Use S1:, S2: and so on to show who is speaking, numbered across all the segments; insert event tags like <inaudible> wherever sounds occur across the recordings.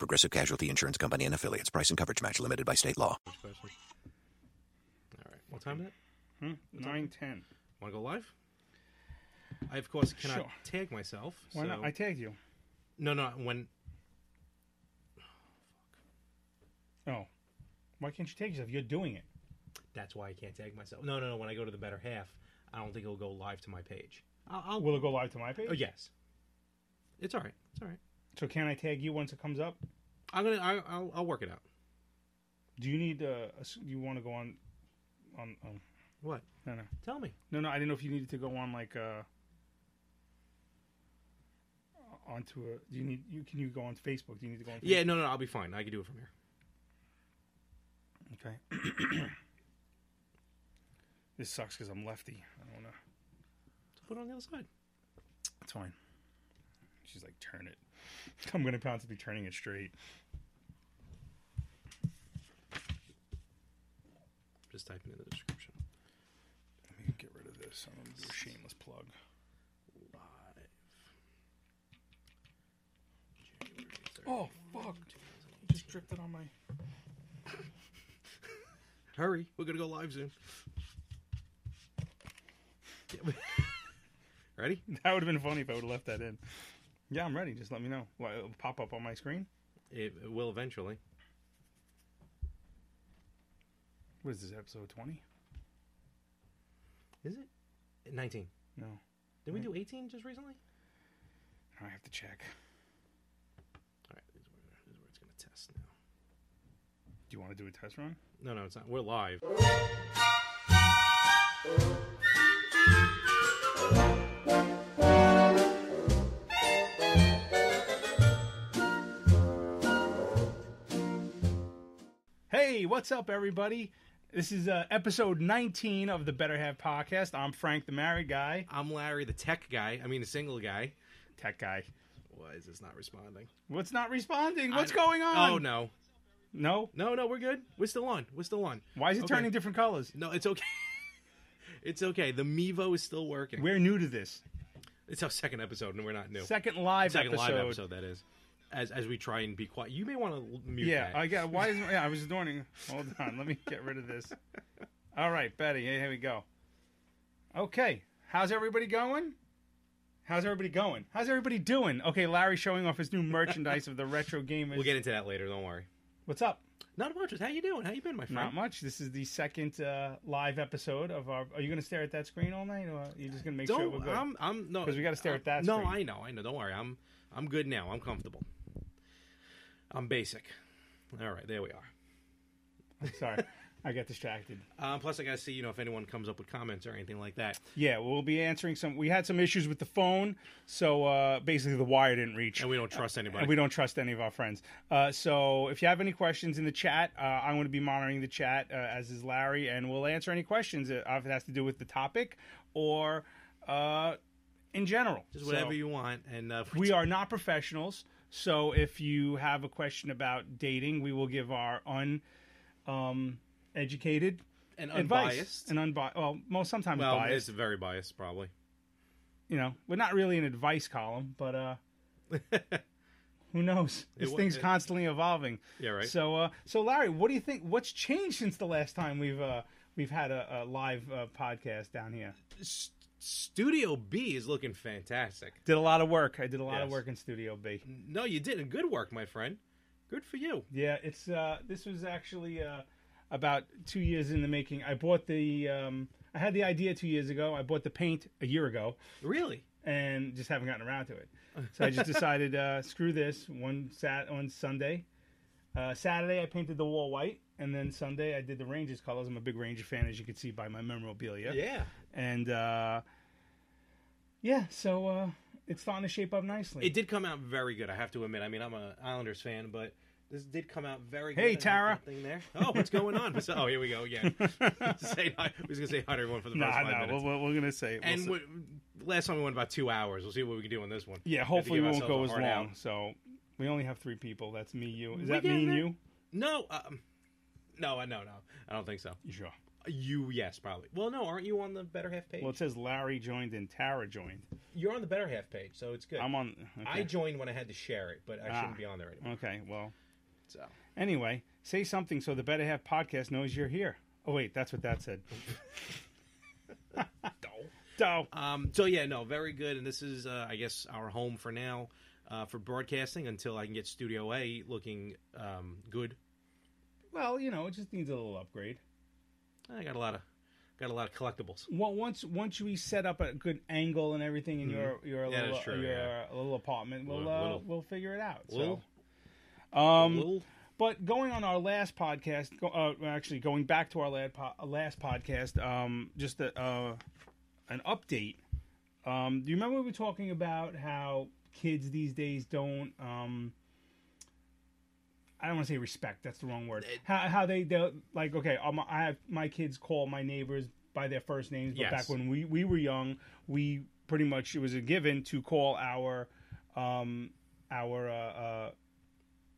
S1: Progressive Casualty Insurance Company and affiliates. Price and coverage match limited by state law.
S2: All right. What time is it?
S3: Hmm? Nine ten.
S2: Want to go live? I of course cannot
S3: Sure.
S2: tag myself.
S3: Why
S2: so...
S3: not? I tagged you.
S2: no, no. When
S3: Oh, why can't you tag yourself? You're doing it.
S2: that's why I can't tag myself. No, no, no. When I go to the better half, I don't think it'll go live to my page. I'll. I'll...
S3: Will it go live to my page?
S2: Oh yes. It's all right. It's all right.
S3: So can I tag you once it comes up?
S2: I'm gonna. I, I'll, I'll work it out.
S3: Do you need? Uh, a s- you want to go on? On? Um,
S2: What?
S3: no, no,
S2: Tell me.
S3: no, no. I didn't know if you needed to go on like. Uh, onto a. Do you need? You can you go on Facebook? Do you need to go on? Facebook?
S2: Yeah. No, no. I'll be fine. I can do it from here.
S3: Okay. this sucks because I'm lefty. I don't wanna.
S2: So put it on the other side.
S3: It's fine. She's like, turn it. <laughs> I'm gonna constantly be turning it straight.
S2: Just type it in the description.
S3: Let me get rid of this. I'm gonna do a shameless plug. Oh fuck! I just dripped it on my.
S2: Hurry. We're gonna go live soon. <laughs> Yeah. Ready?
S3: <laughs> That would have been funny if I would have left that in. Yeah, I'm ready. Just let me know. Why it'll pop up on my screen?
S2: It, it will eventually.
S3: What is this episode 20?
S2: Is it? 19.
S3: No,
S2: Did we do 18 just recently?
S3: I have to check.
S2: All right, this is where, this is where it's going to test now.
S3: Do you want to do a test run?
S2: No, no, it's not. We're live.
S3: Hey, what's up, everybody? This is uh, episode 19 of the Better Half podcast. I'm Frank, the married guy,
S2: I'm Larry, the tech guy. I mean, a single guy.
S3: tech guy.
S2: Why is this not responding?
S3: What's not responding? What's
S2: I-
S3: going on?
S2: Oh, no.
S3: No?
S2: No, no, we're good. We're still on. We're still on.
S3: Why is it
S2: Okay.
S3: turning different colors?
S2: No, it's okay. <laughs> it's okay. The Mevo is still working.
S3: We're new to this.
S2: it's our second episode, and we're not new.
S3: Second live
S2: Second
S3: episode.
S2: live episode, that is. As, as we try and be quiet. You may want to mute
S3: Yeah,
S2: that.
S3: I got. Why is yeah, I was adorning.
S2: <laughs>
S3: Hold on, let me get rid of this. All right, Betty. Here here we go. Okay, how's everybody going? How's everybody going? How's everybody doing? Okay, Larry showing off his new merchandise of the retro gamers.
S2: We'll get into that later. Don't worry.
S3: What's up?
S2: Not much. How you doing? How you been, my friend?
S3: Not much. This is the second uh, live episode of our. Are you going to stare at that screen all night, or are you just going to make sure we're
S2: Don't.
S3: good?
S2: I'm. I'm no.
S3: 'Cause we gotta stare at that
S2: No,
S3: screen.
S2: I know. I know. Don't worry. I'm. I'm good now. I'm comfortable. I'm basic. All right. There we are.
S3: <laughs> Sorry, I got distracted.
S2: Um, plus, I gotta see you know if anyone comes up with comments or anything like that.
S3: Yeah, we'll be answering some. We had some issues with the phone, so uh, basically the wire didn't reach.
S2: And we don't trust anybody.
S3: Uh, And we don't trust any of our friends. Uh, so if you have any questions in the chat, uh, I'm going to be monitoring the chat, uh, as is Larry, and we'll answer any questions uh, if it has to do with the topic or uh, in general.
S2: Just whatever
S3: So
S2: you want. And uh, if
S3: We are not professionals, so if you have a question about dating, we will give our un. Um, educated
S2: <laughs> and
S3: advice
S2: unbiased.
S3: and unbiased well most sometimes
S2: well,
S3: biased
S2: it's very biased, probably.
S3: you know, we're not really an advice column,
S2: <laughs>
S3: but uh who knows? This
S2: wa-
S3: thing's
S2: it-
S3: constantly evolving.
S2: Yeah, right.
S3: So uh so Larry, what do you think what's changed since the last time we've uh we've had a, a live uh, podcast down here?
S2: S- Studio B is looking fantastic.
S3: Did a lot of work. I did a lot of
S2: Yes.
S3: work in Studio B.
S2: No, you did a good work, my friend. Good for you.
S3: Yeah, it's uh this was actually uh about 2 years in the making. I bought the um I had the idea 2 years ago. I bought the paint a year ago.
S2: Really.
S3: and just haven't gotten around to it. So <laughs> I just decided, uh, screw this. One sat on Sunday, uh, Saturday I painted the wall white, and then Sunday I did the Rangers colors. I'm a big Ranger fan, as you can see by my memorabilia.
S2: Yeah.
S3: And uh, yeah, so uh, it's starting to shape up nicely.
S2: It did come out very good. I have to admit. I mean, I'm an Islanders fan, but This did come out very good.
S3: Hey,
S2: I had
S3: Tara.
S2: that Thing there. Oh, what's going on? Bes- Oh, here we go
S3: <laughs>
S2: again. say hi. I was going to say hi to everyone for the first
S3: Nah,
S2: five
S3: nah,
S2: minutes.
S3: we're, we're, we're gonna say it. We'll
S2: and
S3: say-
S2: we, last time we went about two hours. We'll see what we can do on this one.
S3: yeah,
S2: Have to
S3: hopefully
S2: give
S3: we won't
S2: ourselves a
S3: go as
S2: hard
S3: long.
S2: out.
S3: So we only have three people. That's me, you. Is
S2: We
S3: that me
S2: getting
S3: and
S2: there.
S3: you?
S2: No, um, no, I- no, no. I don't think so.
S3: You Sure.
S2: You, yes, probably. Well, no, aren't you on the better half page?
S3: Well, it says Larry joined and Tara joined.
S2: You're on the better half page, so it's good.
S3: I'm on.
S2: I
S3: Okay.
S2: joined when I had to share it, but I
S3: Ah.
S2: shouldn't be on there anymore.
S3: okay. Well,
S2: So
S3: anyway, say something so the Better Half podcast knows you're here. Oh wait, that's what that
S2: <laughs>
S3: said. Doh.
S2: Um, so yeah, no, very good. And this is, uh, I guess, our home for now uh, for broadcasting until I can get Studio A looking um, good.
S3: Well, you know, it just needs a little upgrade.
S2: I got a lot of got a lot of collectibles.
S3: Well, once once we set up a good angle and everything in your your
S2: Yeah,
S3: little
S2: that's true,
S3: your
S2: yeah.
S3: little apartment, we'll
S2: Little-
S3: uh,
S2: little.
S3: we'll figure it out.
S2: Little.
S3: So, um,
S2: Little-
S3: but going on our last podcast, go, uh, well, actually going back to our lad po- last podcast, um, just a, uh, an update. Um, do you remember we were talking about how kids these days don't? Um, I don't want to say respect. That's the wrong word. How, how they they'll- like? Okay, um, I have my kids call my neighbors by their first names. But
S2: Yes.
S3: back when we we were young, we pretty much it was a given to call our um, our uh, uh,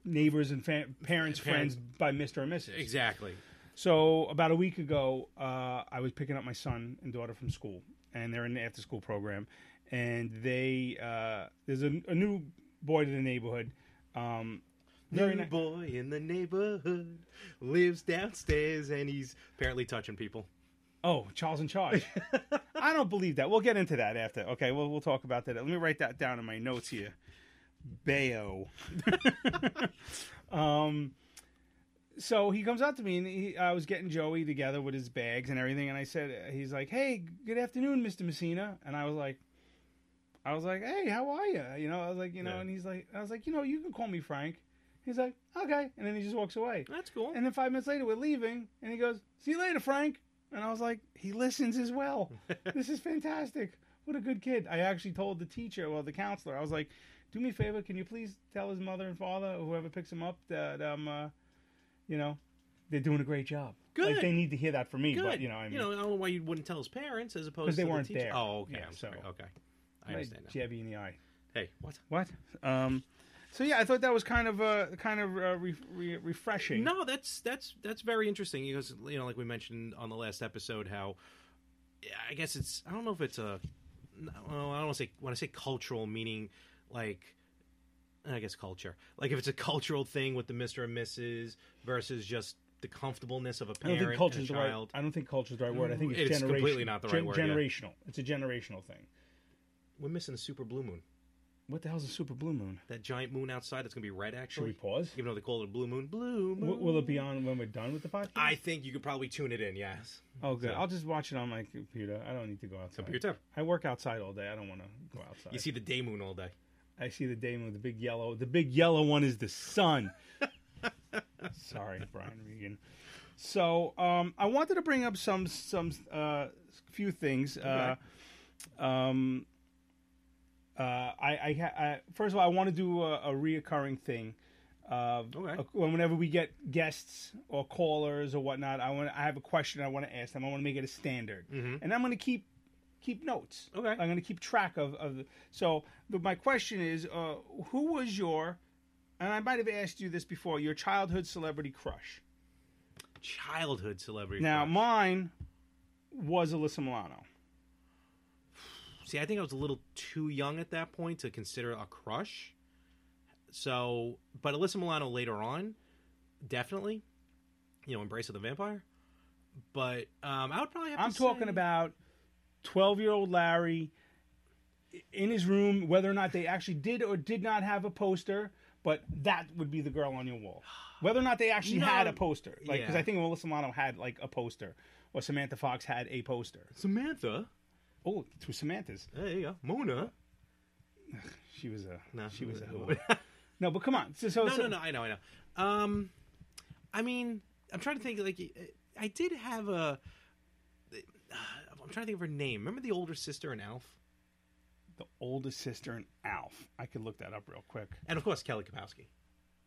S3: neighbors and fa- parents, friends by Mister and Mrs.
S2: exactly.
S3: So about a week ago, uh, I was picking up my son and daughter from school, and they're in the after school program. And they uh, there's a, a new boy to the neighborhood. Um, very
S2: New
S3: ni-
S2: boy in the neighborhood lives downstairs, and he's apparently touching people.
S3: Oh, Charles in charge. I don't believe that. We'll get into that after. Okay, we'll we'll talk about that. Let me write that down in my notes here. Bayo. <laughs> um so he comes out to me and he, I was getting Joey together with his bags and everything and I said he's like, "Hey, good afternoon, Mr. Messina." And I was like I was like, "Hey, how are you?" You know, I was like, you know,
S2: Yeah.
S3: and he's like I was like, "You know, you can call me Frank." He's like, "Okay." And then he just walks away.
S2: That's cool.
S3: And then five minutes later, we're leaving, and he goes, "See you later, Frank." And I was like, "He listens as well. this is fantastic. What a good kid." I actually told the teacher, well, the counselor, I was like, "Do me a favor, can you please tell his mother and father, or whoever picks him up, that um, uh, you know, they're doing a great job. Like
S2: Good.
S3: they need to hear that from me,
S2: Good.
S3: but you know, I mean,
S2: I don't know why you wouldn't tell his parents as opposed
S3: 'Cause they
S2: to
S3: weren't
S2: the teacher.
S3: there.
S2: Oh, okay.
S3: Yeah,
S2: I'm
S3: so-
S2: sorry. Okay, I
S3: I
S2: understand now.
S3: jab you in the eye.
S2: Hey, what?
S3: What? Um, so yeah, I thought that was kind of uh, kind of uh, re- re- refreshing.
S2: No, that's that's that's very interesting because you know, like we mentioned on the last episode, how I guess it's I don't know if it's a no, well, I don't want to say when I say cultural meaning like I guess culture like if it's a cultural thing with the Mister and Mrs. versus just the comfortableness of a
S3: I don't
S2: parent
S3: think culture's
S2: and
S3: the
S2: a
S3: right.
S2: child.
S3: I don't think culture's the right word. I think it's,
S2: It is
S3: generational-
S2: completely not the right word, yeah.
S3: Generational. It's a generational thing.
S2: We're missing a super blue moon.
S3: What the hell's a super blue moon?
S2: That giant moon outside that's going to be red.
S3: Should we
S2: Actually,
S3: pause?
S2: even though they call it a blue moon, blue moon.
S3: W- will it be on when we're done with the podcast?
S2: I think you could probably tune it in. Yes.
S3: oh, good.
S2: so-
S3: I'll just watch it on my computer. I don't need to go outside.
S2: Computer.
S3: I work outside all day. I don't want to go outside.
S2: You see the day moon all day.
S3: I see the day moon, the big yellow. The big yellow one is the sun. Sorry, Brian Regan. So um, I wanted to bring up some some uh, few things. Uh, um, uh, I, I, ha- I first of all I want to do a, a reoccurring thing. Uh,
S2: Okay.
S3: a- whenever we get guests or callers or whatnot, I want I have a question I want to ask them. I want to make it a standard, and I'm going to keep keep notes.
S2: Okay.
S3: I'm going to keep track of of. The, so the, my question is, uh, who was your, and I might have asked you this before, your childhood celebrity crush?
S2: Childhood celebrity.
S3: Now
S2: crush.
S3: mine was Alyssa Milano.
S2: See, I think I was a little too young at that point to consider a crush. So, but Alyssa Milano later on, definitely, you know, Embrace of the Vampire. But um, I would probably have
S3: I'm
S2: to
S3: talking
S2: say-
S3: about twelve year old Larry in his room, whether or not they actually did or did not have a poster, but that would be the girl on your wall. Whether or not they actually
S2: No.
S3: had a poster, like because
S2: Yeah.
S3: I think Alyssa Milano had like a poster, or Samantha Fox had a poster.
S2: Samantha.
S3: Oh, two Samanthas.
S2: There you go. Mona.
S3: She was a
S2: No.
S3: she was a hoe. No, but come on. So, so,
S2: <laughs> no,
S3: so-
S2: no, no. I know, I know. Um, I mean, I'm trying to think. Like, I did have a. I'm trying to think of her name. Remember the older sister in Alf,
S3: The oldest sister and Alf. I could look that up real quick.
S2: and of course Kelly Kapowski.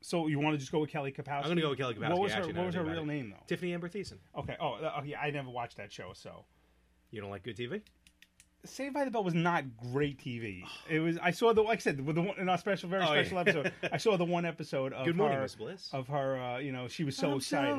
S3: So you want to just go with Kelly Kapowski?
S2: I'm gonna go with Kelly Kapowski.
S3: What was
S2: I
S3: her,
S2: actually know
S3: what was her
S2: nothing about
S3: real
S2: it.
S3: name though?
S2: Tiffany Amber Thiessen.
S3: Okay. Oh, uh, oh, yeah. I never watched that show. So
S2: You don't like good TV?
S3: Saved by the Bell was not great
S2: <sighs>
S3: TV. It was. I saw the like I said with the one in our special, very
S2: Oh, yeah. <laughs>
S3: special episode. I saw the one episode of
S2: Good morning,
S3: her,
S2: Miss Bliss.
S3: of her. Uh, you know, she was so
S2: I'm so
S3: excited.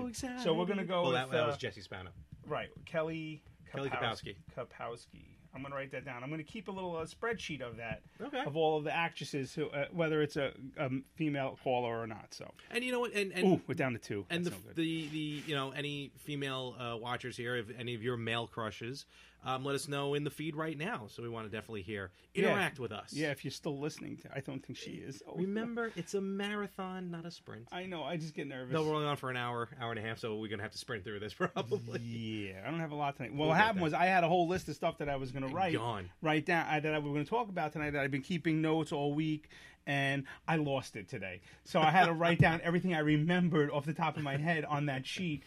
S3: So we're
S2: excited.
S3: gonna go
S2: well,
S3: with
S2: Oh, that, that
S3: uh,
S2: was Jesse Spano.
S3: right Kelly
S2: Kelly
S3: Kapowski. Kapowski. I'm gonna write that down. I'm gonna keep a little uh, spreadsheet of that
S2: Okay.
S3: of all of the actresses who, uh, whether it's a, a female caller or not. So
S2: And you know what? And and
S3: ooh, we're down to two.
S2: and the,
S3: That's no good.
S2: the the you know any female uh, watchers here, if any of your male crushes, um, let us know in the feed right now. So we want to definitely hear
S3: Yeah.
S2: interact with us.
S3: yeah, if you're still listening, to, I don't think she is. Oh,
S2: Remember, it's a marathon, not a sprint.
S3: I know. I just get nervous.
S2: No, we're only on for an hour, hour and a half, so we're gonna have to sprint through this <laughs> probably.
S3: Yeah, I don't have a lot tonight. Well, what
S2: get
S3: happened
S2: that.
S3: was I had a whole list of stuff that I was going to write,
S2: gone.
S3: write down I, that I was going to talk about tonight. That I've been keeping notes all week, and I lost it today. So I had to
S2: <laughs>
S3: write down everything I remembered off the top of my head on that sheet.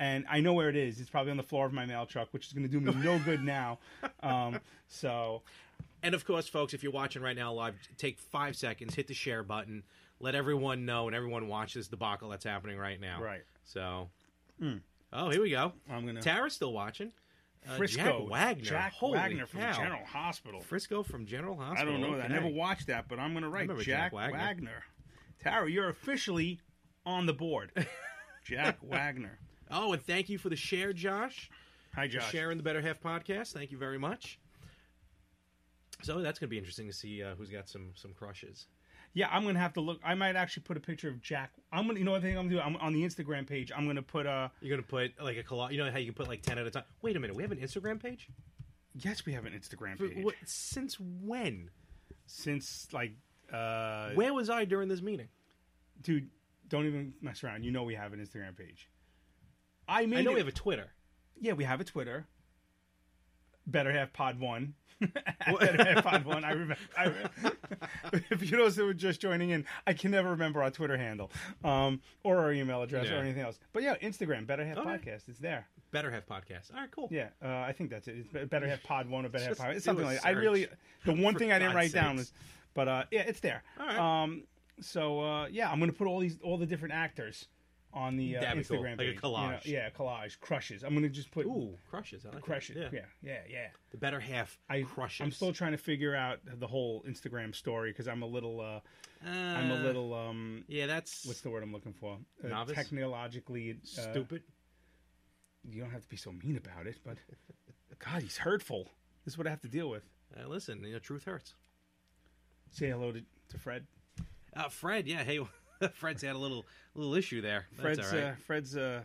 S3: And I know where it is. It's probably on the floor of my mail truck, which is going to do me no
S2: <laughs>
S3: good now. Um, so
S2: And of course, folks, if you're watching right now live, take five seconds, hit the share button, let everyone know, and everyone watch this debacle that's happening right now.
S3: Right. Hmm.
S2: So, oh, here we go.
S3: I'm gonna-
S2: Tara's still watching. Uh,
S3: Frisco
S2: Jack Wagner.
S3: Jack
S2: Holy
S3: Wagner from
S2: cow.
S3: General Hospital.
S2: Frisco from General
S3: I
S2: Hospital.
S3: don't know that. I
S2: Okay.
S3: never watched that, but I'm going to write
S2: remember
S3: Jack,
S2: Jack
S3: Wagner.
S2: Wagner.
S3: Tara, you're officially on
S2: <laughs>
S3: the board. Jack Wagner.
S2: Oh, and thank you for the share, Josh.
S3: Hi, Josh.
S2: Sharing the Better Half podcast. Thank you very much. So that's going to be interesting to see uh, who's got some some crushes.
S3: Yeah, I'm gonna have to look. I might actually put a picture of Jack. I'm gonna. You know what I think I'm gonna do? I'm on the Instagram page. I'm gonna put a.
S2: You're going to put like a collage. You know how you can put like ten at a time. Wait a minute, we have an Instagram page.
S3: Yes, we have an Instagram
S2: For
S3: page
S2: what- since when?
S3: since like. uh
S2: Where was I during this meeting?
S3: Dude, don't even mess around. You know we have an Instagram page. I made.
S2: I know
S3: it-
S2: we have a Twitter.
S3: Yeah, we have a Twitter. Better have Pod One. <laughs> Better have Pod One. I remember. I remember. <laughs> if you those that were just joining in, I can never remember our Twitter handle, um, or our email address, or
S2: Yeah.
S3: anything else. But yeah, Instagram. Better have
S2: Okay.
S3: podcast. It's there.
S2: Better Half podcast. All right, cool.
S3: Yeah, uh, I think that's it. It's be- better have Pod One or better have
S2: Just
S3: Pod. It's
S2: do
S3: something
S2: a
S3: like I really.
S2: search.
S3: The one
S2: For
S3: thing I didn't write
S2: God's
S3: down was,
S2: sakes.
S3: but uh, yeah, it's there.
S2: All right.
S3: Um, so uh, yeah, I'm gonna put all these all the different actors on the uh,
S2: That'd be
S3: Instagram
S2: cool. Like a
S3: page. You know,
S2: collage.
S3: yeah, collage crushes. I'm gonna just put
S2: Ooh, crushes. I like that.
S3: crushes.
S2: Yeah.
S3: Yeah, yeah, yeah.
S2: The Better Half
S3: I
S2: crushes.
S3: I'm still trying to figure out the whole Instagram story because I'm a little uh,
S2: Uh,
S3: I'm a little um
S2: Yeah, that's
S3: what's the word I'm looking for uh,
S2: Novice?
S3: technologically uh,
S2: stupid.
S3: You don't have to be so mean about it, but God, he's hurtful. This is what I have to deal with.
S2: Uh, listen, you know, truth hurts.
S3: Say hello to, to Fred.
S2: Uh, Fred, yeah, hey, <laughs> Fred's had a little little issue there. That's
S3: Fred's
S2: all right.
S3: uh, Fred's uh,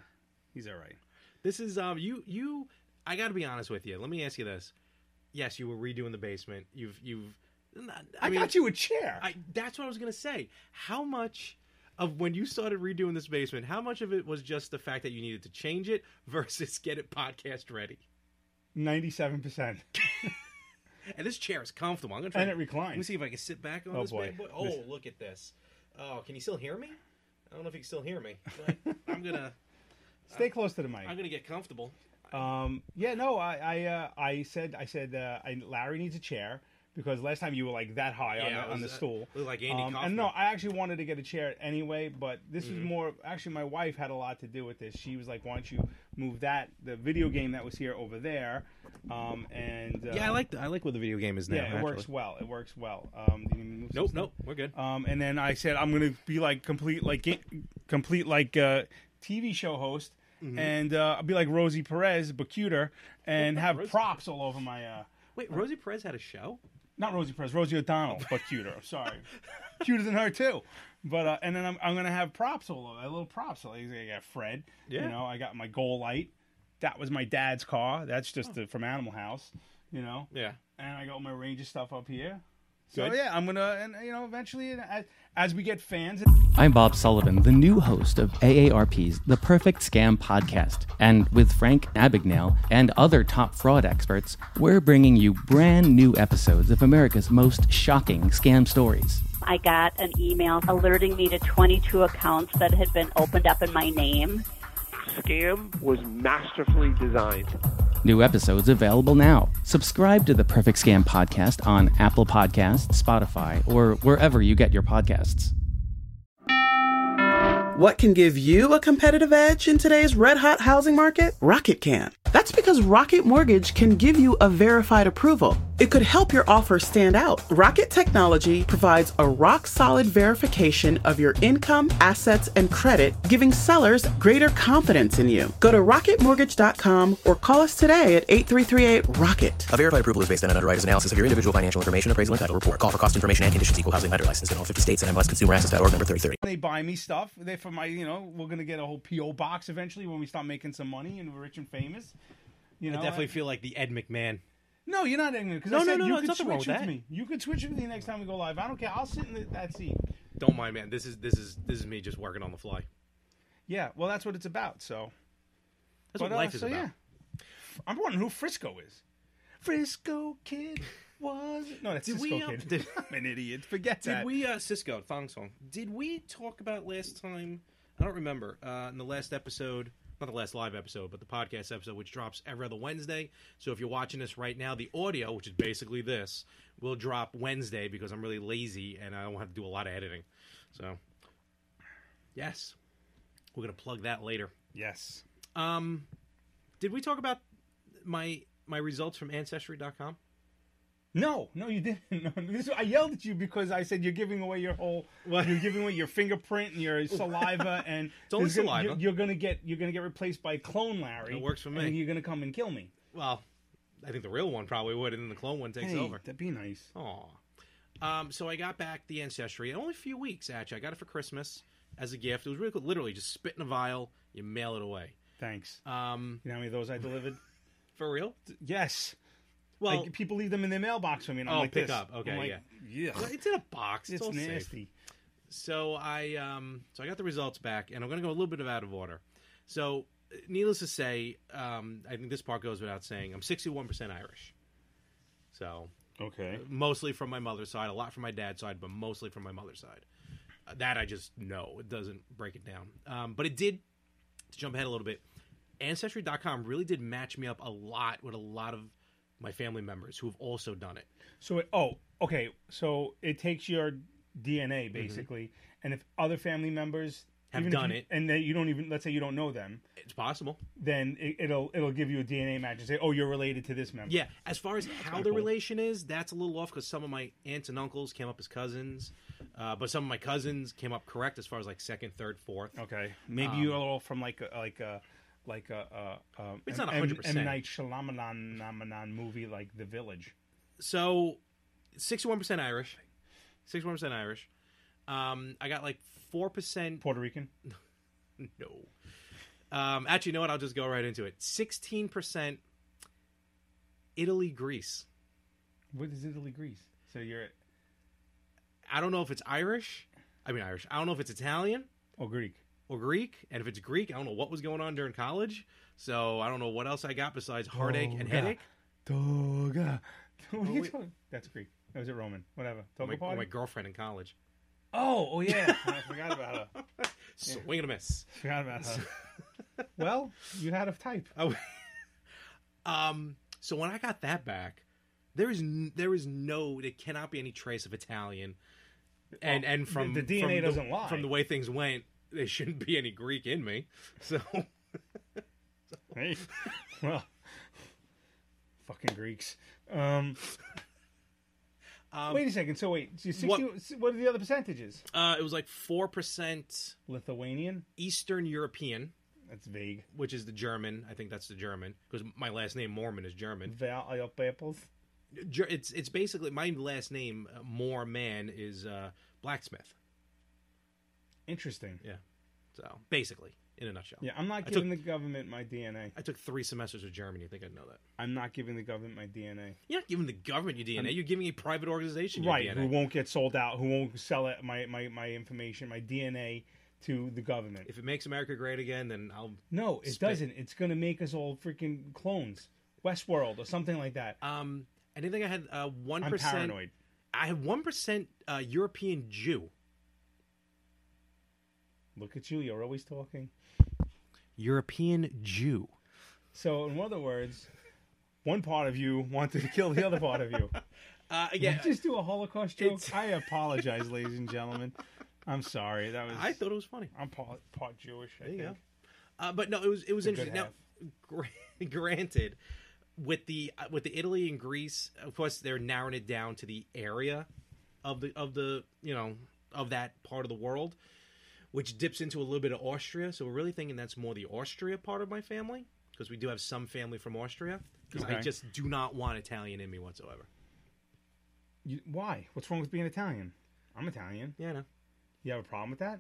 S3: he's all right.
S2: This is um, you you. I got to be honest with you. Let me ask you this. Yes, you were redoing the basement. You've you've. I,
S3: I,
S2: mean,
S3: got you a chair.
S2: I, that's what I was gonna say. How much of when you started redoing this basement, how much of it was just the fact that you needed to change it <laughs> versus get it podcast ready? <laughs>
S3: Ninety-seven percent,
S2: And this chair is comfortable. I'm gonna try.
S3: and it
S2: to- Let me
S3: reclines.
S2: see if I can sit back on
S3: Oh,
S2: this
S3: boy.
S2: bad boy. Oh, look at this. Oh, can you still hear me? I don't know if you can still hear me. <laughs> But I'm gonna
S3: Stay close to the mic.
S2: I'm gonna get comfortable.
S3: Um, yeah, no, I I, uh, I said I said uh, I, Larry needs a chair because last time you were like that high on,
S2: Yeah,
S3: the,
S2: I
S3: on the
S2: was, uh,
S3: stool.
S2: looked like Andy
S3: um,
S2: Kaufman. Mm-hmm.
S3: and no, I actually wanted to get a chair anyway, but this is more. Actually, my wife had a lot to do with this. She was like, "Why don't you move that the video game that was here over there?" Um, and uh,
S2: Yeah, I like the, I like where the video game is now.
S3: yeah, it
S2: actually. Uh,
S3: works well. It works well. Um, do you need me to move some
S2: Nope,
S3: stuff?
S2: nope, we're good.
S3: Um, and then I said I'm gonna be like complete like ga- complete like uh, TV show host,
S2: Mm-hmm.
S3: and uh, I'll be like Rosie Perez but cuter, and have props all over my. Uh,
S2: Wait, Rosie Perez had a show.
S3: not Rosie Perez, Rosie O'Donnell, but cuter.
S2: <laughs>
S3: I'm sorry, cuter than her too. But uh, and then I'm, I'm gonna have props all over, little props. Like, I got Fred.
S2: Yeah.
S3: You know, I got my goal light. That was my dad's car. That's just the, from Animal House. You know
S2: Yeah,
S3: and I got my Ranger stuff up here. So
S2: Good.
S3: yeah, I'm gonna and you know eventually as, as we get fans.
S4: I'm Bob Sullivan, the new host of AARP's The Perfect Scam podcast. And with Frank Abagnale and other top fraud experts, we're bringing you brand new episodes of America's most shocking scam stories.
S5: I got an email alerting me to 22 accounts that had been opened up in my name.
S6: scam was masterfully designed.
S4: New episodes available now. Subscribe to The Perfect Scam podcast on Apple Podcasts, Spotify, or wherever you get your podcasts.
S7: What can give you a competitive edge in today's red hot housing market? Rocket can. That's because Rocket Mortgage can give you a verified approval. It could help your offer stand out. Rocket Technology provides a rock solid verification of your income, assets, and credit, giving sellers greater confidence in you. Go to rocketmortgage.com or call us today at 8338 Rocket.
S1: A verified approval is based on an underwriter's analysis of your individual financial information, appraisal, and title report. Call for cost information and conditions equal housing lender license in all 50 states and MLSconsumerAccess.org number 3030.
S3: They buy me stuff. They for my, you know, we're gonna get a whole PO box eventually when we start making some money and we're rich and famous. You know,
S2: I definitely feel like the Ed McMahon.
S3: No, you're not angry because
S2: No,
S3: I
S2: no,
S3: said
S2: no,
S3: you
S2: no,
S3: could
S2: there's nothing
S3: switch
S2: wrong
S3: with
S2: with that.
S3: me. You could switch with me next time we go live. I don't care. I'll sit in the, that seat.
S2: Don't mind, man. This is this is this is me just working on the fly.
S3: Yeah, well, that's what it's about. So
S2: That's
S3: But,
S2: what
S3: uh,
S2: life is
S3: so,
S2: about.
S3: Yeah. I'm wondering who Frisco is. Frisco
S2: <laughs>
S3: Kid was no, that's
S2: Did
S3: Cisco
S2: we, uh,
S3: Kid.
S2: <laughs> did-
S3: <laughs> I'm an idiot. Forget
S2: Did
S3: that.
S2: we, uh, Cisco, Thong Song, did we talk about last time? I don't remember. Uh, in the last episode, not the last live episode, but the podcast episode, which drops every other Wednesday. So if you're watching this right now, the audio, which is basically this, will drop Wednesday because I'm really lazy and I don't have to do a lot of editing. So, yes, we're going to plug that later.
S3: Yes.
S2: Um, did we talk about my my results from Ancestry.com?
S3: No, no, you didn't. <laughs> No, this, I yelled at you because I said you're giving away your whole. You're giving away your fingerprint
S2: <laughs>
S3: and your saliva, and it's
S2: only
S3: gonna,
S2: saliva.
S3: You're, you're gonna get you're gonna get replaced by Clone Larry.
S2: It works for me.
S3: And you're gonna come and kill me.
S2: Well, I think the real one probably would, and then the clone one takes
S3: Hey,
S2: over.
S3: That'd be nice.
S2: Aw. Um, so I got back the ancestry only a few weeks actually. I got it for Christmas as a gift. It was really cool. Literally, just spit in a vial, you mail it away.
S3: Thanks.
S2: Um,
S3: You know how many of those I
S2: <laughs>
S3: delivered?
S2: for real?
S3: yes.
S2: Well,
S3: like, <laughs> people leave them in their mailbox for me. And I'm
S2: Oh,
S3: like,
S2: pick
S3: this.
S2: up. Okay,
S3: I'm like,
S2: yeah.
S3: yeah.
S2: it's in a box. It's,
S3: It's
S2: all safe.
S3: nasty.
S2: So I um so I got the results back, and I'm going to go a little bit of out of order. So, uh, needless to say, um, I think this part goes without saying. I'm 61% Irish. So
S3: Okay.
S2: mostly from my mother's side, a lot from my dad's side, but mostly from my mother's side. Uh, That I just know. It doesn't break it down. Um, but it did, to jump ahead a little bit, Ancestry.com really did match me up a lot with a lot of my family members who have also done it.
S3: So it, oh, okay. So it takes your DNA basically, and if other family members
S2: Mm-hmm. Have
S3: even if
S2: done
S3: you-
S2: it.
S3: and that you don't even let's say you don't know them,
S2: It's possible.
S3: then it, it'll it'll give you a DNA match and say, oh, you're related to this member.
S2: Yeah. As far as how
S3: kinda
S2: the
S3: cool.
S2: relation is, that's a little off because some of my aunts and uncles came up as cousins, uh, but some of my cousins came up correct as far as like second, third, fourth.
S3: Okay. Maybe you're all from like a, like a like a, a, a
S2: It's not
S3: M- M-
S2: 100%.
S3: M Night Shyamalan Namanan movie like The Village.
S2: so 61% Irish. 61% Irish. Um, I got like 4%.
S3: Puerto Rican.
S2: No. Um, actually, you know what? I'll just go right into it. 16% Italy, Greece.
S3: What is Italy, Greece? So you're
S2: I don't know if it's Irish. I mean, Irish. I don't know if it's Italian
S3: oh Greek.
S2: or Greek. And if it's Greek, I don't know what was going on during college. So I don't know what else I got besides heartache and
S3: Toga.
S2: headache.
S3: Toga. <laughs> What are you
S2: wait.
S3: talking? That's Greek. That was it Roman. Whatever.
S2: Oh,
S3: Toga
S2: my, oh,
S3: party?
S2: my girlfriend in college.
S3: Oh, oh yeah. I forgot about her.
S2: Swing and a miss.
S3: Forgot about her. well, you had a type.
S2: Oh. um. So when I got that back, there is n- there is no there cannot be any trace of Italian, and
S3: Well,
S2: and from
S3: the- the DNA
S2: from
S3: doesn't lie.
S2: From the way things went, there shouldn't be any Greek in me. <laughs> So
S3: Hey. <laughs> well, fucking Greeks. Um,
S2: um,
S3: wait a second. So wait, so 60,
S2: what-
S3: what, are the other percentages?
S2: uh, it was like four percent
S3: Lithuanian.
S2: Eastern European,
S3: That's vague.
S2: which is the German. I think that's the German because my last name Mormon is German.
S3: Val apples.
S2: Ger- It's it's basically my last name uh, Moorman is uh, blacksmith.
S3: Interesting.
S2: Yeah, so basically in a nutshell.
S3: Yeah, I'm not
S2: I
S3: giving the government my DNA.
S2: I took three semesters with Germany. I think I know that.
S3: I'm not giving the government my DNA.
S2: You're not giving the government your DNA. You're giving a private organization your
S3: right,
S2: DNA.
S3: who won't get sold out, who won't sell it, my, my, my information, my DNA to the government.
S2: If it makes America great again, then I'll.
S3: No, it
S2: Spit.
S3: doesn't. It's going to make us all freaking clones. Westworld or something like that.
S2: Um, I didn't think I had uh one
S3: I'm paranoid.
S2: I had one percent uh, European Jew.
S3: Look at you. You're always talking.
S2: European Jew.
S3: So, in other words, one part of you wanted to kill the
S2: <laughs>
S3: other part of you.
S2: Uh, again,
S3: Just do a Holocaust joke.
S2: It's-
S3: I apologize, ladies and gentlemen. I'm sorry. That was.
S2: I thought it was funny.
S3: I'm part, part Jewish. I
S2: There you
S3: think.
S2: go. Uh, but no, it was it was
S3: a good
S2: interesting. Now, <laughs> gra- granted, with the uh, with the Italy and Greece, of course, they're narrowing it down to the area of the of the you know of that part of the world, which dips into a little bit of Austria. So we're really thinking that's more the Austria part of my family because we do have some family from Austria. Because I
S3: Okay.
S2: just do not want Italian in me whatsoever.
S3: You- why? What's wrong with being Italian? I'm Italian.
S2: Yeah, no.
S3: You have a problem
S2: <laughs>
S3: with that?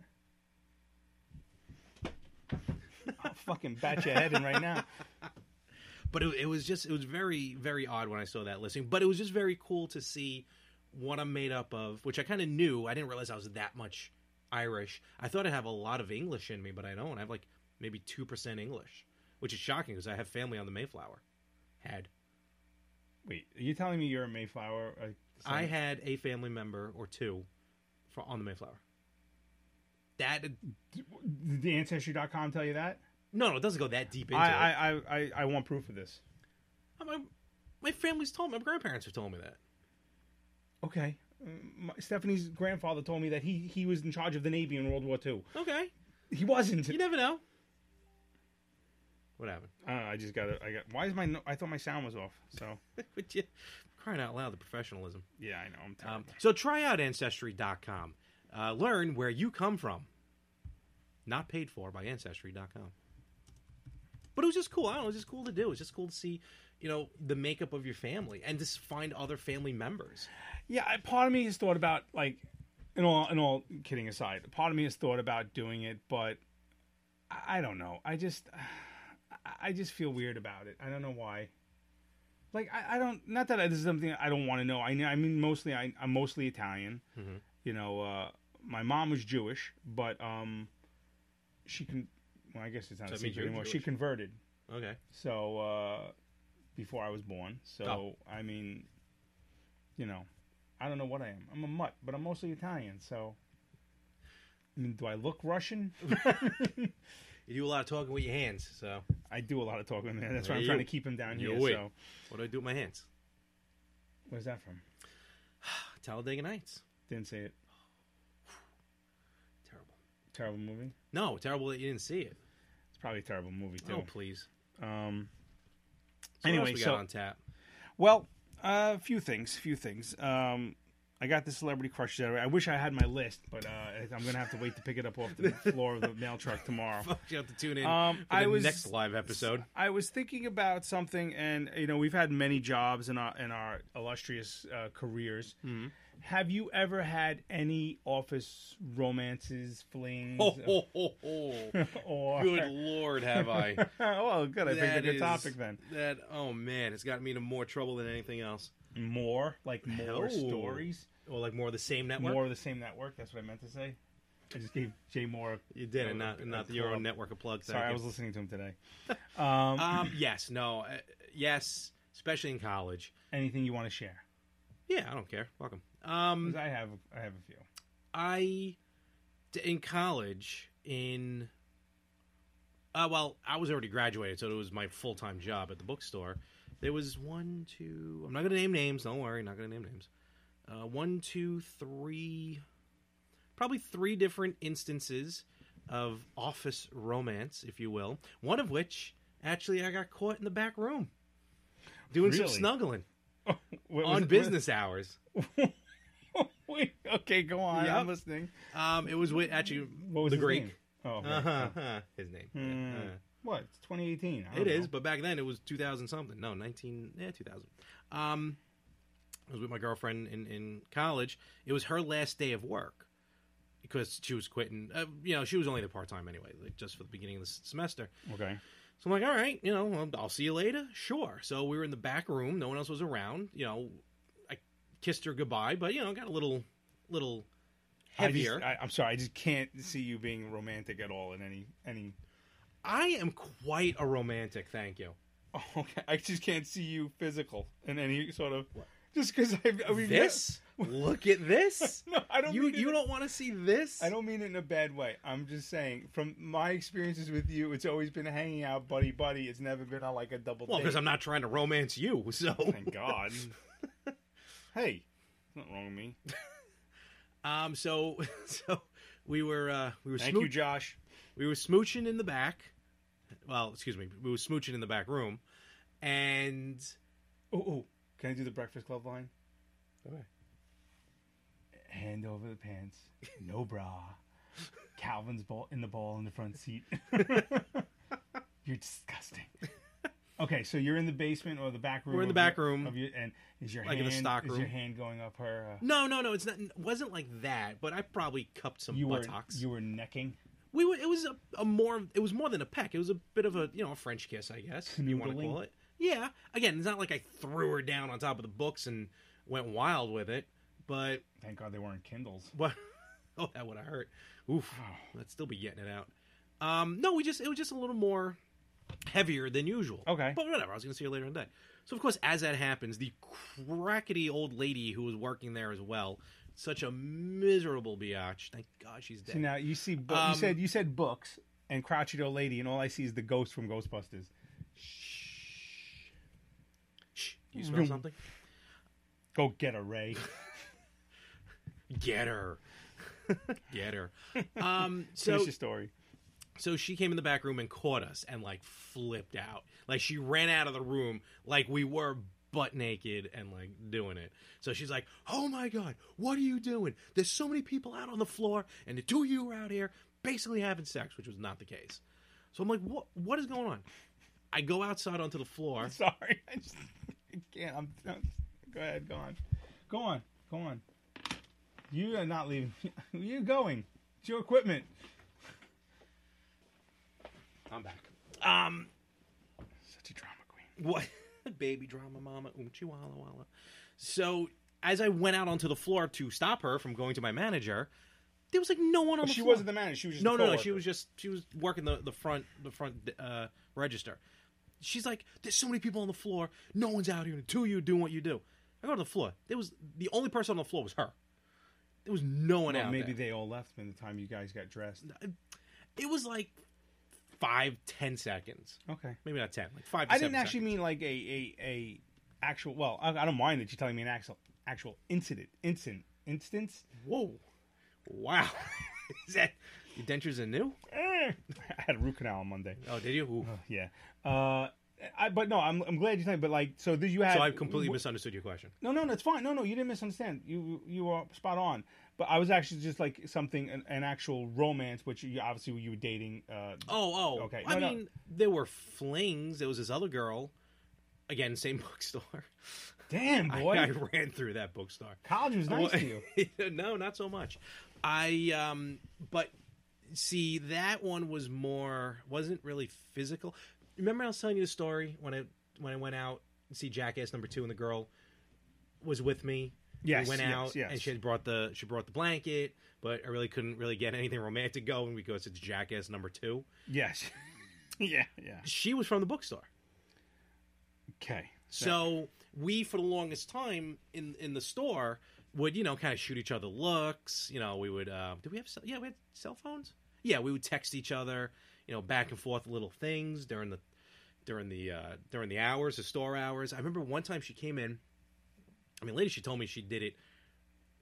S3: I'll fucking bat your head in right now.
S2: but it, it was just it was very very odd when I saw that listing. But it was just very cool to see what I'm made up of, which I kind of knew. I didn't realize I was that much Irish. I thought I have a lot of English in me, but I don't. I have like maybe two percent English, which is shocking because I have family on the Mayflower. Had
S3: Wait, are you telling me you're a Mayflower? uh, son?
S2: I had a family member or two for, on the Mayflower. That
S3: Did the Ancestry.com tell you that?
S2: no, no, it doesn't go that deep
S3: I,
S2: into it.
S3: I, I, I, I want proof of this.
S2: my, my family's told me, my grandparents have told me that.
S3: Okay. Mm, My, Stephanie's grandfather told me that he, he was in charge of the Navy in World War II.
S2: Okay,
S3: He wasn't.
S2: you never know. What happened?
S3: I, don't know, Uh, I just got. I got. Why is my? no- I thought my sound was off. So
S2: <laughs> Would you crying out loud the professionalism?
S3: yeah, I know. I'm tired.
S2: Um, so try out ancestry.com. Uh, learn where you come from. Not paid for by ancestry.com. But it was just cool. I don't know. It was just cool to do. It was just cool to see, you know, the makeup of your family and just find other family members.
S3: Yeah, I- part of me has thought about like, in all, in all kidding aside, part of me has thought about doing it, but I, I don't know. I just, <sighs> I- I just feel weird about it. I don't know why. Like I, I don't. Not that I, this is something I don't want to know. I, kn- I mean, mostly I, I'm mostly Italian.
S2: Mm-hmm.
S3: You know, uh, my mom was Jewish, but um, she can. Well, I guess it's not a
S2: Does that mean
S3: secret
S2: you're
S3: anymore. She
S2: Jewish?
S3: converted.
S2: Okay.
S3: So uh, before I was born. So
S2: Oh.
S3: I mean, you know, I don't know what I am. I'm a mutt, but I'm mostly Italian. So I mean, do I look Russian?
S2: You do a lot of talking with your hands. So
S3: I do a lot of talking, man. That's why I'm
S2: Hey,
S3: trying
S2: you.
S3: to keep him down
S2: You
S3: here.
S2: wait.
S3: So
S2: what do I do with my hands?
S3: where's that from?
S2: Talladega Nights.
S3: Didn't say it.
S2: Terrible.
S3: Terrible movie.
S2: No, terrible that you didn't see it.
S3: It's probably a terrible movie too.
S2: Oh, please.
S3: Um.
S2: So
S3: Anyway,
S2: what else we got
S3: so-
S2: on tap. <laughs>
S3: Well, a few things. Few things. Um. I got the celebrity crushes out. of it. I wish I had my list, but uh, I'm gonna have to wait to pick it up off <laughs> the floor of the mail truck tomorrow.
S2: You have to tune in
S3: Um,
S2: for the
S3: I was-
S2: next live episode.
S3: I was thinking about something, and you know, we've had many jobs in our in our illustrious uh, careers.
S2: Mm-hmm.
S3: Have you ever had any office romances, flings, <laughs>
S2: Oh, ho, ho, ho.
S3: or
S2: Good lord, have I?
S3: <laughs> well, good. <laughs> I picked a
S2: That
S3: good
S2: is-
S3: topic then.
S2: That oh man, it's gotten me into more trouble than anything else.
S3: More like more
S2: Oh.
S3: stories,
S2: Or like more of the same network.
S3: more of the same network. That's what I meant to say. I just gave Jay Moore.
S2: you did, and
S3: I-
S2: not
S3: I
S2: not
S3: call
S2: your
S3: up-
S2: own network of plugs.
S3: Sorry, I was listening to him today. Um,
S2: Um, yes, no, uh, yes, especially in college.
S3: anything you want to share?
S2: Yeah, I don't care. Welcome. Um,
S3: 'Cause I have I have a few.
S2: I d- in college in uh, well, I was already graduated, so it was my full time job at the bookstore. There was one, two. I'm not gonna name names. Don't worry, not gonna name names. Uh, one, two, three, probably three different instances of office romance, if you will. One of which actually I got caught in the back room doing some
S3: Really?
S2: snuggling
S3: What was <laughs>
S2: on
S3: it-
S2: business hours.
S3: Wait, okay, go on.
S2: Yep.
S3: I'm listening.
S2: Um, it was with actually
S3: What was
S2: the
S3: his
S2: Greek.
S3: name? Oh, right.
S2: Uh-huh, uh, <laughs> his name. Uh-huh.
S3: Mm. What? It's 2018. I
S2: It
S3: don't
S2: is,
S3: know.
S2: but back then it was 2000 something. No, 19, yeah, 2000. Um, I was with my girlfriend in, in college. It was her last day of work because she was quitting. Uh, you know, she was only there part time anyway, like just for the beginning of the s- semester.
S3: Okay.
S2: So I'm like, all right, you know, I'll- I'll see you later. Sure. So we were in the back room. No one else was around. You know, I kissed her goodbye, but, you know, got a little, little heavier.
S3: I am sorry. I just can't see you being romantic at all in any any. <laughs>
S2: I am quite a romantic, thank you.
S3: Oh, okay. I just can't see you physical in any sort of. Just because I we've
S2: This? Look at this.
S3: <laughs> No, I don't
S2: You
S3: mean it-
S2: you don't want to see this.
S3: I don't mean it in a bad way. I'm just saying, from my experiences with you, it's always been hanging out, buddy, buddy. It's never been on like a double.
S2: Well, because
S3: date.
S2: I'm not trying to romance you. <laughs> So <laughs>
S3: Thank God. hey, there's nothing wrong with me.
S2: um, <laughs> so so we were uh, we were
S3: Thank
S2: smooch-
S3: you, Josh.
S2: we were smooching in the back. Well, excuse me, we were smooching in the back room, and
S3: Ooh, ooh. Oh, Can I do the Breakfast Club line? Hand over the pants, no <laughs> bra. Calvin's ball in the ball in the front <laughs> seat. you're disgusting. Okay, so you're in the basement or the back room.
S2: We're in the
S3: of
S2: back
S3: your-
S2: room.
S3: of your, and is your
S2: Like in
S3: hand
S2: the stock
S3: is your
S2: room.
S3: hand going up her? Uh,
S2: no, no, no, it's not. It wasn't like that, but I probably cupped some
S3: you were
S2: buttocks.
S3: you were necking.
S2: we were. It was a, a more. It was more than a peck. It was a bit of a you know a French kiss, I guess. if You want to
S3: Canoodling?
S2: call it? Yeah. Again, it's not like I threw her down on top of the books and went wild with it, but <laughs>
S3: Thank God they weren't Kindles.
S2: What? Oh, that would have hurt. Oof. I'd still be getting it out. Um, no, we just it was just a little more heavier than usual.
S3: Okay.
S2: But whatever. I was going to see her later in the day. So of course, as that happens, the crackety old lady who was working there as well, such a miserable biatch. Thank God she's dead.
S3: <laughs> See, now you see, bo-
S2: Um,
S3: you said you said books and Crouchy Old Lady, and all I see is the ghost from Ghostbusters.
S2: Shh. You
S3: <laughs>
S2: smell something?
S3: Go get a <laughs> Ray.
S2: Get her. Get her. Um, so
S3: Finish the story.
S2: So she came in the back room and caught us and like flipped out. Like she ran out of the room like we were butt naked and like doing it. So she's like, "Oh my god, what are you doing? There's so many people out on the floor and the two of you are out here basically having sex," which was not the case. So I'm like, "What what is going on?" I go outside onto the floor.
S3: <laughs> Sorry, I just I can't. I'm, I'm- go ahead, go on, go on, go on. You are not leaving. <laughs> You're going. It's your equipment.
S2: I'm back. Um
S3: Such a drama queen.
S2: what <laughs> baby drama mama um chihuahua walla. so as i went out onto the floor to stop her from going to my manager there was like no one on the
S3: she
S2: floor.
S3: wasn't the manager. She was just
S2: no
S3: a
S2: no no
S3: coworker.
S2: she was just she was working the, the front the front uh register she's like there's so many people on the floor no one's out here and the two of you doing what you do i go to the floor there was the only person on the floor was her there was no one
S3: Well,
S2: out
S3: maybe
S2: there.
S3: they all left by the time you guys got dressed.
S2: it was like five ten seconds
S3: Okay.
S2: maybe not ten like five to
S3: I didn't
S2: seven
S3: actually
S2: seconds.
S3: mean like a a, a actual. Well, I, I don't mind that you're telling me an actual actual incident, instant, instance.
S2: Whoa. Wow. <laughs> Is that your dentures are new?
S3: Eh, <laughs> I had a root canal on Monday.
S2: Oh, did you? Ooh.
S3: Yeah. Uh, I, but no, I'm, I'm glad you think. But like, so did you have?
S2: So I've completely misunderstood your question.
S3: No, no, that's fine. No, no, you didn't misunderstand. You you are spot on. But I was actually just like something an, an actual romance, which you, obviously you were dating. Uh,
S2: Oh, oh.
S3: Okay.
S2: I
S3: No, no.
S2: mean, there were flings. There was this other girl. Again, same <laughs> bookstore.
S3: Damn
S2: I-
S3: boy,
S2: I, ran through that bookstore.
S3: college was
S2: <laughs>
S3: nice to you.
S2: no, not so much. I um but see that one was more wasn't really physical. Remember I was telling you the story when I when I went out to see Jackass number 2 and the girl was with me.
S3: Yes,
S2: we went
S3: yes,
S2: out
S3: yes.
S2: and she had brought the she brought the blanket, but I really couldn't really get anything romantic going because it's Jackass number 2.
S3: Yes. <laughs> yeah. Yeah.
S2: She was from the bookstore.
S3: Okay.
S2: So we, for the longest time in in the store, would you know kind of shoot each other looks. You know, we would. Uh, did we have? Cell, yeah, we had cell phones. Yeah, we would text each other. You know, back and forth little things during the during the uh, during the hours, the store hours. I remember one time she came in. I mean, later she told me she did it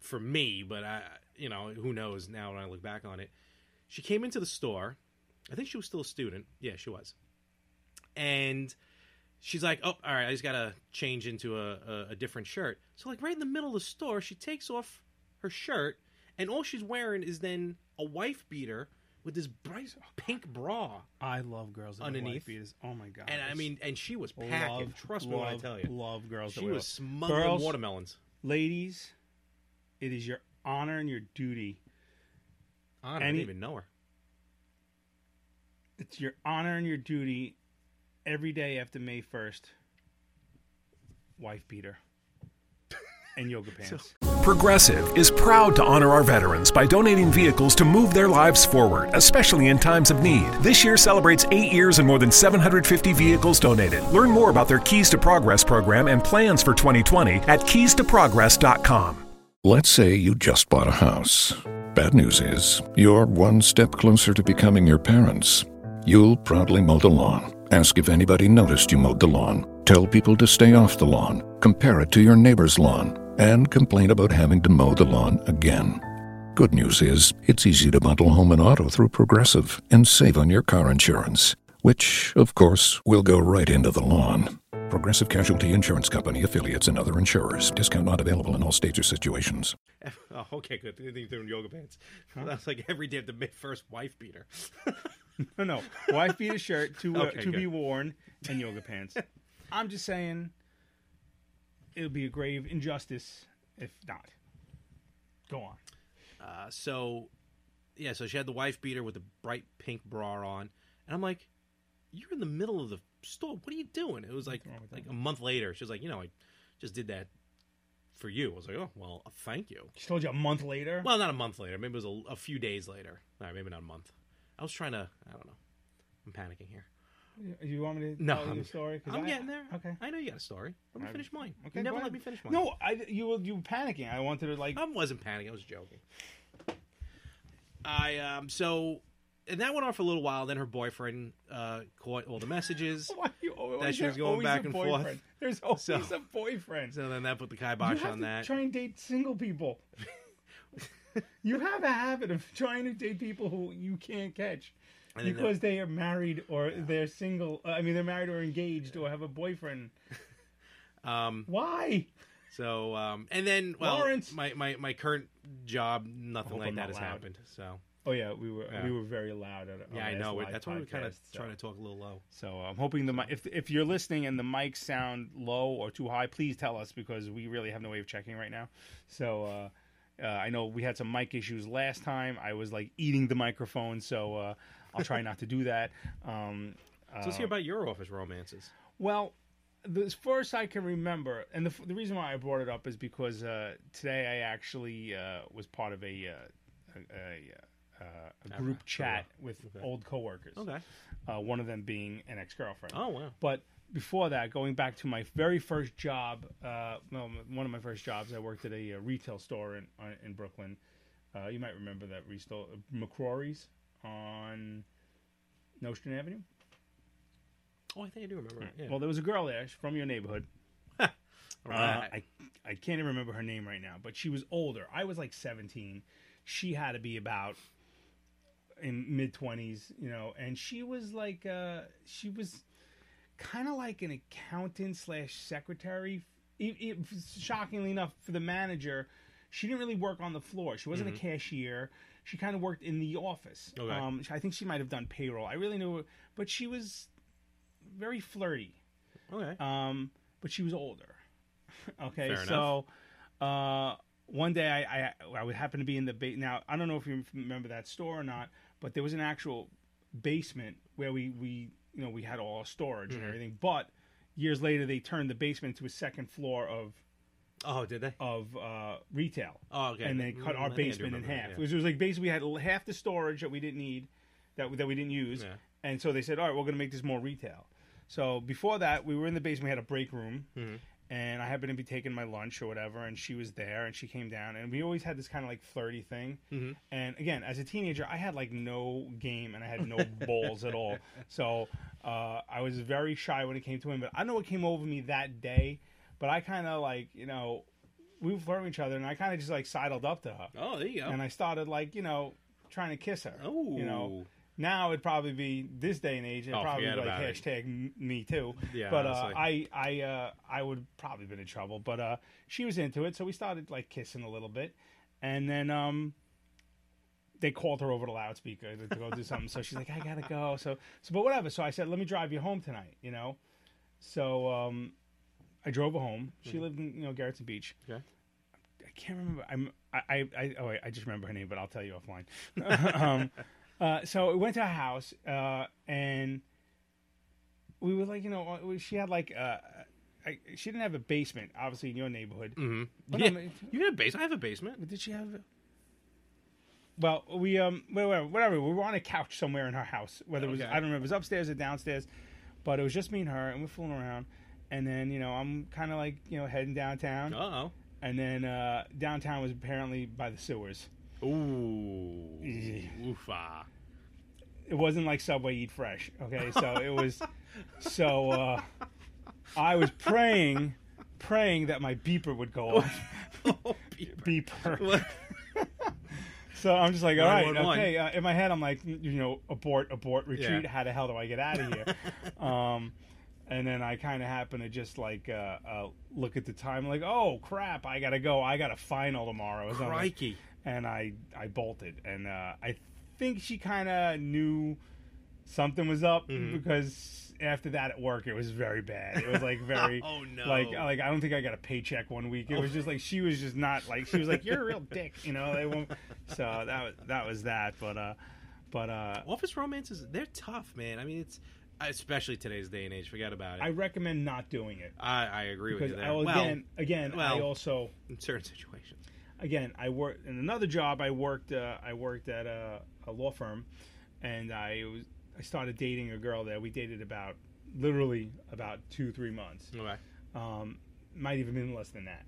S2: for me, but I, you know, who knows now when I look back on it. She came into the store. I think she was still a student. Yeah, she was. And she's like, "Oh, all right, I just gotta change into a, a, a different shirt." So like right in the middle of the store, she takes off her shirt, and all she's wearing is then a wife beater with this bright pink bra.
S3: I love girls that
S2: wear white
S3: underneath.
S2: beaters.
S3: Oh my god.
S2: And I mean, and she was packing. Trust me when I tell you,
S3: love girls.
S2: she
S3: that wear
S2: was
S3: white-
S2: smuggling
S3: Girls,
S2: watermelons.
S3: Ladies, it is your honor and your duty.
S2: I don't
S3: Any-
S2: even know her.
S3: It's your honor and your duty every day after May first. Wife beater.
S2: <laughs>
S3: And yoga pants.
S8: Progressive is proud to honor our veterans by donating vehicles to move their lives forward, especially in times of need. This year celebrates eight years and more than 750 vehicles donated. Learn more about their Keys to Progress program and plans for 2020 at keystoprogress.com.
S9: Let's say you just bought a house. Bad news is, you're one step closer to becoming your parents. You'll proudly mow the lawn. Ask if anybody noticed you mowed the lawn. Tell people to stay off the lawn. Compare it to your neighbor's lawn. And complain about having to mow the lawn again. Good news is, it's easy to bundle home and auto through Progressive and save on your car insurance, which, of course, will go right into the lawn. Progressive Casualty Insurance Company, affiliates, and other insurers. Discount not available in all states or situations.
S2: Oh, okay, good. They think they're in yoga pants. <laughs> That's like every day of the mi- first wife beater. <laughs>
S3: no, no. Wife beater shirt to, uh,
S2: Okay,
S3: to be
S2: good.
S3: worn and yoga
S2: <laughs>
S3: pants. I'm just saying it would be a grave injustice if not. Go on.
S2: Uh, so, yeah, so she had the wife beater with the bright pink bra on, and I'm like, "You're in the middle of the store. What are you doing?" It was like like a month later. She was like, "You know, I just did that for you." I was like, "Oh, well, thank you."
S3: She told you a month later.
S2: Well, not a month later. Maybe it was a, a few days later. All right, maybe not a month. I was trying to. I don't know. I'm panicking here.
S3: you want me to
S2: No,
S3: tell you
S2: I'm-
S3: the story? 'Cause
S2: I'm
S3: I-
S2: getting there.
S3: Okay.
S2: I know you got a story. Let me
S3: I'm-
S2: finish mine.
S3: Okay,
S2: you never
S3: go
S2: let
S3: ahead.
S2: me finish mine.
S3: No, I you were you were panicking. I wanted to like <laughs>
S2: I wasn't panicking. I was joking. I um so, and that went on for a little while. Then her boyfriend uh caught all the
S3: <laughs>
S2: messages.
S3: why you always
S2: That she was
S3: have
S2: going
S3: always
S2: back
S3: a
S2: and forth.
S3: boyfriend? There's always
S2: So-
S3: a boyfriend.
S2: So then that put the
S3: you
S2: kibosh
S3: have
S2: on
S3: to
S2: that.
S3: try and date
S2: <laughs>
S3: single people. you have a habit of trying to date people who you can't catch
S2: And then the-
S3: because they are married or they're single. uh, I mean, they're married or engaged or have a boyfriend.
S2: Um.
S3: Why?
S2: So um. And then well,
S3: Lawrence!
S2: my my my current job, nothing
S3: hope
S2: like
S3: I'm
S2: that
S3: not
S2: has
S3: loud.
S2: happened. So
S3: Oh yeah, we were
S2: Yeah.
S3: we were very loud. At, on
S2: yeah, I
S3: this
S2: know.
S3: Oh, live
S2: That's why we're kind of
S3: podcast, so.
S2: trying to talk a little low.
S3: So I'm hoping the mi- if if you're listening and the mics sound low or too high, please tell us because we really have no way of checking right now. So uh, uh, I know we had some mic issues last time. I was like eating the microphone, so uh, I'll try not to do that. Um,
S2: So let's hear about your office romances.
S3: well, the- as far as I can remember, and the, f- the reason why I brought it up is because uh, today I actually uh, was part of a uh, a, a, uh, a group chat with old coworkers.
S2: Uh-huh. Oh, Okay.
S3: Uh, one of them being an ex girlfriend.
S2: Oh, wow.
S3: But before that, going back to my very first job, uh, well, m- one of my first jobs, I worked at a, uh retail store in on- in Brooklyn. Uh, you might remember that retail McCrory's on Nostrand Avenue.
S2: Oh, I think I do remember. it. Yeah.
S3: Well, there was a girl there she's from your neighborhood.
S2: All
S3: Uh,
S2: right.
S3: I I can't even remember her name right now, but she was older. I was like 17. She had to be about in mid 20s, you know, and she was like uh she was kind of like an accountant slash secretary. E- e- shockingly enough, for the manager, she didn't really work on the floor. She wasn't a cashier. She kind of worked in the office.
S2: Mm-hmm. Okay.
S3: Um, I think she might have done payroll. I really knew, her, but she was very flirty.
S2: okay.
S3: Um, but she was older. <laughs> okay,
S2: Fair
S3: so uh, one day I, I I would happen to be in the ba- now I don't know if you remember that store or not, but there was an actual basement where we we you know we had all our storage
S2: Mm-hmm.
S3: and everything. But years later they turned the basement into a second floor of
S2: oh, did they?
S3: of uh, retail.
S2: Oh, okay.
S3: And they cut
S2: Mm, I
S3: our
S2: think I do
S3: basement in
S2: remember that,
S3: half.
S2: yeah.
S3: It, was, it was like basically we had l- half the storage that we didn't need, that that we didn't use,
S2: Yeah.
S3: and so they said, all right, we're going to make this more retail. So before that, we were in the basement. We had a break room,
S2: Mm-hmm.
S3: and I happened to be taking my lunch or whatever, and she was there, and she came down, and we always had this kind of like flirty thing.
S2: Mm-hmm.
S3: And again, as a teenager, I had like no game and I
S2: <laughs>
S3: had no balls at all, so uh, I was very shy when it came to him. But I don't know what came over me that day, but I kind of like you know we were flirting with each other, and I kind of just like sidled up to her,
S2: Oh, there you go.
S3: and I started like you know trying to kiss her.
S2: Oh.
S3: you know. Now it'd probably be this day and age. It'd
S2: Oh,
S3: probably be
S2: forget
S3: like
S2: about it.
S3: hashtag m- me too.
S2: Yeah,
S3: but uh,
S2: it's like-
S3: I I uh, I would probably been in trouble. But uh, she was into it, so we started like kissing a little bit, and then um, they called her over to loudspeaker to go do something. so she's like, I gotta go. So so but whatever. So I said, let me drive you home tonight. You know, so um, I drove her home.
S2: Mm-hmm.
S3: She lived in you know Garrettson Beach.
S2: Okay.
S3: I can't remember. I'm I I, I oh wait, I just remember her name, but I'll tell you offline. <laughs> um, uh, so we went to her house, uh, and we were like, you know, uh, she had like uh, I, she didn't have a basement, obviously in your neighborhood. Mm-hmm.
S2: yeah. you got a basement. I have a basement.
S3: Did she have? Well, we um, whatever, whatever. We were on a couch somewhere in her house. Whether it was,
S2: Okay.
S3: I don't remember, if it was upstairs or downstairs, but it was just me and her, and we're fooling around. And then you know, I'm kind of like you know heading downtown,
S2: Uh
S3: and then uh, downtown was apparently by the sewers.
S2: oh. Ooh.
S3: Yeah.
S2: Oofa. <laughs>
S3: It wasn't like Subway Eat Fresh, okay? So
S2: <laughs>
S3: it was, so uh, I was praying,
S2: <laughs>
S3: praying that my beeper would go off.
S2: Oh, beeper.
S3: beeper. So I'm just like, all right,
S2: 911.
S3: okay. Uh, in my head, I'm like, you know, abort, abort, retreat.
S2: Yeah.
S3: How the hell do I get out of
S2: <laughs>
S3: here? um, and then I kind of happen to just like uh, uh, look at the time, like, oh crap, I gotta go. I got a final tomorrow. or something.
S2: Crikey.
S3: And I I bolted, and uh, I think she kind of knew something was up
S2: Mm-hmm.
S3: because after that at work it was very bad it
S2: <laughs>
S3: was like very
S2: Oh, no. Oh.
S3: like like i don't think i got a paycheck one week it was just like she was just not like she was like you're a real dick you know
S2: <laughs>
S3: they won't so that was that was that but uh but uh
S2: Office romances, they're tough, man. I mean, it's especially today's day and age. Forget about it.
S3: i recommend not doing it
S2: I, I agree with
S3: because
S2: you
S3: I,
S2: there.
S3: will-
S2: well,
S3: again uh, again i
S2: well-
S3: also
S2: in certain situations.
S3: again, I worked in another job. I worked. Uh, I worked at a, a law firm, and I was. I started dating a girl there. We dated about literally about two three months.
S2: Okay.
S3: Um, might even been less than that.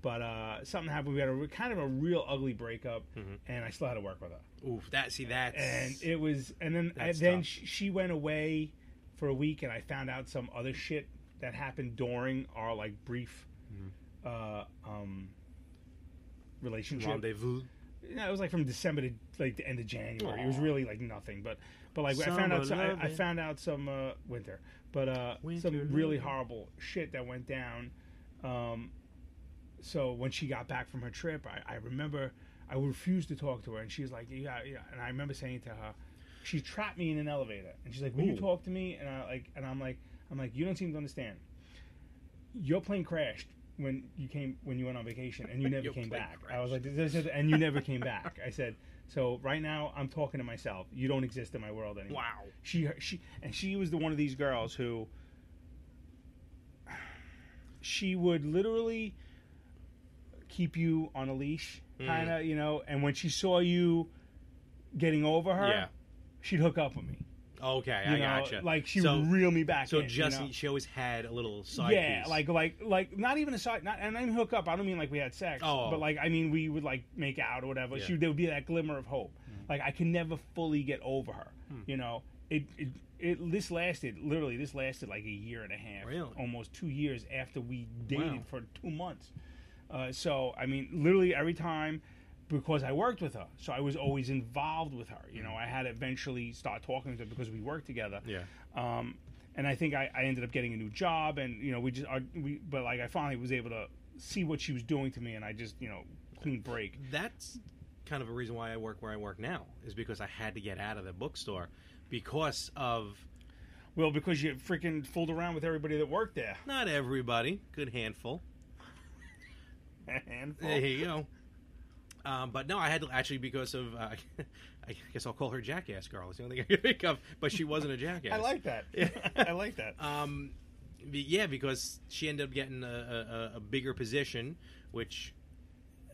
S3: But uh, something happened. We had a re- kind of a real ugly breakup,
S2: Mm-hmm.
S3: and I still had to work with her.
S2: Oof, that see that's
S3: And it was. And then and
S2: That's
S3: then
S2: tough.
S3: she, she went away for a week, and I found out some other shit that happened during our like brief.
S2: Mm-hmm.
S3: Uh, um, relationship
S2: rendezvous.
S3: no, it was like from December to like the end of January. It was really like nothing, but but like I found
S2: Summer
S3: out some, I, I
S2: loving.
S3: found out some uh, winter, but uh,
S2: Winter
S3: some really
S2: loving.
S3: horrible shit that went down. Um, so when she got back from her trip, I, I remember I refused to talk to her, and she was like, yeah, yeah, and I remember saying to her, she trapped me in an elevator, and she's like, will you
S2: Ooh.
S3: talk to me? And I like, and I'm like, I'm like, you don't seem to understand. Your plane crashed when you came when you went on vacation, and you
S2: <laughs>
S3: never
S2: Your
S3: came
S2: plane
S3: back. I was like, this is- and you never came back. I said, so right now I'm talking to myself. You don't exist in my world anymore.
S2: Wow.
S3: She she and she was the one of these girls who she would literally keep you on a leash,
S2: Hmm.
S3: kind of, you know. And when she saw you getting over her,
S2: Yeah.
S3: she'd hook up with me.
S2: Okay,
S3: You
S2: I
S3: know,
S2: gotcha.
S3: like she
S2: so,
S3: would reel me back.
S2: So
S3: in, you
S2: just
S3: know?
S2: she always had a little side
S3: yeah,
S2: piece.
S3: like like like not even a side. Not and I mean hook up. I don't mean like we had sex.
S2: Oh.
S3: but like I mean we would like make out or whatever. She there would be that glimmer of hope.
S2: Mm-hmm.
S3: Like I can never fully get over her.
S2: Hmm.
S3: You know, it, it it this lasted literally this lasted like a year and a half,
S2: Really?
S3: almost two years after we dated for two months. Uh, so I mean, literally every time. Because I worked with her, so I was always involved with her.
S2: Hmm.
S3: You know, I had to eventually start talking to her because we worked together
S2: yeah.
S3: um, and I think I, I ended up getting a new job, and you know we just are, we but like I finally was able to see what she was doing to me, and I just you know clean break.
S2: That's kind of a reason why I work where I work now is because I had to get out of the bookstore because of
S3: Well, because you freaking fooled around with everybody that worked there. <laughs>
S2: not everybody, good handful.
S3: Handful.
S2: There you go. Um, but no, I had to actually because of uh, <laughs> I guess I'll call her Jackass Girl. It's the only thing I can think of. But she wasn't a jackass.
S3: <laughs> I like that.
S2: <laughs>
S3: I like that.
S2: Um, be- yeah, because she ended up getting a, a, a bigger position, which,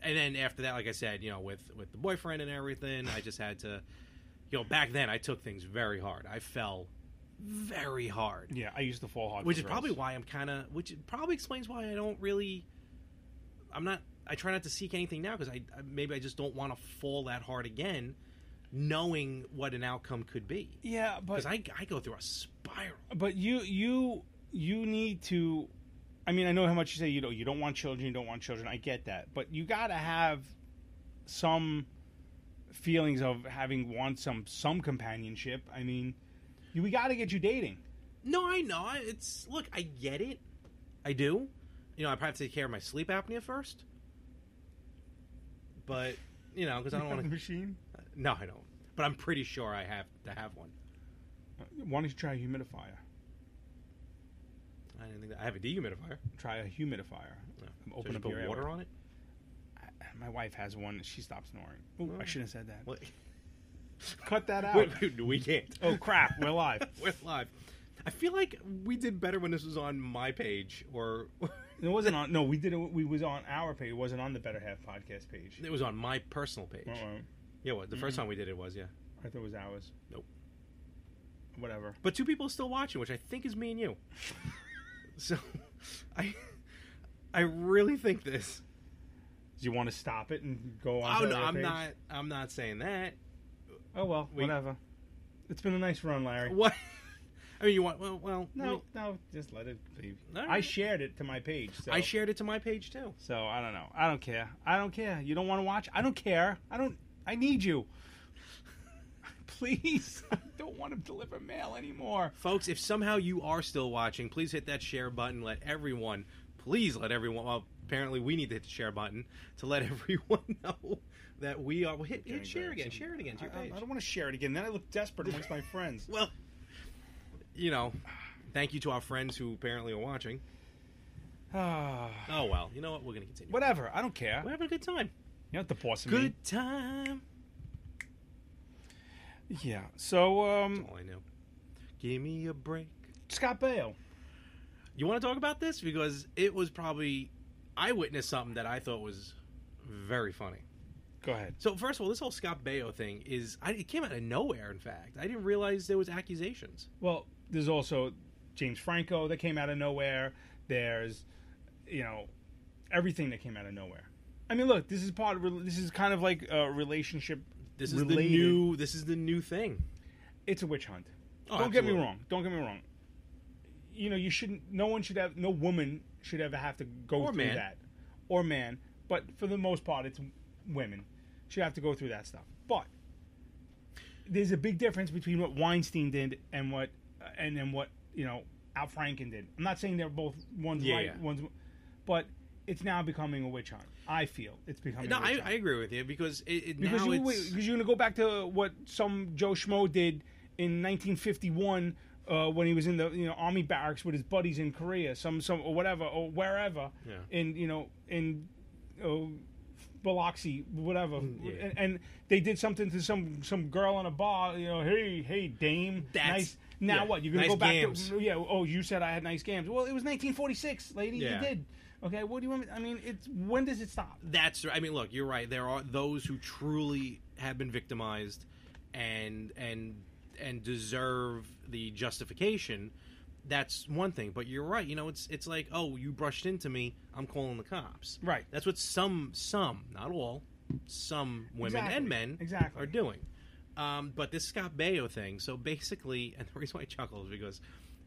S2: and then after that, like I said, you know, with with the boyfriend and everything, I just had to, you know, back then I took things very hard. I fell very hard,
S3: yeah, I used to fall hard.
S2: which
S3: for
S2: is probably
S3: girls.
S2: why I'm kind of, which probably explains why I don't really, I'm not, I try not to seek anything now because I I- maybe I just don't want to fall that hard again, knowing what an outcome could be.
S3: Yeah, but
S2: Because I, I go through a spiral.
S3: but you you you need to i mean i know how much you say you know you don't want children you don't want children i get that but you gotta have some feelings of having want some some companionship i mean you, we gotta get you dating
S2: No, I know. I- It's look, I get it. I do. You know, I probably have to take care of my sleep apnea first. But you know, because I don't want to.
S3: <laughs> machine
S2: No, I don't. But I'm pretty sure I have to have one.
S3: why don't you try a humidifier
S2: I didn't think that, I have a dehumidifier.
S3: try a humidifier
S2: No. So
S3: open
S2: just
S3: up
S2: put
S3: your
S2: water
S3: airway.
S2: on it.
S3: my wife has one she stopped snoring Ooh, i shouldn't have said that
S2: Oh. What?
S3: cut that
S2: <laughs>
S3: out
S2: Wait, wait, we can't.
S3: oh crap we're live
S2: <laughs> We're live. I feel like we did better when this was on my page, or <laughs>
S3: it wasn't on no we did it we was on our page it wasn't on the better half podcast page
S2: it was on my personal page.
S3: Uh-uh.
S2: Yeah, well, the first time we did it was yeah.
S3: I thought it was ours.
S2: Nope.
S3: Whatever.
S2: But two people are still watching, which I think is me and
S3: <laughs>
S2: you. so, I, I really think this.
S3: Do you want to stop it and go on?
S2: Oh
S3: to
S2: no,
S3: our
S2: I'm
S3: page?
S2: not. I'm not saying that.
S3: Oh well,
S2: We-
S3: whatever. It's been a nice run, Larry.
S2: What? <laughs> I mean, you want? Well, well
S3: No, no, just let it be.
S2: All
S3: I
S2: right.
S3: shared it to my page. So.
S2: I shared it to my page too.
S3: So I don't know. I don't care. I don't care. You don't want to watch? I don't care. I don't. I need you. <laughs> Please, <laughs> I don't want to deliver mail anymore.
S2: Folks, if somehow you are still watching, please hit that share button. Let everyone, please let everyone, well, apparently we need to hit the share button to let <laughs> everyone know that we are. Well, hit hit share again. Share it again to your
S3: I- I-
S2: page.
S3: I don't want to share it again. Then I look desperate amongst my friends.
S2: Well, you know, thank you to our friends who apparently are watching.
S3: Ah.
S2: Oh, well. You know what? We're going to continue.
S3: Whatever. I don't care.
S2: We're having a good time.
S3: You're not the boss of me.
S2: Good time.
S3: Yeah. So, um,
S2: That's all I know. Give me a break.
S3: Scott Baio.
S2: You want to talk about this because it was probably I witnessed something that I thought was very funny.
S3: Go ahead.
S2: So first of all, this whole Scott Baio thing is I, it came out of nowhere. In fact, I didn't realize there was accusations.
S3: Well, there's also James Franco that came out of nowhere. There's, you know, everything that came out of nowhere. I mean, look, this is part of rel- this is kind of like a relationship.
S2: This is
S3: related-
S2: the new. This is the new thing.
S3: It's a witch hunt.
S2: Oh,
S3: Don't get me
S2: absolutely.
S3: wrong. Don't get me wrong. You know, you shouldn't. No one should have. No woman should ever have to go
S2: Or
S3: through
S2: man.
S3: that, or man. But for the most part, it's women should have to go through that stuff. But there's a big difference between what Weinstein did and what and then what you know Al Franken did. I'm not saying they're both one's
S2: Yeah,
S3: right,
S2: yeah.
S3: one's, but it's now becoming a witch hunt. I feel it's becoming.
S2: No,
S3: a witch
S2: I,
S3: hunt
S2: I agree with you because it, it
S3: because
S2: now
S3: you
S2: it's
S3: because you're gonna go back to what some Joe Schmo did in 1951 uh, when he was in the you know army barracks with his buddies in Korea, some some or whatever or wherever
S2: Yeah.
S3: in you know in uh, Biloxi, whatever,
S2: Mm, yeah.
S3: and, and they did something to some some girl in a bar. You know, hey hey dame,
S2: That's-
S3: nice. Now
S2: yeah,
S3: what? You're gonna
S2: nice
S3: go back
S2: gams.
S3: to yeah? Oh, you said I had nice games. Well, it was 1946, lady.
S2: Yeah.
S3: You did. Okay, what do you want? Me, I mean, it's when does it stop?
S2: that's i mean look you're right there are those who truly have been victimized and and and deserve the justification that's one thing but you're right you know it's it's like oh you brushed into me i'm calling the cops
S3: Right.
S2: that's what some some not all some women and
S3: Exactly.
S2: men
S3: Exactly.
S2: are doing um, but this Scott Baio thing so basically <laughs> and the reason why I chuckle is because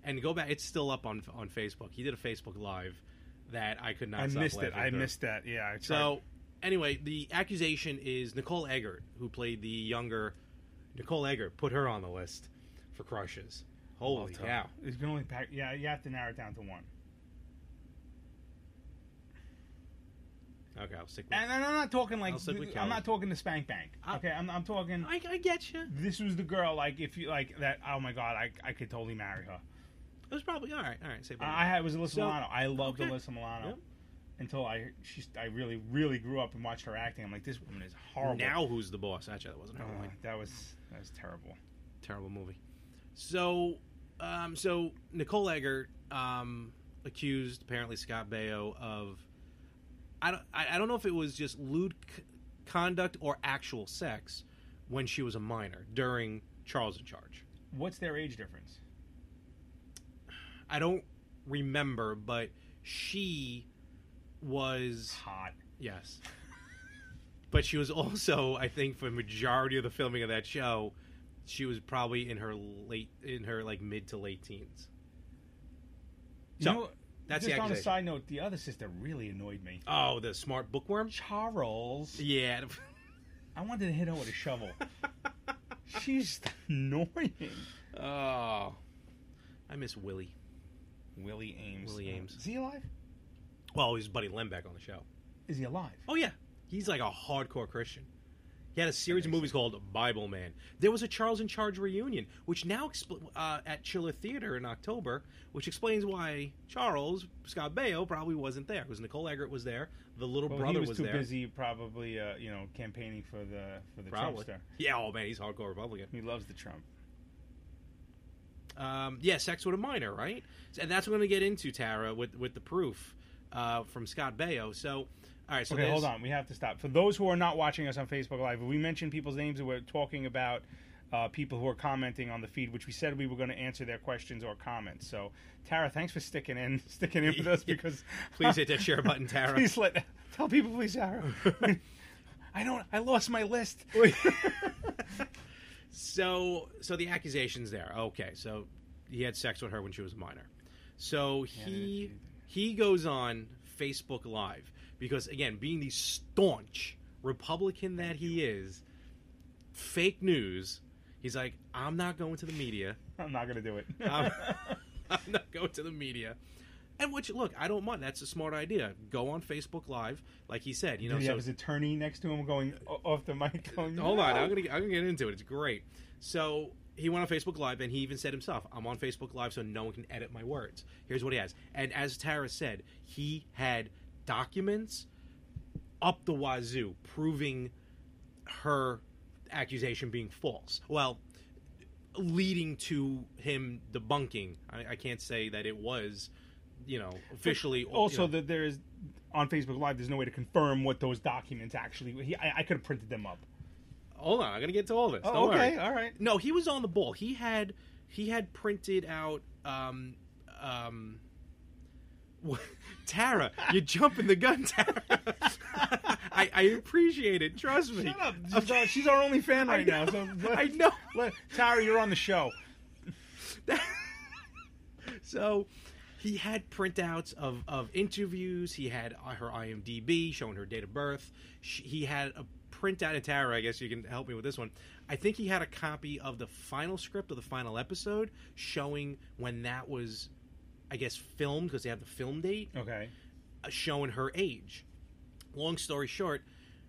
S2: and go back it's still up on on Facebook he did a Facebook live that I could not
S3: I
S2: stop
S3: missed it.
S2: laughing
S3: I
S2: through.
S3: missed that. Yeah. I tried-
S2: So, anyway, the accusation is Nicole Eggert, who played the younger Nicole Eggert, put her on the list for crushes. Holy cow!
S3: It's going only pack. Yeah, you have to narrow it down to one.
S2: Okay, I'll stick with.
S3: And I'm not talking like
S2: I'll stick with
S3: I'm
S2: Kelly.
S3: not talking the spank bank.
S2: I-
S3: okay, I'm, I'm talking.
S2: I, I get you. It
S3: this was the girl. Like if you like that. Oh my god, I, I could totally marry her.
S2: was probably all right. All right, say. bye.
S3: I, I had was Alyssa
S2: So-
S3: Milano. I loved
S2: okay.
S3: Alyssa Milano
S2: Yep.
S3: until I she's I really really grew up and watched her acting. I'm like this woman is horrible.
S2: now who's the boss? Actually, that wasn't her
S3: Oh,
S2: line.
S3: that was that was terrible.
S2: terrible movie. So, um, so Nicole Eggert um, accused apparently Scott Baio of I don't I, I don't know if it was just lewd c- conduct or actual sex when she was a minor during Charles in Charge.
S3: What's their age difference?
S2: I don't remember, but she was
S3: Hot.
S2: yes. But she was also, I think, for the majority of the filming of that show, she was probably in her late, in her like mid to late teens.
S3: You
S2: So,
S3: know,
S2: that's the
S3: just on a
S2: accusation.
S3: side note. The other sister really annoyed me.
S2: Oh, the smart bookworm.
S3: Charles.
S2: Yeah, <laughs>
S3: I wanted to hit her with a shovel. She's annoying.
S2: Oh, I miss Willie.
S3: Willie Ames.
S2: Willie Ames.
S3: Is he alive?
S2: Well, he's Buddy Lembeck on the show.
S3: Is he alive?
S2: Oh yeah, he's like a hardcore Christian. He had a series of movies called Bible Man. There was a Charles in Charge reunion, which now expl- uh, at Chiller Theater in October, which explains why Charles Scott Baio probably wasn't there because Nicole Eggert was there, the little
S3: Well,
S2: brother
S3: he was, too
S2: there.
S3: busy, probably, uh, you know, campaigning for the for the
S2: Probably.
S3: Trumpster.
S2: Yeah, oh man, he's hardcore Republican.
S3: He loves the Trump.
S2: Um, yeah, sex with a minor, right? And that's what we're going to get into, Tara, with with the proof uh, from Scott Baio. So, all right, so
S3: okay,
S2: there's-
S3: hold on. We have to stop. For those who are not watching us on Facebook Live, we mentioned people's names. We're talking about uh, people who are commenting on the feed, which we said we were going to answer their questions or comments. So, Tara, thanks for sticking in, <laughs> sticking in
S2: <laughs>
S3: with us because
S2: Please
S3: <laughs>
S2: hit that share button, Tara.
S3: please let tell people, please,
S2: <laughs>
S3: Tara. <laughs> I don't. I lost my list.
S2: So, so the accusations there. Okay, so he had sex with her when she was a minor. So he he goes on Facebook Live because again, being the staunch Republican that he is, fake news. He's like, I'm not going to the media. <laughs>
S3: I'm not going to do it.
S2: I'm, I'm not going to the media. And which, look, I don't mind. That's a smart idea. Go on Facebook Live, like he said. You know,
S3: Did he
S2: so
S3: have his attorney next to him going o- off
S2: <laughs>
S3: the mic? Going,
S2: Hold on,
S3: "No."
S2: I'm gonna I'm gonna get into it. It's great. So he went on Facebook Live and he even said himself, "I'm on Facebook Live, so no one can edit my words." Here's what he has, and as Tara said, he had documents up the wazoo proving her accusation being false. Well, leading to him debunking. I, I can't say that it was, you know, officially. you
S3: also
S2: know.
S3: that there is on Facebook Live. There's no way to confirm what those documents actually. He, I, I could have printed them up.
S2: Hold on, I'm gonna get to all this.
S3: Oh,
S2: Don't
S3: okay,
S2: worry.
S3: all right.
S2: No, he was on the ball. He had he had printed out um um. <laughs> wh- Tara, you're jumping the gun, Tara. <laughs> I, I appreciate it. Trust me. <laughs>
S3: Shut up. She's, our, she's our only fan
S2: I
S3: right now.
S2: <laughs>
S3: So
S2: know. I know.
S3: Let, Tara, you're on the show.
S2: So he had printouts of, of interviews. He had uh, her IMDb showing her date of birth. She, he had a printout of Tara. I guess you can help me with this one. I think he had a copy of the final script of the final episode showing when that was, I guess, filmed because they have the film date
S3: Okay.
S2: uh, showing her age. Long story short,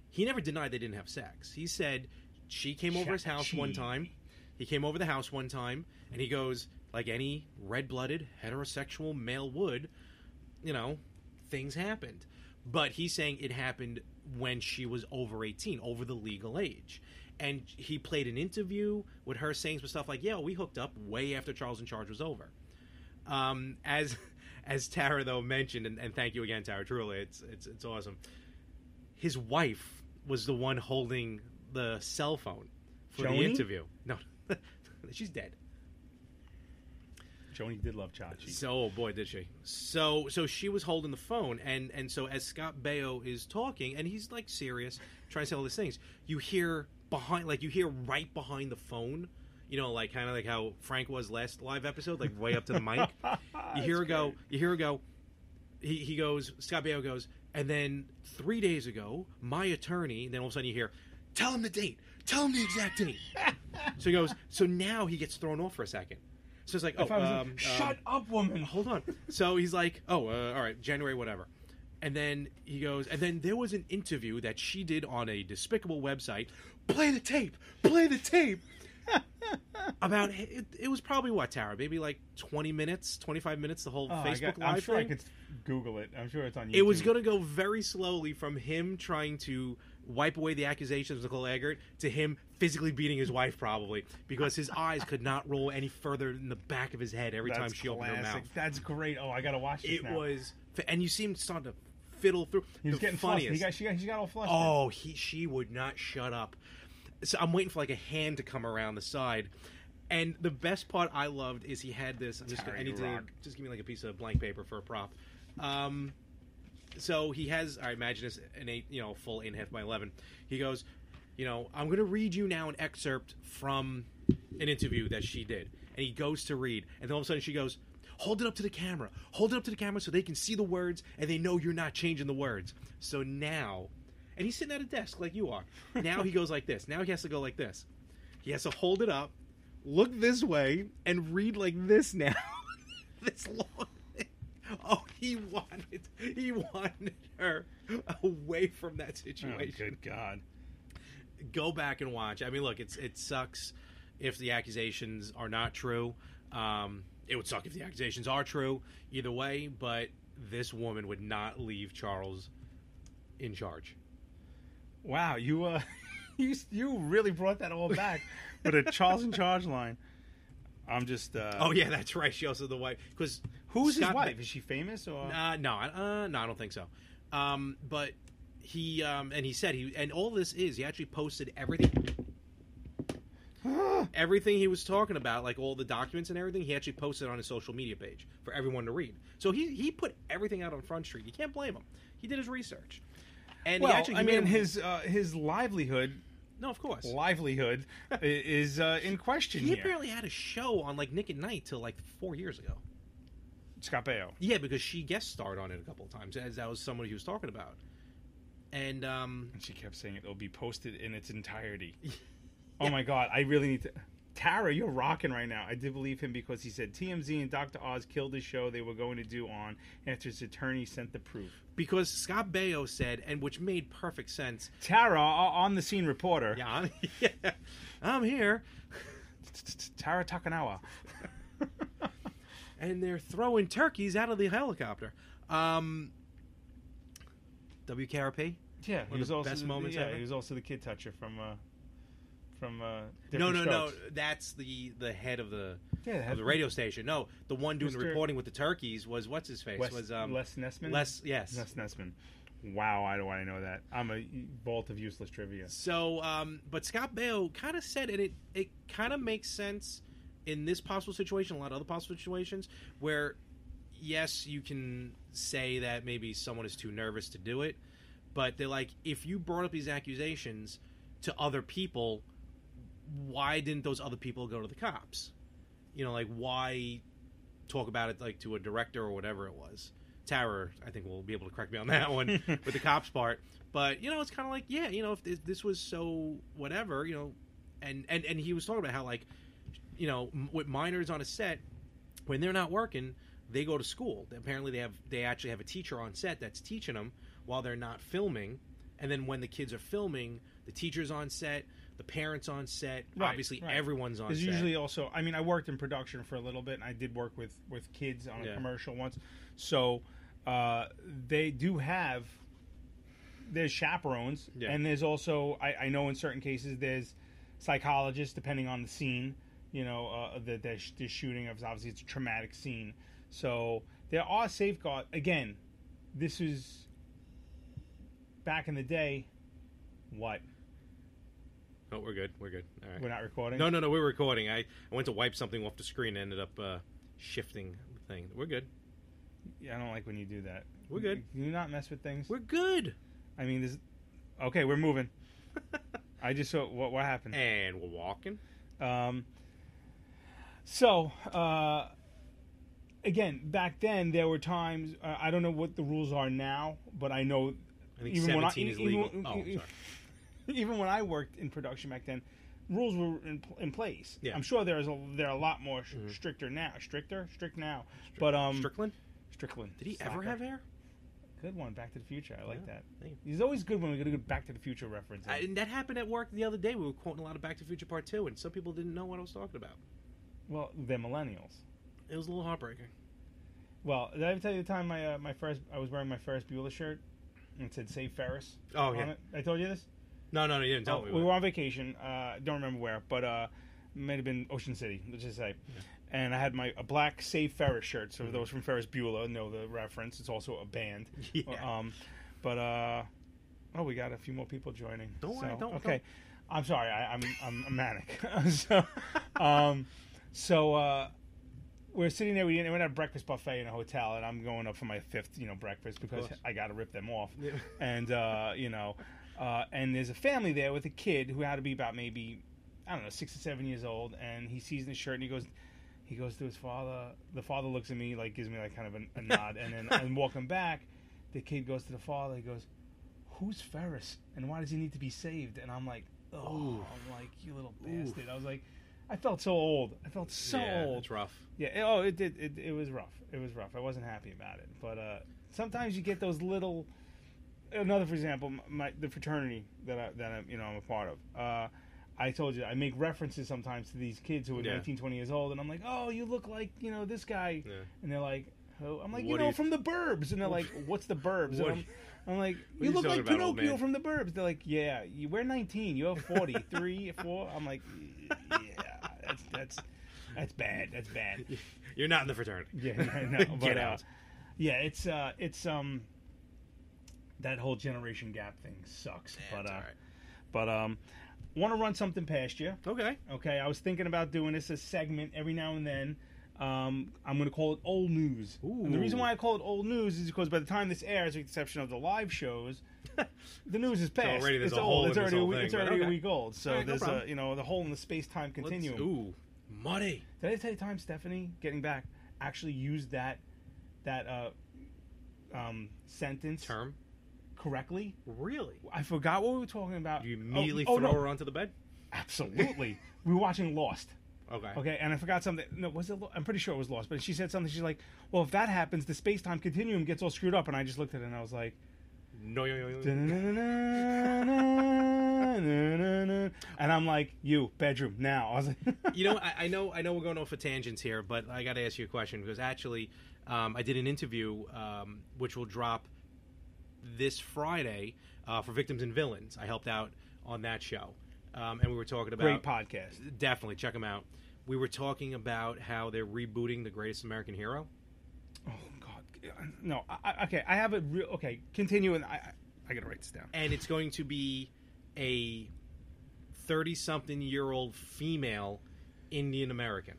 S2: he never denied they didn't have sex. He said she came over his house one
S3: Cha-ching.
S2: time. He came over the house one time, and he goes, like any red blooded heterosexual male would, you know, things happened. But he's saying it happened when she was over 18, over the legal age. And he played an interview with her saying some stuff like, yeah, we hooked up way after Charles in Charge was over. Um, as <laughs> as Tara though mentioned, and, and thank you again, Tara. Truly, it's it's it's awesome. His wife was the one holding the cell phone for the
S3: Joni?
S2: interview. No, <laughs> she's dead.
S3: Joni did love Chachi.
S2: So oh boy, did she. So so she was holding the phone, and and so as Scott Baio is talking, and he's like serious, trying to say all these things. You hear behind, like you hear right behind the phone. You know, like kind of like how Frank was last live episode, like way up to the
S3: <laughs>
S2: mic. You hear her go. You hear her go. He, he goes. Scott Baio goes. And then three days ago, my attorney. And then all of a sudden, you hear, "Tell him the date. Tell him the exact
S3: <laughs>
S2: date." so he goes. So now he gets thrown off for a second. So it's like, oh,
S3: If I was
S2: um,
S3: like,
S2: um,
S3: shut up, woman.
S2: hold on. So he's like, oh, uh, all right, January, whatever. And then he goes, and then there was an interview that she did on a despicable website. Play the tape, play the tape. <laughs> About it, it was probably what Tara, maybe like twenty minutes, twenty five minutes, the whole
S3: Oh, I
S2: Facebook
S3: got-
S2: live
S3: I'm sure
S2: thing.
S3: I could s- Google it. I'm sure it's on YouTube.
S2: It was going to go very slowly from him trying to wipe away the accusations of Nicole Eggert to him physically beating his wife, probably because his eyes could not roll any further than the back of his head every
S3: That's
S2: time she opened her mouth.
S3: classic. That's great. Oh, I gotta watch this
S2: It
S3: now.
S2: was, and you see him starting to fiddle through.
S3: He was
S2: the
S3: getting
S2: funniest.
S3: flustered. He got, she got, she got all flustered.
S2: Oh, he she would not shut up. So I'm waiting for like a hand to come around the side. And the best part I loved is he had this. I'm just gonna, I need to just give me like a piece of blank paper for a prop. Um, so he has. I imagine it's an eight, you know, full eight and a half by eleven. He goes, you know, I'm gonna read you now an excerpt from an interview that she did, and he goes to read, and then all of a sudden she goes. Hold it up to the camera. Hold it up to the camera so they can see the words and they know you're not changing the words. So now and he's sitting at a desk like you are. Now he goes like this. Now he has to go like this. He has to hold it up, look this way, and read like this now. <laughs> this long. thing. <laughs> Oh, he wanted he wanted her away from that
S3: Oh,
S2: situation.
S3: good God.
S2: go back and watch. I mean, look, it's it sucks if the accusations are not true. Um, it would suck if the accusations are true. Either way, but this woman would not leave Charles in charge.
S3: Oh. Wow, you uh, <laughs> you you really brought that all back
S2: <laughs>
S3: with a Charles in Charge line. I'm just uh,
S2: Oh yeah, that's right. She also the wife because
S3: who's his wife? Is she famous or
S2: Uh, no, I- uh, no, I don't think so. Um, but he um, and he said he and all this is he actually posted
S3: <gasps>
S2: everything, everything he was talking about, like all the documents and everything. He actually posted on his social media page for everyone to read. So he he put everything out on Front Street. You can't blame him. He did his research, and
S3: Well,
S2: he actually
S3: I
S2: he
S3: mean,
S2: made a-
S3: his uh, his livelihood
S2: no, of course. <laughs>
S3: livelihood i- is uh, in question
S2: He
S3: here.
S2: apparently had a show on like Nick at Night till like four years ago.
S3: Scott Baio.
S2: Yeah, because she guest starred on it a couple of times, as that was somebody he was talking about. And um, <laughs>
S3: And she kept saying it will be posted in its entirety. Oh my god, I really need to. Tara, you're rocking right now. I did believe him because he said TMZ and Dr. Oz killed the show they were going to do on after his attorney sent the proof.
S2: Because Scott Baio said, and which made perfect sense.
S3: Tara, on the scene reporter.
S2: Yeah, I'm, <laughs> yeah, I'm here.
S3: Tara Takanawa.
S2: and they're throwing turkeys out of the helicopter. Um, WKRP.
S3: Yeah,
S2: One of the best moments
S3: Yeah,
S2: ever.
S3: he was also the kid toucher from uh, from uh,
S2: No,
S3: Different
S2: no, no.
S3: Strokes.
S2: That's the the head of the
S3: Yeah, the head
S2: of the
S3: of-
S2: radio station. No, the one doing the
S3: Mr.
S2: reporting with the turkeys was what's his face
S3: Wes-
S2: was um,
S3: Les Nessman.
S2: Les, yes.
S3: Les Nessman. Wow, I do I know that? I'm a vault of useless trivia.
S2: So, um, but Scott Baio kind of said, and it it kind of makes sense in this possible situation, a lot of other possible situations where, yes, you can say that maybe someone is too nervous to do it, but they're like, if you brought up these accusations to other people, why didn't those other people go to the cops? You know, like why talk about it like to a director or whatever it was. Tara, I think will be able to correct me on that
S3: <laughs>
S2: one with the cops part. But you know, it's kind of like yeah, you know, if this, this was so whatever, you know, and and and he was talking about how like, you know, m- with minors on a set when they're not working, they go to school. Apparently, they have they actually have a teacher on set that's teaching them while they're not filming. And then when the kids are filming, the teacher's on set, the parents on set.
S3: Right,
S2: Obviously,
S3: right.
S2: everyone's on
S3: There's
S2: set.
S3: usually also. I mean, I worked in production for a little bit, and I did work with with kids on a
S2: Yeah.
S3: commercial once. So uh, they do have there's chaperones,
S2: Yeah.
S3: and there's also I, I know in certain cases there's psychologists depending on the scene. You know, uh, the, the, sh- the shooting of obviously it's a traumatic scene, so there are safeguards. Again, this is back in the day. What
S2: Oh, we're good. We're good. All right.
S3: we're not recording.
S2: No, no, no. We're recording. I, I went to wipe something off the screen and ended up uh, shifting the thing. We're good.
S3: Yeah, I don't like when you do that.
S2: We're good.
S3: Can you not mess with things?
S2: We're good.
S3: I mean, this. Okay,
S2: <laughs>
S3: we're moving. I just saw what what happened.
S2: And we're walking.
S3: Um, so, uh, again, back then there were times. Uh, I don't know what the rules are now, but I know
S2: I think 17 is legal.
S3: when- e-,
S2: Oh, I'm sorry.
S3: <laughs> even when I worked in production back then, rules were in, in place.
S2: Yeah. Mm-hmm.
S3: I'm sure there's a, there are a lot more sh- stricter now. Stricter, strict now. but um,
S2: Strickland?
S3: Strickland.
S2: Did he ever
S3: Slacker.
S2: have hair?
S3: Good one, Back to the Future. I like
S2: Yeah,
S3: that.
S2: thank you.
S3: He's always good when we get a good Back to the Future reference. in.
S2: I, and that happened at work the other day. We were quoting a lot of Back to the Future Part 2, and some people didn't know what I was talking about.
S3: well, they're millennials.
S2: It was a little heartbreaking.
S3: Well, did I ever tell you the time my uh, my first I was wearing my Ferris Bueller shirt and it said "Save Ferris"?
S2: Oh,
S3: on
S2: yeah.
S3: it? I told you this.
S2: No, no, no. You didn't tell
S3: Oh,
S2: me.
S3: we were
S2: about
S3: on vacation. Uh, don't remember where, but uh, might have been Ocean City. Let's just say. And I had my a black Save Ferris shirt.
S2: Mm-hmm.
S3: So those from Ferris Bueller know the reference. It's also a band.
S2: <laughs> Yeah.
S3: Um, but uh, oh, we got a few more people joining.
S2: Don't worry,
S3: So,
S2: don't-
S3: Okay. I'm sorry. I, I'm I'm manic. <laughs> so, um, so uh, we're sitting there. We didn't, we're at a breakfast buffet in a hotel, and I'm going up for my fifth, you know, breakfast because
S2: course.
S3: I got to rip them off. <laughs> And uh, you know, uh, and there's a family there with a kid who had to be about maybe I don't know six or seven years old, and he sees the shirt and he goes. He goes to his father. The father looks at me, like gives me like kind of a, a nod, and then I'm walking back. The kid goes to the father. He goes, "Who's Ferris? And why does he need to be saved?" And I'm like, "Oh, I'm like you little bastard." I was like, I felt so old. I felt so
S2: yeah,
S3: old.
S2: It's rough.
S3: Yeah. It, oh, it did. It, it was rough. It was rough. I wasn't happy about it. But uh, sometimes you get those little. Another, for example, m- my the fraternity that I, that I'm you know I'm a part of. Uh, I told you I make references sometimes to these kids who are
S2: Yeah.
S3: 19, 20 years old, and I'm like, oh, you look like you know this guy,
S2: Yeah.
S3: and they're like, who? I'm like,
S2: What
S3: you
S2: do
S3: know,
S2: you-
S3: from the Burbs, and they're like, what's the
S2: <laughs> What
S3: Burbs? And
S2: do
S3: I'm,
S2: you-
S3: I'm
S2: What
S3: like, you
S2: are you
S3: look
S2: talking
S3: like
S2: about, old
S3: Pinocchio
S2: man?"
S3: from the Burbs. They're like, yeah, you, we're 19,
S2: <laughs>
S3: you're 40, three, four. I'm like, yeah, that's that's that's bad.
S2: <laughs>
S3: That's bad.
S2: You're not in the fraternity.
S3: Yeah, I
S2: <laughs>
S3: know.
S2: Get
S3: but,
S2: out.
S3: Uh, yeah, it's uh, it's um, that whole generation gap thing sucks. but
S2: it's
S3: uh,
S2: all right.
S3: but um, want to run something past you?
S2: Okay.
S3: Okay, I was thinking about doing this as a segment every now and then. Um, I'm going to call it old news. And the reason
S2: Ooh.
S3: why I call it old news is because by the time this airs, with the exception of the
S2: <laughs>
S3: live shows, the news is past.
S2: already there's
S3: it's
S2: a hole
S3: old. It's
S2: in this
S3: already a
S2: whole
S3: week.
S2: thing,
S3: it's
S2: but
S3: already a
S2: okay.
S3: week old. So
S2: All right, no
S3: there's a
S2: problem.
S3: you know the hole in the space time
S2: Let's-
S3: continuum.
S2: Ooh, money.
S3: Did I tell you the time Stephanie, getting back, actually used that that uh, um, sentence
S2: Term.
S3: correctly?
S2: Really?
S3: I forgot what we were talking about.
S2: You
S3: Oh,
S2: immediately
S3: oh,
S2: throw
S3: no.
S2: her onto the bed?
S3: Absolutely. we were watching Lost.
S2: Okay.
S3: Okay, and I forgot something. No, was it? Lo- I'm pretty sure it was Lost, but she said something. She's like, "Well, if that happens, the space time continuum gets all screwed up." And I just looked at it and I was like,
S2: No, yo, yo, yo.
S3: "Da-na-na-na-na-na-na-na." and I'm like, "You bedroom now." I was like,
S2: you know, I, I know, I know, we're going off of tangents here, but I got to ask you a question because actually, um, I did an interview um, which will drop this Friday uh, for Victims and Villains. I helped out on that show, um, and we were talking about
S3: "Great podcast."
S2: Definitely check them out. We were talking about how they're rebooting the Greatest American Hero.
S3: Oh God, no. I, I- okay, I have a real. Okay, continue, and I, I, I gotta write this down.
S2: and it's going to be a 30 something year old female Indian American.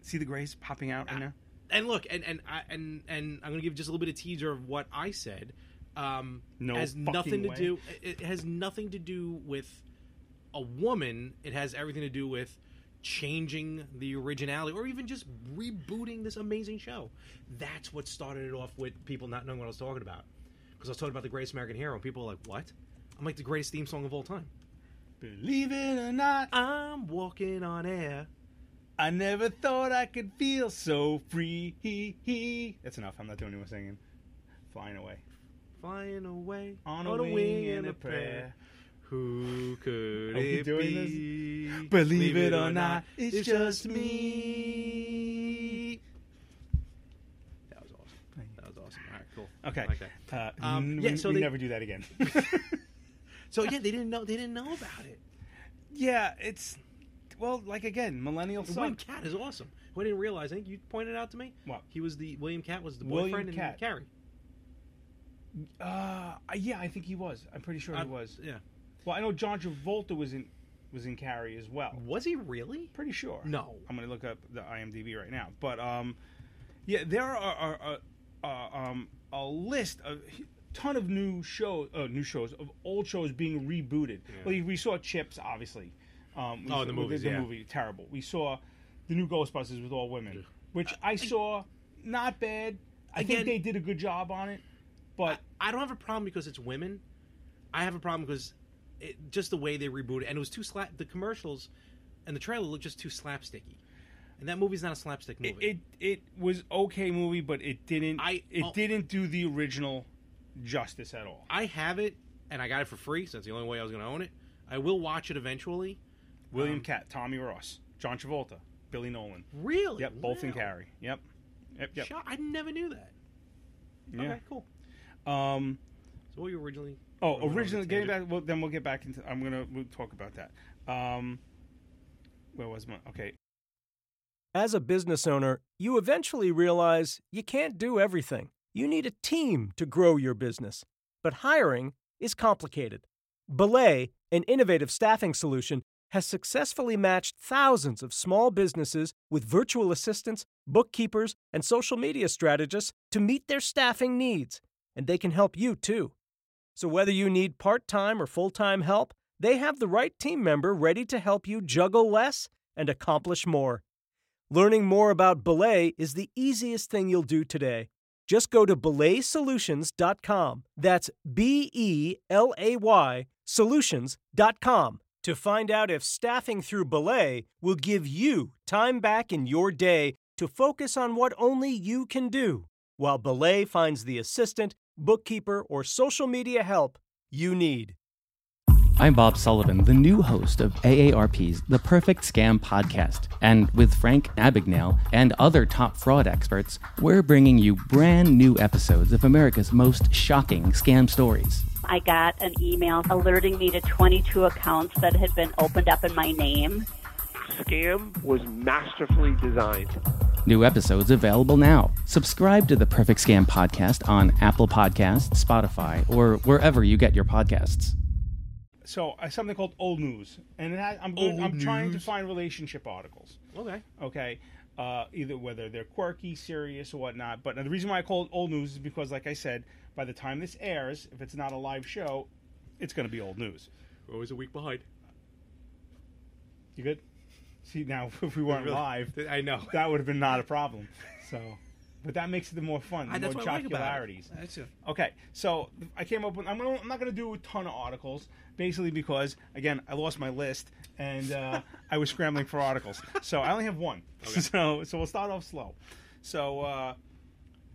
S3: See the grays popping out right now.
S2: And look, and and I and and I'm going to give just a little bit of teaser of what I said. Um
S3: No
S2: has
S3: fucking
S2: nothing to
S3: way.
S2: do it it has nothing to do with a woman. It has everything to do with changing the originality or even just rebooting this amazing show. That's what started it off with people not knowing what I was talking about. Because I was talking about the greatest American hero and people were like, What? I'm like the greatest theme song of all time.
S3: Believe it or not,
S2: I'm walking on air.
S3: I never thought I could feel so free. He he. That's enough. I'm not doing any more singing. Flying away
S2: Flying away
S3: on a, wing, and a prayer.
S2: Who could
S3: <laughs> Are we
S2: it
S3: doing this?
S2: be?
S3: Believe it or not, it's just
S2: me. That was awesome. That was awesome. All right, cool.
S3: Okay.
S2: I like that.
S3: Uh,
S2: Um,
S3: n-
S2: yeah,
S3: we,
S2: so
S3: we
S2: they-
S3: never do that again.
S2: So yeah, they didn't know. They didn't know about it.
S3: <laughs> yeah, it's well, like again, millennial
S2: William
S3: suck.
S2: Cat is awesome. Who I didn't realize, I think you pointed out to me.
S3: What?
S2: he was the William Cat was the
S3: William
S2: boyfriend in
S3: Cat.
S2: Carrie.
S3: Uh, yeah, I think he was. I'm pretty sure
S2: I-
S3: he was.
S2: Yeah.
S3: Well, I know John Travolta was in was in Carrie as well.
S2: Was he really?
S3: Pretty sure.
S2: No.
S3: I'm gonna look up the IMDb right now. But um, yeah, there are, are, are uh, um a list of ton of new shows, uh, new shows of old shows being rebooted. Well, we saw Chips, obviously. Um, we
S2: Oh, the
S3: saw- we did
S2: movies,
S3: The
S2: yeah.
S3: movie terrible. We saw the new Ghostbusters with all women, which I saw not bad. I
S2: Again-
S3: think they did a good job on it, but
S2: I don't have a problem because it's women. I have a problem because it, just the way they rebooted, and it was too slap. The commercials and the trailer looked just too slapsticky, and that movie's not a slapstick movie.
S3: it it was okay movie, but it didn't.
S2: I-
S3: it
S2: oh.
S3: didn't do the original justice at all.
S2: I have it, and I got it for free, so that's the only way I was going to own it. I will watch it eventually.
S3: William
S2: Um,
S3: Cat, Tommy Ross, John Travolta, Billy Nolan.
S2: Really?
S3: Yep, both in
S2: Wow.
S3: Carrie. Yep, yep, yep.
S2: Shot- I never knew that.
S3: Yeah.
S2: Okay, cool.
S3: Um.
S2: So what were you originally? we went
S3: Oh,
S2: on a
S3: originally getting
S2: tangent.
S3: back. Well, then we'll get back into. I'm gonna we'll talk about that. Um. Where was my? Okay.
S10: As a business owner, you eventually realize you can't do everything. You need a team to grow your business. But hiring is complicated. Belay, an innovative staffing solution, has successfully matched thousands of small businesses with virtual assistants, bookkeepers, and social media strategists to meet their staffing needs. And they can help you too. So, whether you need part time or full time help, they have the right team member ready to help you juggle less and accomplish more. Learning more about Belay is the easiest thing you'll do today. Just go to belaysolutions.com. That's B E L A Y solutions.com to find out if staffing through Belay will give you time back in your day to focus on what only you can do, while Belay finds the assistant, bookkeeper, or social media help you need.
S4: I'm Bob Sullivan, the new host of AARP's The Perfect Scam podcast. And with Frank Abagnale and other top fraud experts, we're bringing you brand new episodes of America's most shocking scam stories.
S5: I got an email alerting me to 22 accounts that had been opened up in my name.
S6: Scam was masterfully designed.
S4: New episodes available now. Subscribe to The Perfect Scam podcast on Apple Podcasts, Spotify, or wherever you get your podcasts.
S3: So uh, something called old news, and it has, I'm going,
S2: Old
S3: I'm trying to
S2: news.
S3: find relationship articles.
S2: Okay.
S3: okay uh, either whether they're quirky serious or whatnot but the reason why i call it old news is because like i said by the time this airs if it's not a live show it's going to be old news
S2: We're always a week behind.
S3: you good see now <laughs> if we weren't
S2: Really?
S3: live
S2: <laughs> I know.
S3: that would have been not a problem so But that makes it the more fun, the
S2: I- that's
S3: more
S2: what I like about it.
S3: jocularities.
S2: That's it.
S3: Okay, so I came up with. I'm, gonna, I'm not going to do a ton of articles, basically because again I lost my list and uh, I was scrambling for articles. So I only have one. <laughs> So so we'll start off slow. So uh,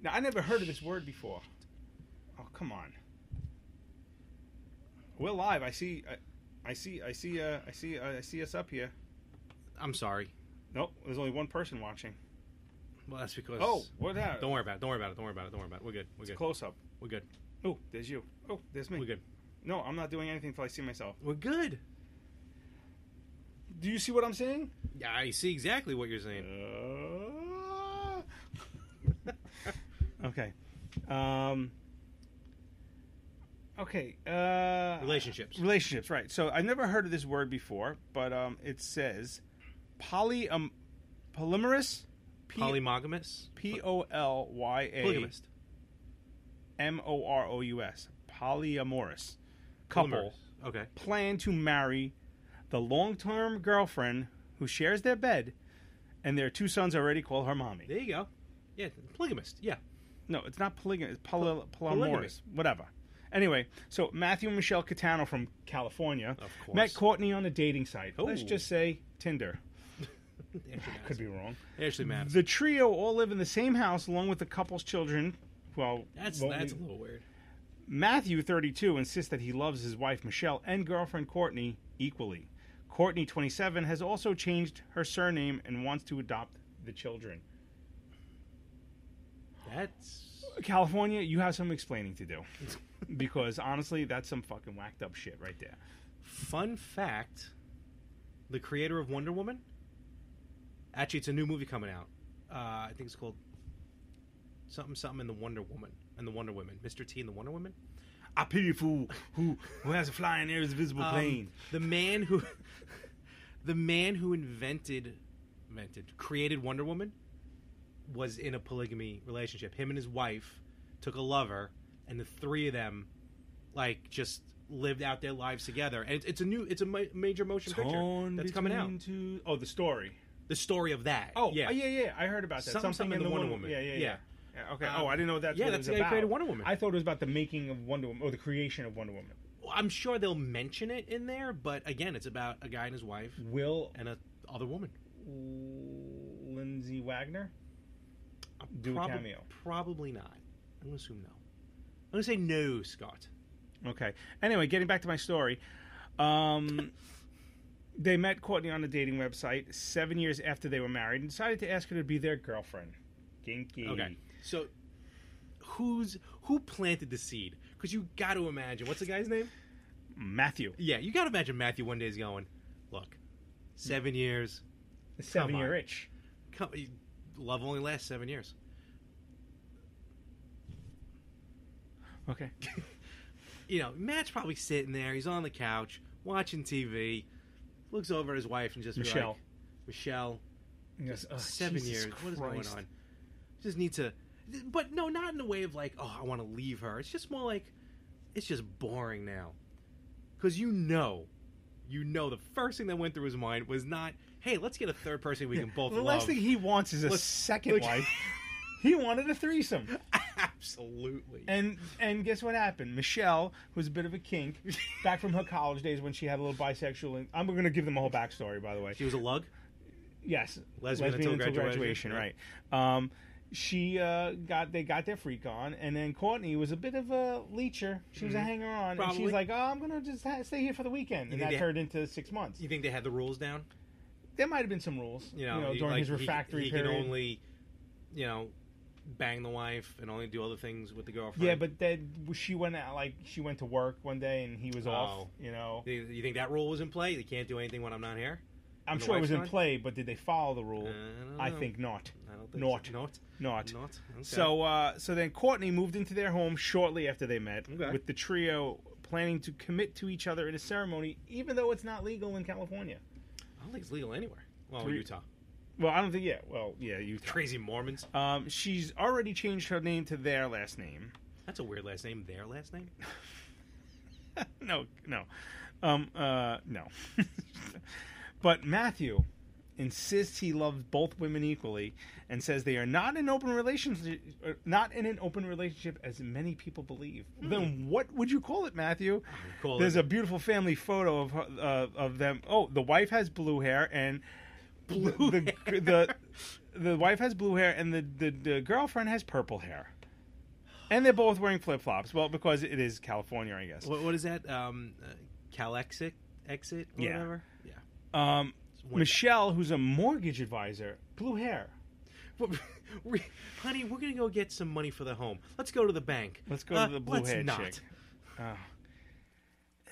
S3: now I never heard of this word before. Oh come on. We're live. I see. I, I see. I see. Uh, I see. Uh, I see us up here.
S2: I'm sorry.
S3: Nope. There's only one person watching.
S2: Well, that's because.
S3: Oh, what happened?
S2: Don't worry about it. Don't worry about it. Don't worry about it. Don't worry about it. We're good. We're
S3: It's
S2: good.
S3: close up.
S2: We're good.
S3: Oh, there's you. Oh, there's me. We're good. No, I'm not doing anything until I see myself.
S2: We're good.
S3: Do you see what I'm
S2: <laughs>
S3: saying?
S2: Yeah, I see exactly what you're saying.
S3: Uh, Okay. Um, okay. Uh,
S2: Relationships.
S3: Relationships, right. So I've never heard of this word before, but um, it says poly, um, polymerous. P-
S2: Polymogamous.
S3: P O L Y A.
S2: Polygamist.
S3: M O R O U S. Polyamorous. Couple.
S2: Polyamorous. Okay.
S3: Plan to marry the long term girlfriend who shares their bed, and their two sons already call her mommy.
S2: There you go. Yeah, polygamist. Yeah.
S3: No, it's not polygamous. It's poly-
S2: polygamy.
S3: polyamorous. Whatever. Anyway, so Matthew and Michelle Catano from California
S2: course.
S3: met Courtney on a dating site. Let's
S2: Ooh.
S3: just say
S2: <laughs>
S3: Tinder. <laughs> Could be wrong.
S2: Ashley Madison.
S3: The trio all live in the same house along with the couple's children. Well,
S2: That's
S3: won't
S2: that's a
S3: we-
S2: little weird.
S3: Matthew, 32, insists that he loves his wife Michelle and girlfriend Courtney equally. Courtney, 27, has also changed her surname and wants to adopt the children.
S2: That's
S3: California, you have some explaining
S2: <laughs>
S3: to do. because honestly, that's some fucking whacked up shit right there.
S2: fun fact. The creator of Wonder Woman. Actually, it's a new movie coming out. Uh, I think it's called something something in the Wonder Woman and the Wonder Women. Mr. T and the Wonder Women.
S3: I pity a fool who, who has a fly in there is invisible
S2: Um,
S3: plane.
S2: the man who, <laughs> the man who invented, invented, created Wonder Woman, was in a polygamy relationship. Him and his wife took a lover, and the three of them, like, just lived out their lives together. And it's, it's a new, it's a ma- major motion picture
S3: Torn
S2: that's coming out.
S3: between two- oh, the story.
S2: The story of that.
S3: Oh,
S2: yeah,
S3: yeah, yeah, yeah. I heard about that.
S2: Something- something in the Wonder
S3: Woman.
S2: Woman.
S3: Yeah, yeah, yeah.
S2: Yeah.
S3: Yeah, okay.
S2: Um,
S3: oh, I didn't know that's
S2: yeah,
S3: what
S2: that's the
S3: it
S2: guy
S3: was
S2: who
S3: about.
S2: created Wonder Woman.
S3: I thought it was about the making of Wonder Woman or the creation of Wonder Woman.
S2: I'm sure they'll mention it in there, but again, it's about a guy and his wife
S3: Will
S2: and a other woman.
S3: Lindsay Wagner do
S2: Probab-
S3: a cameo?
S2: Probably not. I'm gonna assume no. I'm gonna say no, Scott.
S3: Okay. Anyway, getting back to my story, um, <laughs> they met Courtney on a dating website seven years after they were married and decided to ask her to be their girlfriend. Kinky.
S2: Okay. Um, So who's who planted the seed? Because you got to imagine what's the guy's name?
S3: Matthew.
S2: Yeah, you got to imagine Matthew one day is going, look, seven years.
S3: Seven
S2: Come
S3: year
S2: on.
S3: itch.
S2: Come, love only lasts seven years.
S3: <laughs> Okay.
S2: You know, Matt's probably sitting there. He's on the couch watching TV. Looks over at his wife and just be like,
S3: Michelle.
S2: Michelle,
S3: Yes. Oh,
S2: seven
S3: Jesus
S2: years. What is going
S3: Christ.
S2: on? Just need to, but no, not in the way of like, oh, I want to leave her. It's just more like, it's just boring now, because you know, you know, the first thing that went through his mind was not, hey, let's get a third person
S3: <laughs>
S2: we can both.
S3: The
S2: love.
S3: last thing he wants is a
S2: Let's-
S3: second
S2: let's- <laughs>
S3: wife. he wanted a threesome.
S2: Absolutely.
S3: And and guess what happened? Michelle, who's a bit of a kink, back from her college days when she had a little bisexual. And I'm going to give them a whole backstory, by the way.
S2: she was a lug.
S3: Yes,
S2: Lesbian until graduation,
S3: right? Um, she uh, got they got their freak on, and then Courtney was a bit of a leecher. She was a hanger on, and
S2: Mm-hmm. Probably.
S3: she's like, "Oh, I'm gonna just ha- stay here for the weekend,"
S2: You
S3: and
S2: think
S3: that
S2: they-
S3: turned into six months.
S2: You think they had the rules down?
S3: There might have been some rules,
S2: You know, he-
S3: during
S2: like,
S3: his
S2: he-
S3: refractory
S2: he,
S3: period.
S2: can only, you know, bang the wife and only do other things with the girlfriend.
S3: yeah, but then she went out like she went to work one day, and he was off.
S2: Oh.
S3: You know,
S2: You- you think that rule was in play? They can't do anything when I'm not here.
S3: I'm
S2: the
S3: sure it was
S2: wife's
S3: in
S2: gone?
S3: play, but did they follow the rule?
S2: I don't
S3: I
S2: know.
S3: think not.
S2: I don't think
S3: Not.
S2: so. Not.
S3: Not.
S2: Not. Okay.
S3: So, uh, so then Courtney moved into their home shortly after they met,
S2: Okay.
S3: with the trio planning to commit to each other in a ceremony, even though it's not legal in California.
S2: I don't think it's legal anywhere. Well,
S3: Three-
S2: Utah.
S3: Well, I don't think. Yeah. Well, yeah. You.
S2: Crazy Mormons.
S3: Um, she's already changed her name to their last name.
S2: That's a weird last name. Their last name.
S3: <laughs> no, no, um, uh, no. but Matthew, insists he loves both women equally and says they are not in open relationship er, not in an open relationship as many people believe. Then what would you call it, Matthew?
S2: Hmm. call
S3: There's
S2: it-
S3: a beautiful family photo of her- uh, of them. Oh, the wife has blue hair and blue the, the the wife has blue hair and the, the, the girlfriend has purple hair. And they're both wearing flip flops. Well, because it is California, I guess.
S2: <laughs> What, what is that? Um, uh, Calexit exit? Or
S3: Yeah.
S2: Whatever. Yeah.
S3: Um, Michelle, who's a mortgage advisor, blue hair.
S2: <laughs> Re- honey, we're gonna go get some money for the home. Let's go to the bank.
S3: Let's go
S2: Uh,
S3: to the blue
S2: let's
S3: hair
S2: not.
S3: chick. Oh.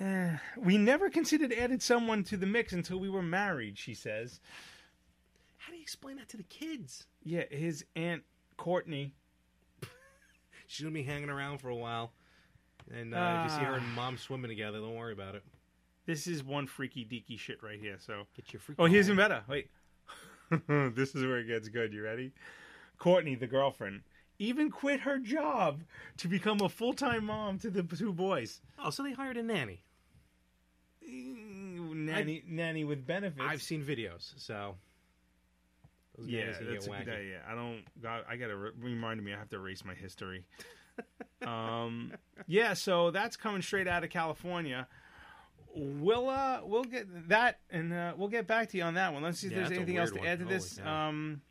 S3: Eh, we never considered added someone to the mix until we were married. She says.
S2: How do you explain that to the kids?
S3: Yeah, his aunt Courtney.
S2: She's gonna be hanging around for a while, and uh, if you see her and mom swimming together, don't worry about it.
S3: This is one freaky deaky shit right here. So
S2: get your freak.
S3: Oh, here's
S2: on.
S3: even better. Wait. <laughs> this is where it gets good. You ready? Courtney, the girlfriend, even quit her job to become a full time mom to the two boys.
S2: Oh, so they hired a nanny.
S3: Nanny, nanny with benefits.
S2: I've seen videos, so those
S3: yeah,
S2: nannies can
S3: that's a
S2: get
S3: good
S2: wacky.
S3: idea. I don't. God, I gotta re- remind me. I have to erase my
S2: <laughs>
S3: history. um, yeah. So that's coming straight out of California. We'll uh, we'll get that, and uh, we'll get back to you on that one. Let's see if
S2: Yeah,
S3: there's
S2: that's a
S3: anything else to
S2: weird
S3: add to
S2: one. Holy
S3: this.
S2: cow.
S3: Um,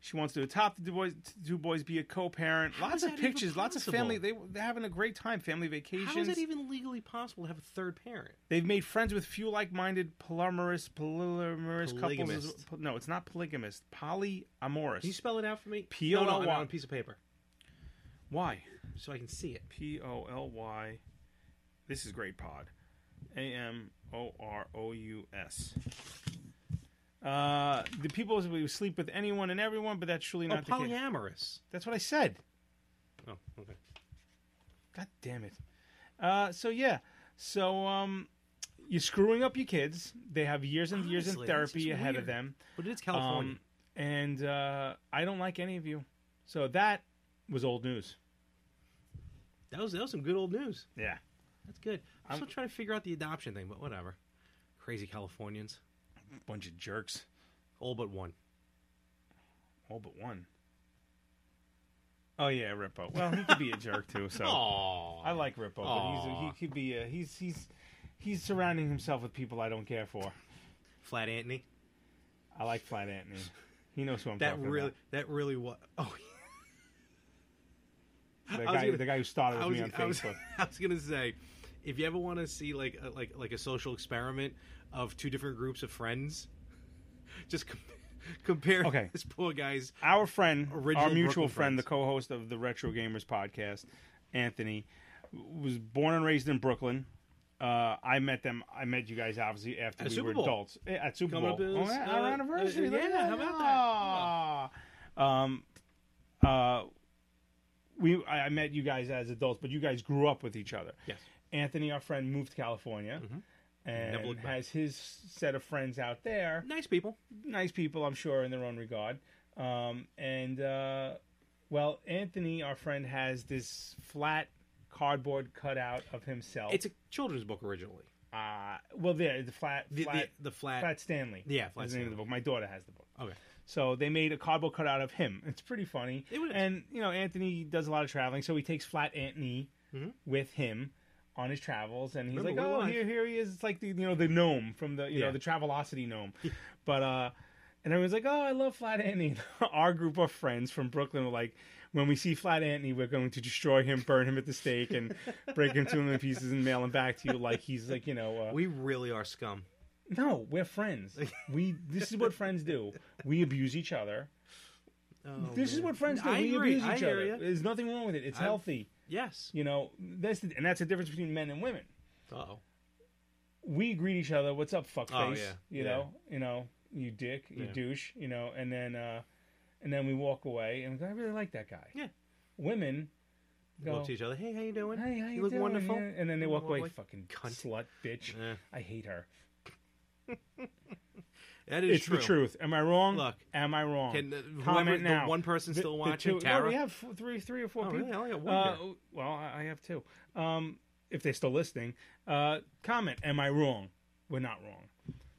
S3: she wants to adopt the two boys. The two boys be a co-parent.
S2: How
S3: lots
S2: is
S3: of
S2: that even
S3: pictures. Lots of family. They,
S2: possible?
S3: they're having a great time. Family vacations.
S2: How is it even legally possible to have a third parent?
S3: They've made friends with few like-minded polyamorous polyamorous couples. as-
S2: Polygamist.
S3: po- no, it's not polygamist. Polyamorous.
S2: Can you spell it out for me?
S3: P O L Y.
S2: No, no, I want it on a piece of paper.
S3: Why?
S2: So I can see it.
S3: P O L Y. This is great pod. A M O R O U S. Uh, the people we sleep with anyone and everyone, but that's surely
S2: Oh,
S3: not the case.
S2: polyamorous.
S3: That's what I said.
S2: Oh, okay.
S3: God damn it. Uh, so yeah, so um, you're screwing up your kids. They have years and years in
S2: Honestly, that's
S3: therapy
S2: just
S3: ahead
S2: weird.
S3: of them.
S2: But it is California.
S3: Um, and uh, I don't like any of you. So that was old news.
S2: That was that was some good old news.
S3: Yeah.
S2: That's good. I'm
S3: I'm-
S2: still trying to figure out the adoption thing, but whatever. Crazy Californians,
S3: Bunch of jerks.
S2: all but one.
S3: All but one. Oh yeah, Rippo. Well, he could be a jerk too.
S2: <laughs>
S3: So
S2: Aw.
S3: I like Rippo, but he's a, he
S2: Aw.
S3: could be a, he's he's he's surrounding himself with people I don't care for.
S2: Flat Anthony.
S3: I like Flat Anthony. He knows who I'm
S2: That
S3: talking
S2: really,
S3: about.
S2: that really was. Oh,
S3: The
S2: I was
S3: guy,
S2: gonna-
S3: the guy who started
S2: I
S3: with
S2: was,
S3: me on
S2: I was-
S3: Facebook.
S2: <laughs> I was gonna say, if you ever want to see like a, like like a social experiment of two different groups of friends, <laughs> just com- <laughs> compare
S3: Okay.
S2: <laughs> this poor guy's.
S3: our friend,
S2: Original
S3: our mutual
S2: Brooklyn
S3: friend, the
S2: friends.
S3: co-host of the Retro Gamers podcast, Anthony, was born and raised in Brooklyn. Uh, I met them. I met you guys obviously after
S2: At
S3: we
S2: Super
S3: were
S2: Bowl.
S3: adults Yeah, at Super
S2: Coming
S3: Bowl.
S2: up is,
S3: oh, yeah, our
S2: uh,
S3: anniversary.
S2: uh,
S3: look
S2: yeah,
S3: at that.
S2: how about that?
S3: Aw. Um, uh, we I I met you guys as adults, but you guys grew up with each other.
S2: Yes. Mm-hmm.
S3: Anthony, our friend, moved to California.
S2: Never
S3: And
S2: looked back.
S3: has his set of friends out there
S2: Nice people.
S3: nice people, I'm sure, in their own regard. Um, and uh, well, Anthony, our friend, has this flat cardboard cutout of himself.
S2: It's a children's book originally.
S3: uh, well, there the flat,
S2: The,
S3: flat,
S2: the, the flat.
S3: flat Stanley.
S2: Yeah, Flat
S3: is the name of the book. My daughter has the book.
S2: Okay.
S3: So they made a cardboard cutout of him. It's pretty funny.
S2: It was.
S3: And you know, Anthony does a lot of traveling, so he takes Flat Anthony with him on his travels, and he's
S2: Mm-hmm. Remember,
S3: like,
S2: we
S3: "Oh,
S2: watched."
S3: here, here he is." It's like the you know the gnome from the you
S2: Yeah.
S3: know the Travelocity gnome,
S2: <laughs>
S3: but uh, and everyone's like, "Oh, I love Flat Anthony." <laughs> Our group of friends from Brooklyn were like. When we see Flat Anthony, we're going to destroy him, burn him at the stake, and
S2: <laughs>
S3: break him to him in pieces and mail him back to you like he's like you know uh,
S2: We really are scum.
S3: no,
S2: <laughs>
S3: we're friends. We this is what friends do. We abuse each other.
S2: Oh,
S3: this is
S2: man.
S3: what friends do.
S2: I
S3: we
S2: agree.
S3: abuse
S2: I
S3: each
S2: hear
S3: other.
S2: ya.
S3: There's nothing wrong with it. It's
S2: I'm-
S3: healthy.
S2: Yes.
S3: You know, that's the, and that's the difference between men and women.
S2: Oh,
S3: We greet each other. What's up, fuckface?
S2: Oh, yeah.
S3: You know, you know, you dick, you
S2: Yeah.
S3: douche. You know, and then uh and then we walk away and we go, I really like that guy.
S2: Yeah.
S3: Women
S2: we
S3: go.
S2: walk to each other. Hey, how you doing?
S3: Hey, how you,
S2: look
S3: doing?
S2: wonderful.
S3: Yeah. And then they
S2: You
S3: walk
S2: look
S3: away.
S2: like
S3: Fucking
S2: cunt.
S3: slut, bitch.
S2: Yeah.
S3: I hate her.
S2: That is
S3: It's
S2: true.
S3: the truth. Am I wrong?
S2: Look.
S3: am I wrong?
S2: Can the- whoever-
S3: Comment
S2: the
S3: now.
S2: one person still watching,
S3: two-
S2: Tara?
S3: No, we have f- three, three or four
S2: Oh,
S3: people.
S2: really? I only got one
S3: Uh,
S2: here.
S3: well, I I have two. Um, if they're still listening, uh, comment. Am I wrong? We're not wrong.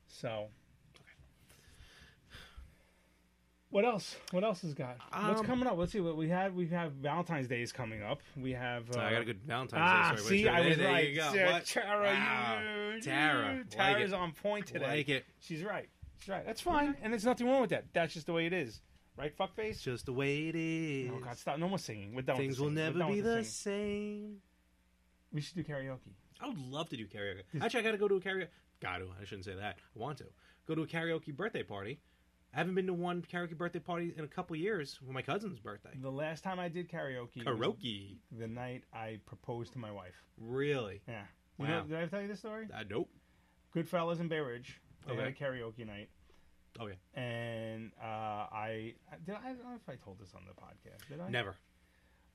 S3: So, <sighs> What else? What else has got? What's
S2: Um,
S3: coming up? Let's see. What we have. We have Valentine's Day is coming up. We have. Uh,
S2: I got a good Valentine's
S3: ah,
S2: Day story.
S3: see, I was
S2: there
S3: right.
S2: You go.
S3: Yeah,
S2: What?
S3: Tara,
S2: Wow.
S3: you,
S2: Tara,
S3: you-
S2: like
S3: Tara's
S2: it.
S3: on point today.
S2: Like it.
S3: She's right. She's right. That's fine, and there's nothing wrong with that. That's just the way it is, right? Fuckface.
S2: Just the way it is.
S3: Oh God, stop! No more singing. We're done. with
S2: Things
S3: the
S2: will
S3: singing. We're
S2: never
S3: done
S2: be
S3: with the
S2: the
S3: singing.
S2: same.
S3: We should do karaoke.
S2: I would love to do karaoke. Actually, I got to go to a karaoke. Got to. I shouldn't say that. I want to go to a karaoke birthday party. I haven't been to one karaoke birthday party in a couple years for my cousin's birthday.
S3: The last time I did karaoke, was
S2: Karaoke.
S3: the night I proposed to my wife.
S2: Really?
S3: Yeah. You know,
S2: Wow.
S3: did I ever tell you this story?
S2: Uh, nope.
S3: Goodfellas in Bay Ridge. They had a
S2: Okay.
S3: karaoke night.
S2: Oh yeah.
S3: and uh, I did. I, I don't know if I told this on the podcast. Did I?
S2: Never.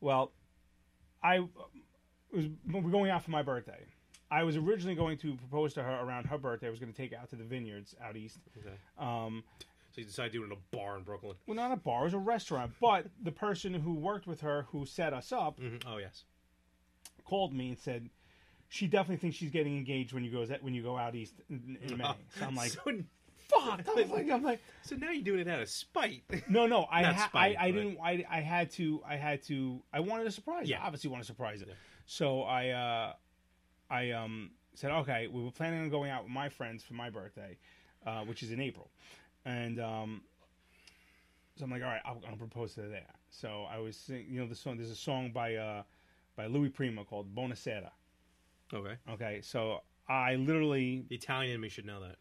S3: Well, I um, it was we were going out for my birthday. I was originally going to propose to her around her birthday. I was going to take her out to the vineyards out east.
S2: Okay.
S3: Um,
S2: So you decided to do it in a bar in Brooklyn.
S3: well, not a bar, it was a restaurant. But <laughs> the person who worked with her, who set us up,
S2: hmm Oh yes.
S3: called me and said she definitely thinks she's getting engaged when you goes when you go out east in, in <laughs>
S2: <laughs>
S3: May. So I'm like,
S2: So- <laughs>
S3: fuck.
S2: Oh,
S3: I was like, I'm like,
S2: so now you're doing it out of spite. <laughs>
S3: No, no, I,
S2: Not
S3: ha-
S2: spite,
S3: I, I
S2: but-
S3: didn't. I, I had to. I had to. I wanted a surprise. Yeah, I obviously want to surprise it. So I, uh, I um said, okay, we were planning on going out with my friends for my birthday, uh, which is in April, and um, so I'm like, all right, I'm gonna propose to her there. So I was, sing- you know, the song. There's a song by uh, by Louis Prima called Bonacera.
S2: Okay.
S3: Okay, so I literally
S2: The Italian in me should know that.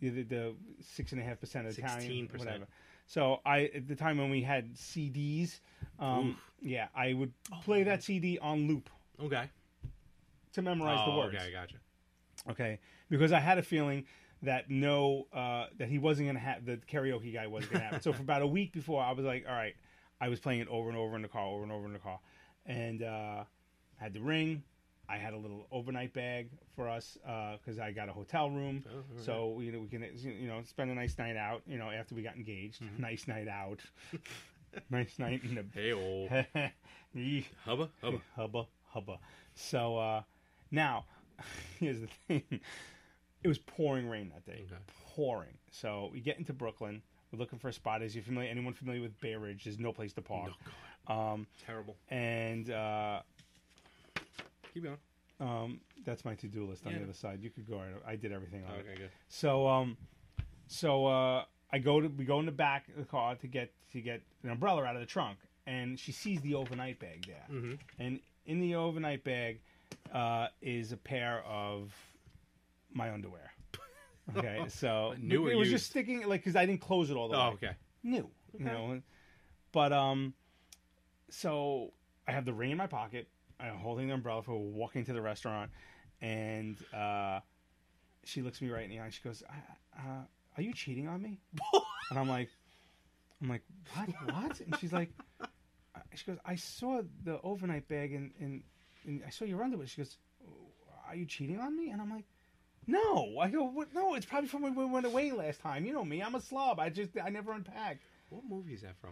S3: the, the, the six and a half percent Italian,
S2: 16%.
S3: whatever. So I at the time when we had CDs, um, yeah, I would
S2: Oh,
S3: play that CD on loop
S2: Okay.
S3: to memorize
S2: Oh,
S3: the words.
S2: Okay, gotcha.
S3: Okay, because I had a feeling that no, uh, that he wasn't gonna have the karaoke guy wasn't gonna have it.
S2: <laughs>
S3: So for about a week before, I was like, all right, I was playing it over and over in the car, over and over in the car, and uh, had the ring. I had a little overnight bag for us because I got a hotel room,
S2: Oh, all right.
S3: so we, we can you know spend a nice night out. You know after we got engaged,
S2: Mm-hmm.
S3: nice
S2: <laughs>
S3: night out, nice night in the
S2: Hey, old
S3: <laughs> Yee.
S2: hubba, hubba.
S3: hubba, hubba. So uh, now, <laughs> here's the thing: it was pouring rain that day, pouring. So we get into Brooklyn. We're looking for a spot. Is you familiar? Anyone familiar with Bay Ridge? There's no place to park. Um,
S2: Terrible.
S3: and uh,
S2: Keep going.
S3: um, that's my to-do list on
S2: Yeah.
S3: the other side. You could go. right- I did everything on it.
S2: Okay, good.
S3: So um, so uh, I go to we go in the back of the car to get to get an umbrella out of the trunk, and she sees the overnight bag there,
S2: Mhm.
S3: and in the overnight bag uh, is a pair of my
S2: <laughs>
S3: underwear. Okay, so
S2: New or
S3: it was
S2: used?
S3: just sticking like because I didn't close it all the
S2: Oh,
S3: way.
S2: okay.
S3: new,
S2: Okay.
S3: you know. But um, so I have the ring in my pocket. I'm holding the umbrella for walking to the restaurant, and uh, she looks me right in the eye. She goes, "Uh, uh, "Are you cheating on me?" and I'm like, "I'm like what? What?" And she's like, <laughs> uh, "She goes, I saw the overnight bag and and, and I saw your underwear." She goes, "Oh, "Are you cheating on me?" And I'm like. No, I go. What? No, it's probably from when we went away last time. You know me. I'm a slob. I just I never unpack.
S2: What movie is that from?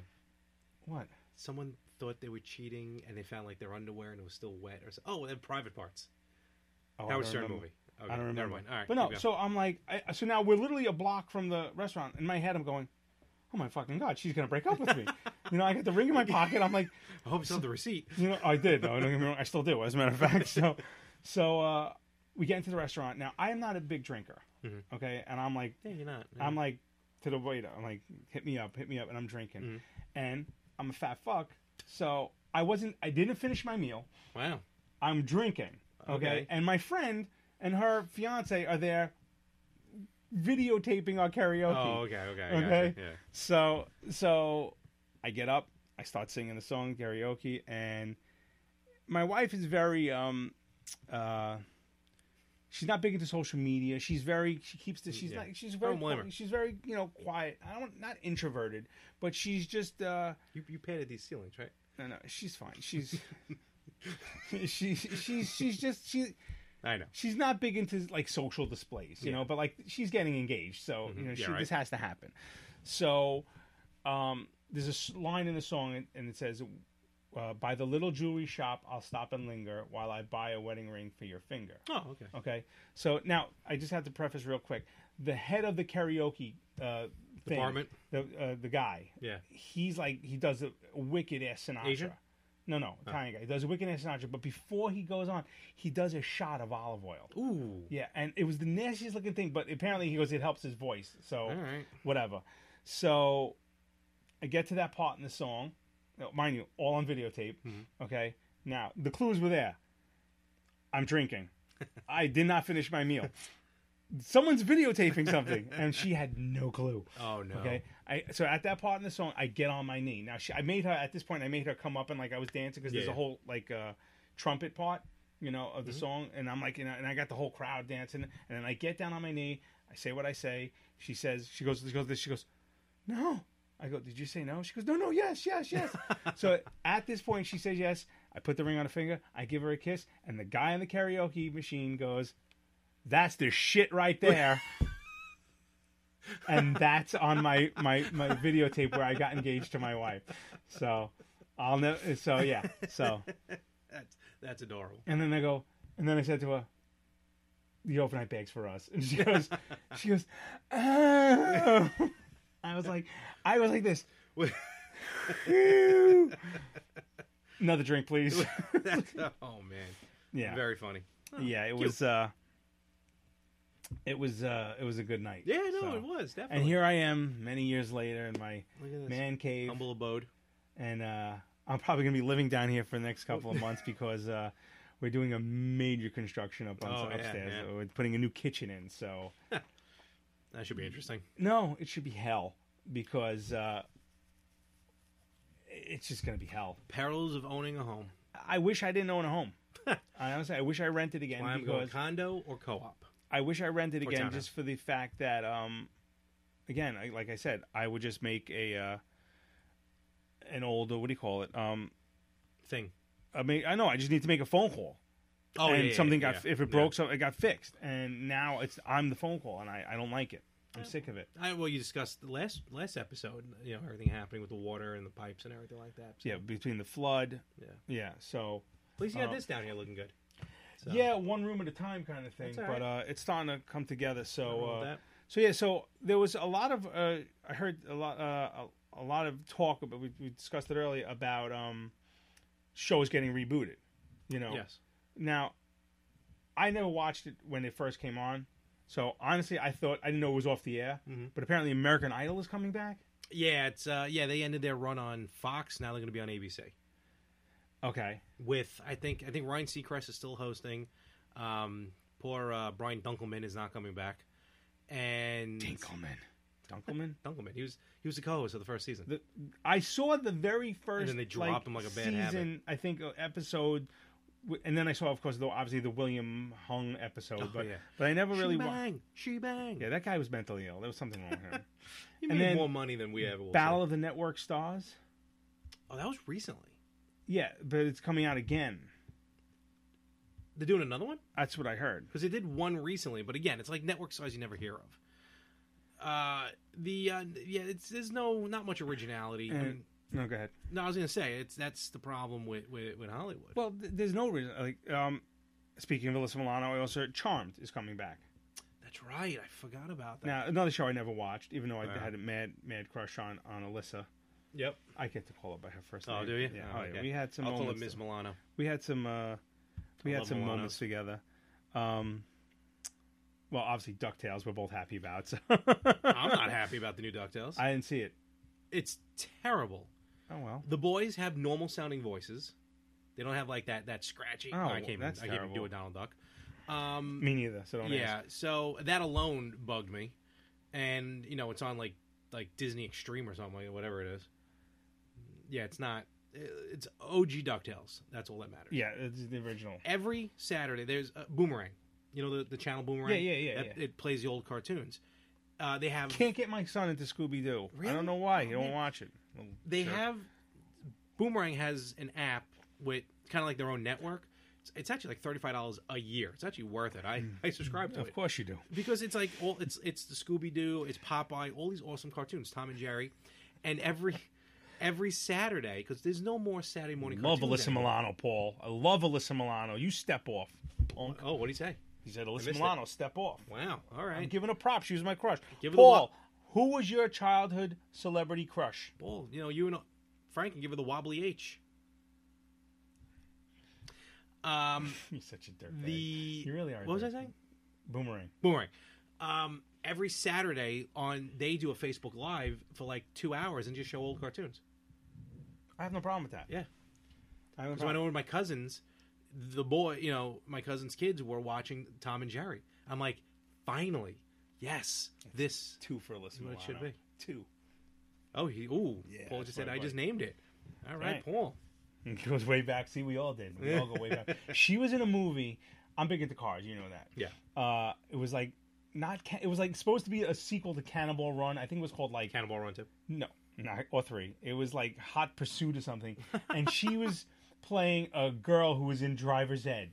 S3: What?
S2: Someone thought they were cheating and they found like their underwear and it was still wet or so. Oh, and private parts.
S3: Oh, I
S2: Howard
S3: don't
S2: Stern
S3: remember.
S2: movie.
S3: I don't remember.
S2: Never mind. All right.
S3: But no,
S2: keep going.
S3: so I'm like, I, so now we're literally a block from the restaurant. In my head, I'm going, oh my fucking god, she's gonna break up
S2: <laughs>
S3: with me. you know, I got the ring in my pocket. I'm like,
S2: I hope it's not the receipt. <laughs>
S3: you know, I did. No, don't get me wrong. I still do, as a matter of fact. So, so uh, we get into the restaurant. Now, I am not a big drinker.
S2: Mhm.
S3: Okay, and I'm like,
S2: Yeah, you're not.
S3: I'm like to the waiter. I'm like, hit me up, hit me up, and I'm drinking.
S2: Mm-hmm.
S3: And I'm a fat fuck, so I wasn't. I didn't finish my meal. <laughs>
S2: wow.
S3: I'm drinking. Okay?
S2: Okay.
S3: And my friend and her fiance are there videotaping our karaoke.
S2: Oh, okay, okay, I gotcha,
S3: Okay.
S2: yeah.
S3: So so I get up, I start singing the song karaoke, and my wife is very um uh she's not big into social media. She's very she keeps the she's
S2: Yeah.
S3: not she's very
S2: Don't blame her.
S3: she's very, you know, quiet. I don't not introverted, but she's just uh
S2: You you padded these ceilings, right?
S3: no no, she's fine.
S2: <laughs>
S3: She's <laughs> she she's she's just she
S2: I know.
S3: she's not big into like social displays, you know, but like she's getting engaged, so you know
S2: Mm-hmm. Yeah,
S3: she,
S2: right.
S3: this has to happen. So um, there's a s- line in the song, and, and it says, uh, by the little jewelry shop. I'll stop and linger while I buy a wedding ring for your finger.
S2: <laughs> Oh, okay.
S3: Okay. So now I just have to preface real quick. The head of the karaoke uh, thing,
S2: Department?
S3: the uh, the guy,
S2: Yeah.
S3: he's like he does a wicked ass Sinatra.
S2: Asian? Oh.
S3: No, no, Italian guy. He does a wicked ass Sinatra, but before he goes on, he does a shot of olive oil.
S2: Ooh.
S3: Yeah, and it was the nastiest looking thing, but apparently he goes, it helps his voice. So
S2: All right.
S3: whatever. So I get to that part in the song, No, mind you, all on videotape.
S2: Mm-hmm.
S3: Okay, now the clues were there.
S2: <laughs>
S3: I'm drinking. I did not finish my meal. Someone's videotaping something, and she had no clue.
S2: <laughs> Oh no.
S3: Okay. I so at that part in the song, I get on my knee. Now she, I made her at this point. I made her come up and like I was dancing because there's
S2: Yeah. Mm-hmm.
S3: a whole like uh, trumpet part, you know, of the song, and I'm like, and I, and I got the whole crowd dancing, and then I get down on my knee. I say what I say. She says, she goes, she goes, this, she goes, no. I go, did you say no? She goes, no, no, yes,
S2: <laughs>
S3: yes, yes. so at this point, she says yes. I put the ring on her finger. I give her a kiss, and the guy in the karaoke machine goes, "That's the shit right there." and that's on my my my videotape where I got engaged to my wife. So I'll know. So yeah. So
S2: That's that's
S3: <laughs>
S2: adorable. <laughs>
S3: and then I go, and then I said to her, "The overnight bags for us." And she goes, she goes, oh. I was like, I was like this.
S2: <laughs>
S3: Phew. Another drink, please.
S2: That's, oh man.
S3: Yeah.
S2: Very funny. Oh,
S3: yeah, it
S2: cute.
S3: was. uh It was. uh It was a good night.
S2: Yeah, no,
S3: So-
S2: it was definitely.
S3: And here I am, many years later, in my
S2: Look at this.
S3: man cave.
S2: humble abode.
S3: and uh, I'm probably gonna be living down here for the next couple of months because uh, we're doing a major construction up on
S2: Oh, yeah,
S3: upstairs.
S2: man.
S3: we're putting a new kitchen in, so
S2: That
S3: Mm-hmm.
S2: should be interesting.
S3: no, it should be hell because uh, it's just gonna be hell.
S2: Perils of owning a home.
S3: I wish I didn't own a
S2: <laughs>
S3: home. I honestly, I wish I rented again
S2: Why I'm going
S3: because
S2: condo or co-op.
S3: I wish I rented again
S2: Cortana.
S3: just for the fact that, um, again, I, like I said, I would just make a uh, an old uh, what do you call it? Um,
S2: Thing.
S3: I mean, I know I just need to make a phone call.
S2: Oh,
S3: and
S2: yeah,
S3: something
S2: yeah,
S3: got
S2: yeah,
S3: if it
S2: yeah.
S3: broke, so it got fixed, and now it's I'm the phone call, and I, I don't like it. I'm sick of it.
S2: I, well, you discussed the last last episode. You know everything happening with the water and the pipes and everything like that. So,
S3: Yeah, between the flood,
S2: yeah. At
S3: yeah, so
S2: least you got
S3: Uh,
S2: this down here looking good. So,
S3: yeah, one room at a time kind of thing,
S2: That's all
S3: but uh, it's starting to come together.
S2: nothing
S3: So
S2: wrong
S3: uh,
S2: with that.
S3: so yeah, so there was a lot of uh, I heard a lot uh, a, a lot of talk, but we, we discussed it earlier about um, shows getting rebooted. You know,
S2: Yes.
S3: Now, I never watched it when it first came on, so honestly, I thought I didn't know it was off the air.
S2: Mm-hmm.
S3: But apparently, American Idol is coming back.
S2: Yeah. It's uh, yeah. They ended their run on Fox. Now they're going to be on ABC.
S3: Okay.
S2: With I think I think Ryan Seacrest is still hosting. Um, poor uh, Brian Dunkelman is not coming back. And
S3: Dinkelman. Dunkelman.
S2: Dunkelman. He was he was the co-host of the first season.
S3: The, I saw the very first.
S2: they dropped him like a bad habit.
S3: season, I think uh, episode, w- and then I saw, of course, though obviously the William Hung episode,
S2: Oh,
S3: but
S2: yeah.
S3: but I never really.
S2: she
S3: wa-
S2: bang, she bang.
S3: yeah, that guy was mentally ill. There was something
S2: <laughs>
S3: wrong with him.
S2: he
S3: and
S2: made
S3: then
S2: more money than we ever will.
S3: Battle
S2: see.
S3: of the Network Stars.
S2: oh, that was recently.
S3: Yeah, but it's coming out again.
S2: They're doing another one.
S3: That's what I heard.
S2: because they did one recently, but again, it's like network stars you never hear of. Uh, the uh, yeah, it's there's no not much originality. I
S3: And-
S2: mean,
S3: no, go ahead.
S2: no, I was gonna say it's that's the problem with with, with Hollywood.
S3: Well, th- there's no reason. Like, um, speaking of Alyssa Milano, I also heard Charmed is coming back.
S2: that's right, I forgot about that.
S3: Now, another show I never watched, even though I
S2: Wow.
S3: had a mad, mad crush on on Alyssa.
S2: yep.
S3: I get to call her by her first name.
S2: Oh, do you?
S3: Yeah.
S2: Oh,
S3: oh, yeah.
S2: okay.
S3: We had some
S2: I'll call it
S3: moments.
S2: Ms. Milano.
S3: we had some. Uh, we had
S2: love
S3: some
S2: Milanos.
S3: moments together. Um, well, obviously Ducktales, we're both happy about. <laughs> So.
S2: <laughs> I'm not happy about the new Ducktales.
S3: I didn't see it.
S2: It's terrible.
S3: Oh well.
S2: The boys have normal sounding voices. They don't have like that that scratchy.
S3: Oh,
S2: I can't. even-
S3: that's
S2: I can't even do
S3: terrible.
S2: a Donald Duck. Um,
S3: Me neither. So don't
S2: yeah
S3: ask.
S2: so that alone bugged me and you know it's on like like disney extreme or something like whatever it is yeah it's not uh, it's og ducktales that's all that matters
S3: Yeah, it's the original.
S2: every saturday there's a boomerang you know the, the channel boomerang
S3: Yeah, yeah, yeah,
S2: That-
S3: yeah.
S2: it plays the old cartoons uh, they have
S3: Can't get my son into Scooby Doo. I
S2: Really?
S3: don't know why. He
S2: Oh,
S3: don't
S2: man.
S3: watch it. Little
S2: they
S3: jerk.
S2: have boomerang has an app with kind of like their own network it's, it's actually like $35 a year it's actually worth it i, I subscribe to it
S3: Hmm. Of course you do.
S2: because it's like all it's it's the Scooby Doo, it's Popeye, all these awesome cartoons, Tom and Jerry, and every every Saturday because there's no more Saturday morning.
S3: Love
S2: cartoons
S3: Alyssa
S2: anymore.
S3: Milano, Paul. I love Alyssa Milano. You step off. punk.
S2: Oh, what did he say?
S3: He said Alyssa
S2: missed it.
S3: Milano, step off.
S2: Wow. All right.
S3: I'm giving her props. She was my crush.
S2: Give her the
S3: Paul,
S2: wa-
S3: who was your childhood celebrity crush? <laughs>
S2: Well, you know, you and Frank can give her the wobbly H. Um,
S3: You're such a dirt.
S2: the
S3: You really are. a
S2: What was I
S3: dirtbag.
S2: saying?
S3: Boomerang.
S2: Boomerang. Um, every Saturday on they do a Facebook Live for like two hours and just show old cartoons.
S3: I have no problem with that.
S2: Yeah.
S3: I
S2: Because
S3: have no
S2: when I
S3: problem.
S2: went with my cousins, the boy, you know, my cousins' kids were watching Tom and Jerry. I'm like, finally, yes, this
S3: two for a listen.
S2: what it should be.
S3: Two.
S2: Oh, he, ooh,
S3: Yeah,
S2: Paul
S3: that's
S2: just said
S3: what
S2: I
S3: I
S2: just
S3: like.
S2: named it. All right,
S3: Right.
S2: Paul.
S3: <laughs> It goes way back. See, we all did. We all go
S2: <laughs>
S3: way back. She was in a movie. I'm big into cars. You know that.
S2: Yeah.
S3: Uh, it was like not. Ca- it was like supposed to be a sequel to Cannonball Run. I think it was called like
S2: Cannonball Run tip.
S3: No, not or three. It was like Hot Pursuit or something, and
S2: <laughs>
S3: she was playing a girl who was in driver's ed,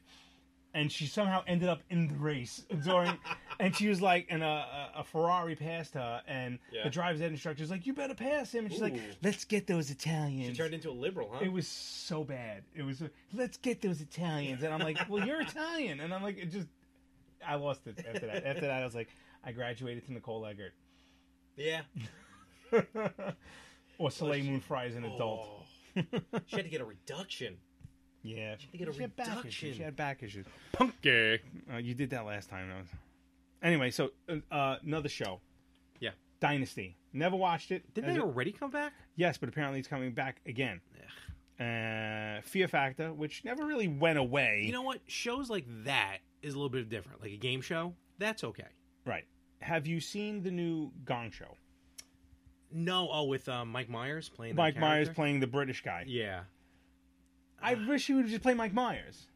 S3: and she somehow ended up in the race <laughs> during. and she was like, and a, a- a Ferrari passed her, and
S2: Yeah.
S3: the driver's ed instructor's like, "You better pass him," and she's like,
S2: Ooh.
S3: "Let's get those Italians."
S2: She turned into a liberal, huh?
S3: It was so bad. It was let's get those Italians, and I'm like, well, you're Italian, and I'm like, it just, I lost it after that. After that, I was like, I graduated to Nicole Eggert
S2: yeah.
S3: or Soleil Moon Frye as an adult.
S2: Oh. she had to get a reduction.
S3: Yeah, she
S2: had to get a
S3: had back issues.
S2: reduction.
S3: She had back issues. Punky, uh, you did that last time. Though. Anyway, so uh, uh, another show,
S2: Yeah.
S3: Dynasty. Never watched it.
S2: Didn't
S3: As
S2: they
S3: a-
S2: already come back?
S3: Yes, but apparently it's coming back again. Uh, Fear Factor, which never really went away.
S2: You know what? Shows like that is a little bit different. Like a game show, that's okay.
S3: Right. Have you seen the new Gong Show?
S2: No, oh, with um, Mike Myers playing. that
S3: Mike Myers
S2: character?
S3: playing the British guy.
S2: Yeah,
S3: I wish he would just play Mike Myers.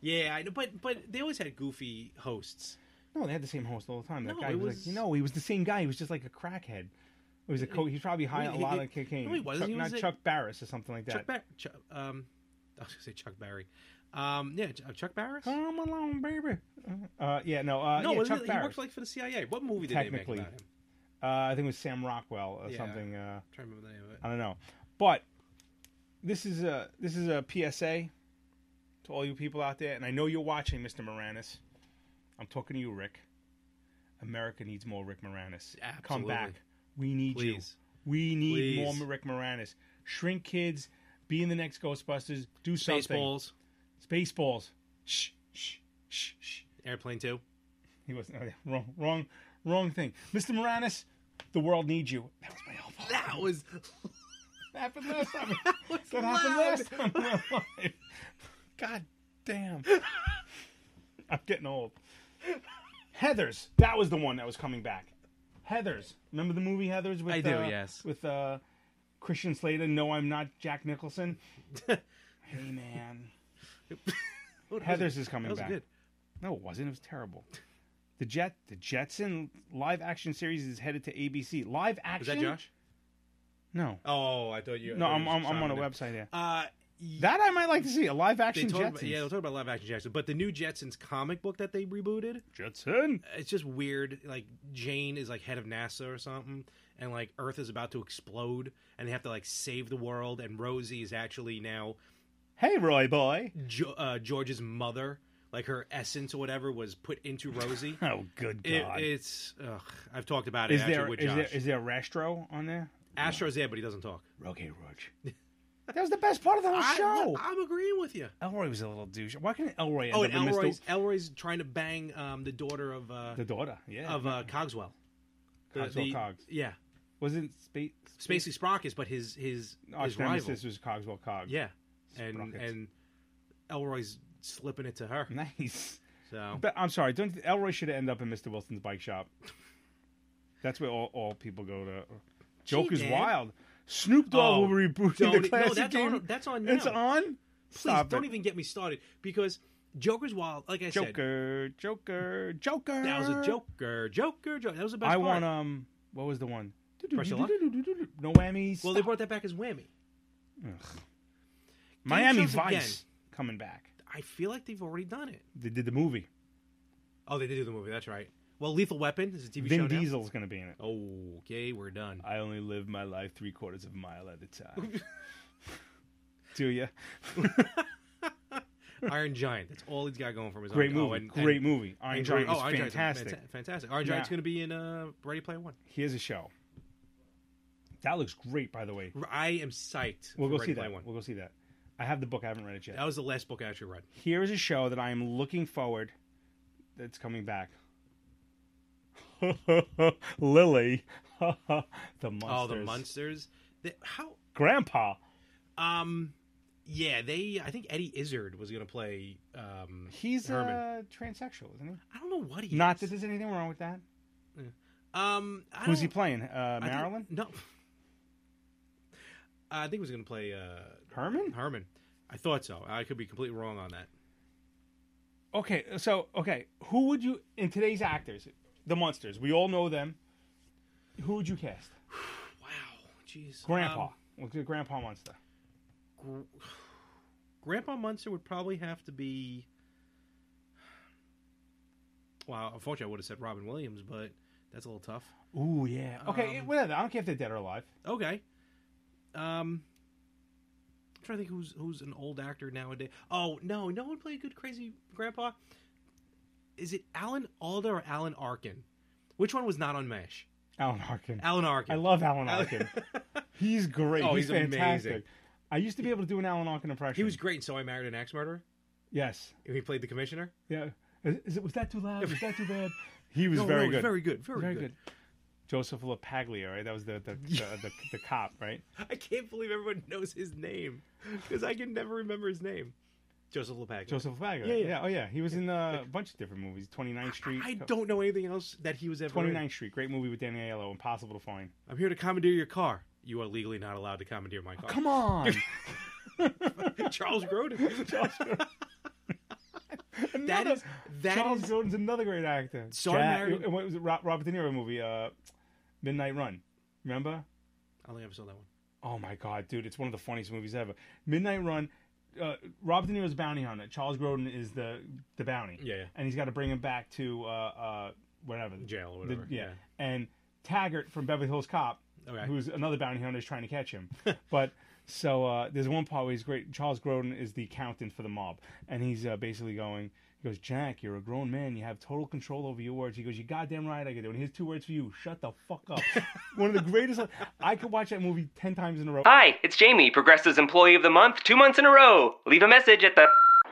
S2: yeah. I know, but but they always had goofy hosts.
S3: No, they had the same host all the time. That
S2: No,
S3: guy
S2: it
S3: was,
S2: was-
S3: like, you know, he was the same guy. He was just like a crackhead. He was a co- he's probably high on a
S2: he-
S3: lot
S2: he-
S3: of cocaine.
S2: no, he wasn't.
S3: Chuck,
S2: He was
S3: not
S2: a-
S3: Chuck Barris or something like that.
S2: Chuck Bar- Chuck, um, I was gonna say Chuck Barry. Um, yeah, Ch- uh, Chuck Barris.
S3: Come along, baby. Uh, yeah, no, uh,
S2: no,
S3: yeah,
S2: wasn't
S3: Chuck
S2: it, he
S3: Barris.
S2: worked like for the CIA. What movie did they make about
S3: Technically.
S2: him?
S3: uh, I think it was Sam Rockwell or
S2: Yeah.
S3: something. Uh,
S2: I'm trying to remember the name of it.
S3: I don't know, but this is a this is a PSA to all you people out there, and I know you're watching, Mr. Moranis. I'm talking to you, Rick. America needs more Rick Moranis. Come
S2: Absolutely.
S3: back. We need
S2: Please.
S3: you. We need
S2: Please.
S3: more Rick Moranis. Shrink kids. Be in the next Ghostbusters. Do something.
S2: Spaceballs,
S3: Spaceballs. Shh, shh, shh, shh.
S2: Airplane Two.
S3: He wasn't. oh, yeah, wrong, wrong, wrong thing. Mr. Moranis, the world needs you. That was my elbow.
S2: That was
S3: <laughs> That happened last
S2: <laughs>
S3: time. that happened last time in my life. God damn. <laughs> I'm getting old. Heathers. That was the one that was coming back. Heathers. Remember the movie Heathers with
S2: I do,
S3: uh,
S2: yes.
S3: with uh, Christian Slater? No, I'm not
S2: <laughs>
S3: Jack Nicholson. hey man. Heathers is coming
S2: that was
S3: back.
S2: good.
S3: No, it wasn't. It was terrible. The Jet the Jetson live action series is headed to ABC. Live action.
S2: Was that Josh?
S3: No.
S2: Oh, I thought you. I
S3: No,
S2: thought
S3: I'm
S2: you
S3: I'm,
S2: were
S3: I'm on a
S2: chiming in.
S3: website here.
S2: Uh,
S3: That I might like to see a live
S2: they
S3: action
S2: talk
S3: Jetsons.
S2: about, yeah, they'll talk about live action Jetsons, but the new Jetsons comic book that they rebooted,
S3: Jetson.
S2: it's just weird. Like Jane is like head of NASA or something, and like Earth is about to explode, and they have to like save the world, and Rosie is actually now
S3: Hey, Roy boy.
S2: jo- uh, George's mother. Like her essence or whatever was put into Rosie.
S3: <laughs> Oh, good
S2: It-
S3: God.
S2: it's ugh, I've talked about it
S3: Is
S2: actually
S3: there,
S2: with
S3: is
S2: Josh.
S3: there is there a Rastro on there?
S2: Astro's there, but he doesn't talk.
S3: Okay, Roach. <laughs> that was the best part of the whole show.
S2: I, am agreeing with you.
S3: Elroy was a little douche. Why couldn't Elroy end
S2: Oh,
S3: up
S2: and
S3: in Mr.
S2: Elroy's, Elroy's trying to bang um, the daughter of uh,
S3: the daughter? Yeah.
S2: of
S3: <laughs>
S2: uh, Cogswell. The-
S3: Cogswell
S2: the-
S3: Cogs.
S2: Yeah,
S3: Wasn't Space
S2: Spacey Sprockets, but his his
S3: Arch
S2: his rival.
S3: Nemesis was Cogswell Cog.
S2: Yeah, and
S3: Sprockets.
S2: and Elroy's slipping it to her.
S3: Nice.
S2: So
S3: But I'm sorry. Don't Elroy should end up in Mr. Wilson's bike shop. That's where all, all people go to. Joke is
S2: did.
S3: wild. Snoop Dogg
S2: Oh,
S3: will reboot
S2: don't-
S3: the
S2: no,
S3: classic
S2: that's
S3: game.
S2: on- that's on
S3: It's
S2: now.
S3: on.
S2: please
S3: Stop
S2: don't
S3: it.
S2: even get me started because Joker's wild. Like I said,
S3: Joker, Joker, Joker.
S2: that was a Joker, Joker, Joker. That was the best.
S3: I
S2: part.
S3: want um. What was the one?
S2: Pressure Lock?
S3: No whammies.
S2: Well, they brought that back as whammy.
S3: Miami
S2: shows
S3: Vice
S2: again.
S3: coming back.
S2: I feel like they've already done it.
S3: They did the movie.
S2: Oh, they did do the movie. That's right. Well, Lethal Weapon is a TV show
S3: Vin
S2: now.
S3: Diesel's going to be in it.
S2: Okay, we're done.
S3: I only live my life three quarters of a mile at a time. Do you?
S2: Iron Giant. That's all he's got going for him. Is
S3: Great
S2: Iron- oh,
S3: movie.
S2: and-
S3: Great
S2: and-
S3: movie. Iron Giant
S2: oh,
S3: is
S2: Iron Giant's
S3: fantastic.
S2: fanta- fantastic. Iron Giant's
S3: Yeah.
S2: going to be in uh, Ready Player One.
S3: Here's a show. That looks great, by the way.
S2: I am psyched.
S3: We'll
S2: for
S3: go
S2: Ready
S3: see
S2: Player
S3: that.
S2: One.
S3: We'll go see that. I have the book. I haven't read it yet.
S2: That was the last book I actually read.
S3: Here is a show that I am looking forward. That's coming back. <laughs> Lily, <laughs> the monsters.
S2: Oh, the monsters. They, how?
S3: Grandpa.
S2: Um, yeah, they. I think Eddie Izzard was going to play. Um,
S3: He's
S2: Herman.
S3: uh, transsexual, isn't he?
S2: I don't know what he
S3: Not
S2: is.
S3: that there's anything wrong with that.
S2: Um, I
S3: Who's he
S2: don't-
S3: playing? Uh,
S2: I think-
S3: Marilyn?
S2: no. I think he was going to play uh,
S3: Herman.
S2: Herman. I thought so. I could be completely wrong on that.
S3: Okay, so okay, who would you in today's actors, the monsters? We all know them. Who would you cast?
S2: Jeez.
S3: Grandpa.
S2: Um,
S3: What's the Grandpa monster.
S2: Gr- Grandpa Munster would probably have to be. Well, unfortunately, I would have said Robin Williams, but that's a little tough.
S3: Ooh yeah. Okay,
S2: Um,
S3: whatever. I don't care if they're dead or alive.
S2: Okay. Um, I'm trying to think who's who's an old actor nowadays. Oh no, no one played good crazy grandpa. Is it Alan Alda or Alan Arkin? Which one was not on Mash?
S3: Alan Arkin.
S2: Alan Arkin.
S3: I love Alan <laughs> Arkin. he's great.
S2: Oh,
S3: he's,
S2: he's amazing.
S3: fantastic. I used to be able to do an Alan Arkin impression.
S2: He was great. in So I married an axe murderer.
S3: Yes.
S2: He played the commissioner.
S3: Yeah. Is, is it, was that too loud? Was that too bad? <laughs> He was
S2: No,
S3: very
S2: no, he's
S3: good.
S2: very good, very good.
S3: Joseph LaPaglia, right? That was the the, <laughs> the, the, the cop, right?
S2: I can't believe everyone knows his name because I can never remember his name. Joseph LePag.
S3: Joseph LaPaglia.
S2: Yeah, yeah.
S3: Oh yeah. He was in uh, a bunch of different movies. 29th Street.
S2: I don't know anything else that he was ever.
S3: 29th Street. Great movie with Danny Aiello. Impossible to find.
S2: I'm here to commandeer your car. You are legally not allowed to commandeer my car.
S3: Oh, Come on.
S2: <laughs> Charles Grodin. Charles Grodin. that
S3: Another-
S2: is that
S3: Charles
S2: is-
S3: Grodin's another great actor.
S2: So I married-
S3: What was it? Ro- Robert De Niro movie, uh, Midnight Run. Remember?
S2: I don't think I ever saw that one.
S3: Oh my god, dude! It's one of the funniest movies ever. Midnight Run. Uh, Robert De Niro's bounty hunter. Charles Grodin is the the bounty.
S2: Yeah, yeah.
S3: And he's got to bring him back to uh, uh, whatever
S2: Jail or
S3: The-
S2: whatever,
S3: yeah.
S2: yeah.
S3: And Taggart from Beverly Hills Cop,
S2: Okay.
S3: who's another bounty hunter, is trying to catch him. <laughs> but so uh, there's one part where he's great. Charles Grodin is the accountant for the mob, and he's uh, basically going. He goes, Jack, you're a grown man. You have total control over your words. He goes, you goddamn right I can do. it. And here's two words for you: shut the fuck up. <laughs> one of the greatest. I could watch that movie ten times
S2: <laughs>
S3: in a row.
S11: Hi, it's Jamie, Progressive's Employee of the Month, two months in a row. Leave a message at the.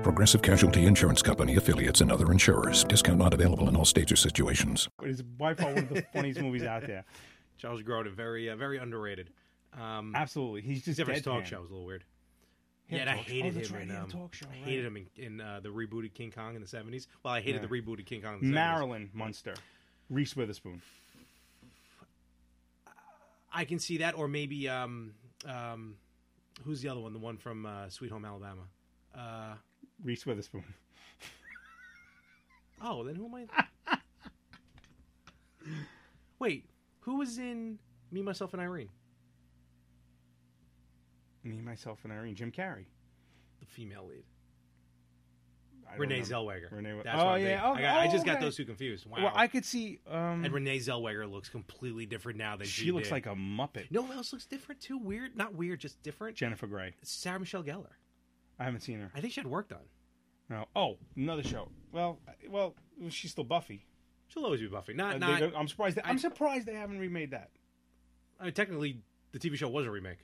S9: Progressive Casualty Insurance Company affiliates and other insurers. Discount not available in all states or situations.
S3: It's by far one of the funniest movies out there.
S2: Charles Grodin, very uh, very underrated. Um,
S3: Absolutely, he's just
S2: different talk
S3: deadpan.
S2: show was a little weird.
S3: He
S2: Yeah,
S3: had
S2: and I
S3: talk- oh,
S2: hated
S3: that's
S2: him.
S3: right,
S2: in,
S3: he had a
S2: um,
S3: talk show,
S2: I
S3: right.
S2: hated him in, in uh, the rebooted King Kong in the seventies. Well, I hated
S3: Yeah.
S2: the rebooted King Kong. In the 70s.
S3: Marilyn Munster, Reese Witherspoon.
S2: I can see that, or maybe um, um, who's the other one? The one from uh, Sweet Home Alabama. Uh,
S3: Reese Witherspoon.
S2: oh, then who am I?
S3: <laughs>
S2: Wait, who was in Me, Myself, and Irene?
S3: Me, myself, and Irene. Jim Carrey.
S2: The female lead.
S3: I don't
S2: Renee
S3: remember.
S2: Zellweger.
S3: Renee.
S2: That's
S3: oh
S2: what I'm
S3: yeah.
S2: thinking. I, got,
S3: Oh,
S2: I just got
S3: okay.
S2: those two confused. Wow.
S3: Well, I could see. Um,
S2: and Renee Zellweger looks completely different now than she,
S3: she, looks
S2: did.
S3: like a Muppet.
S2: No one else looks different too. Weird, not weird, just different.
S3: Jennifer Grey.
S2: Sarah Michelle Gellar.
S3: I haven't seen her.
S2: I think she had worked on.
S3: No. Oh, another show. Well, I- well, she's still Buffy.
S2: She'll always be Buffy. Not,
S3: Uh, they
S2: not.
S3: don't- I'm surprised. They,
S2: I-
S3: I'm surprised they haven't remade that.
S2: I mean, technically, the TV show was a remake.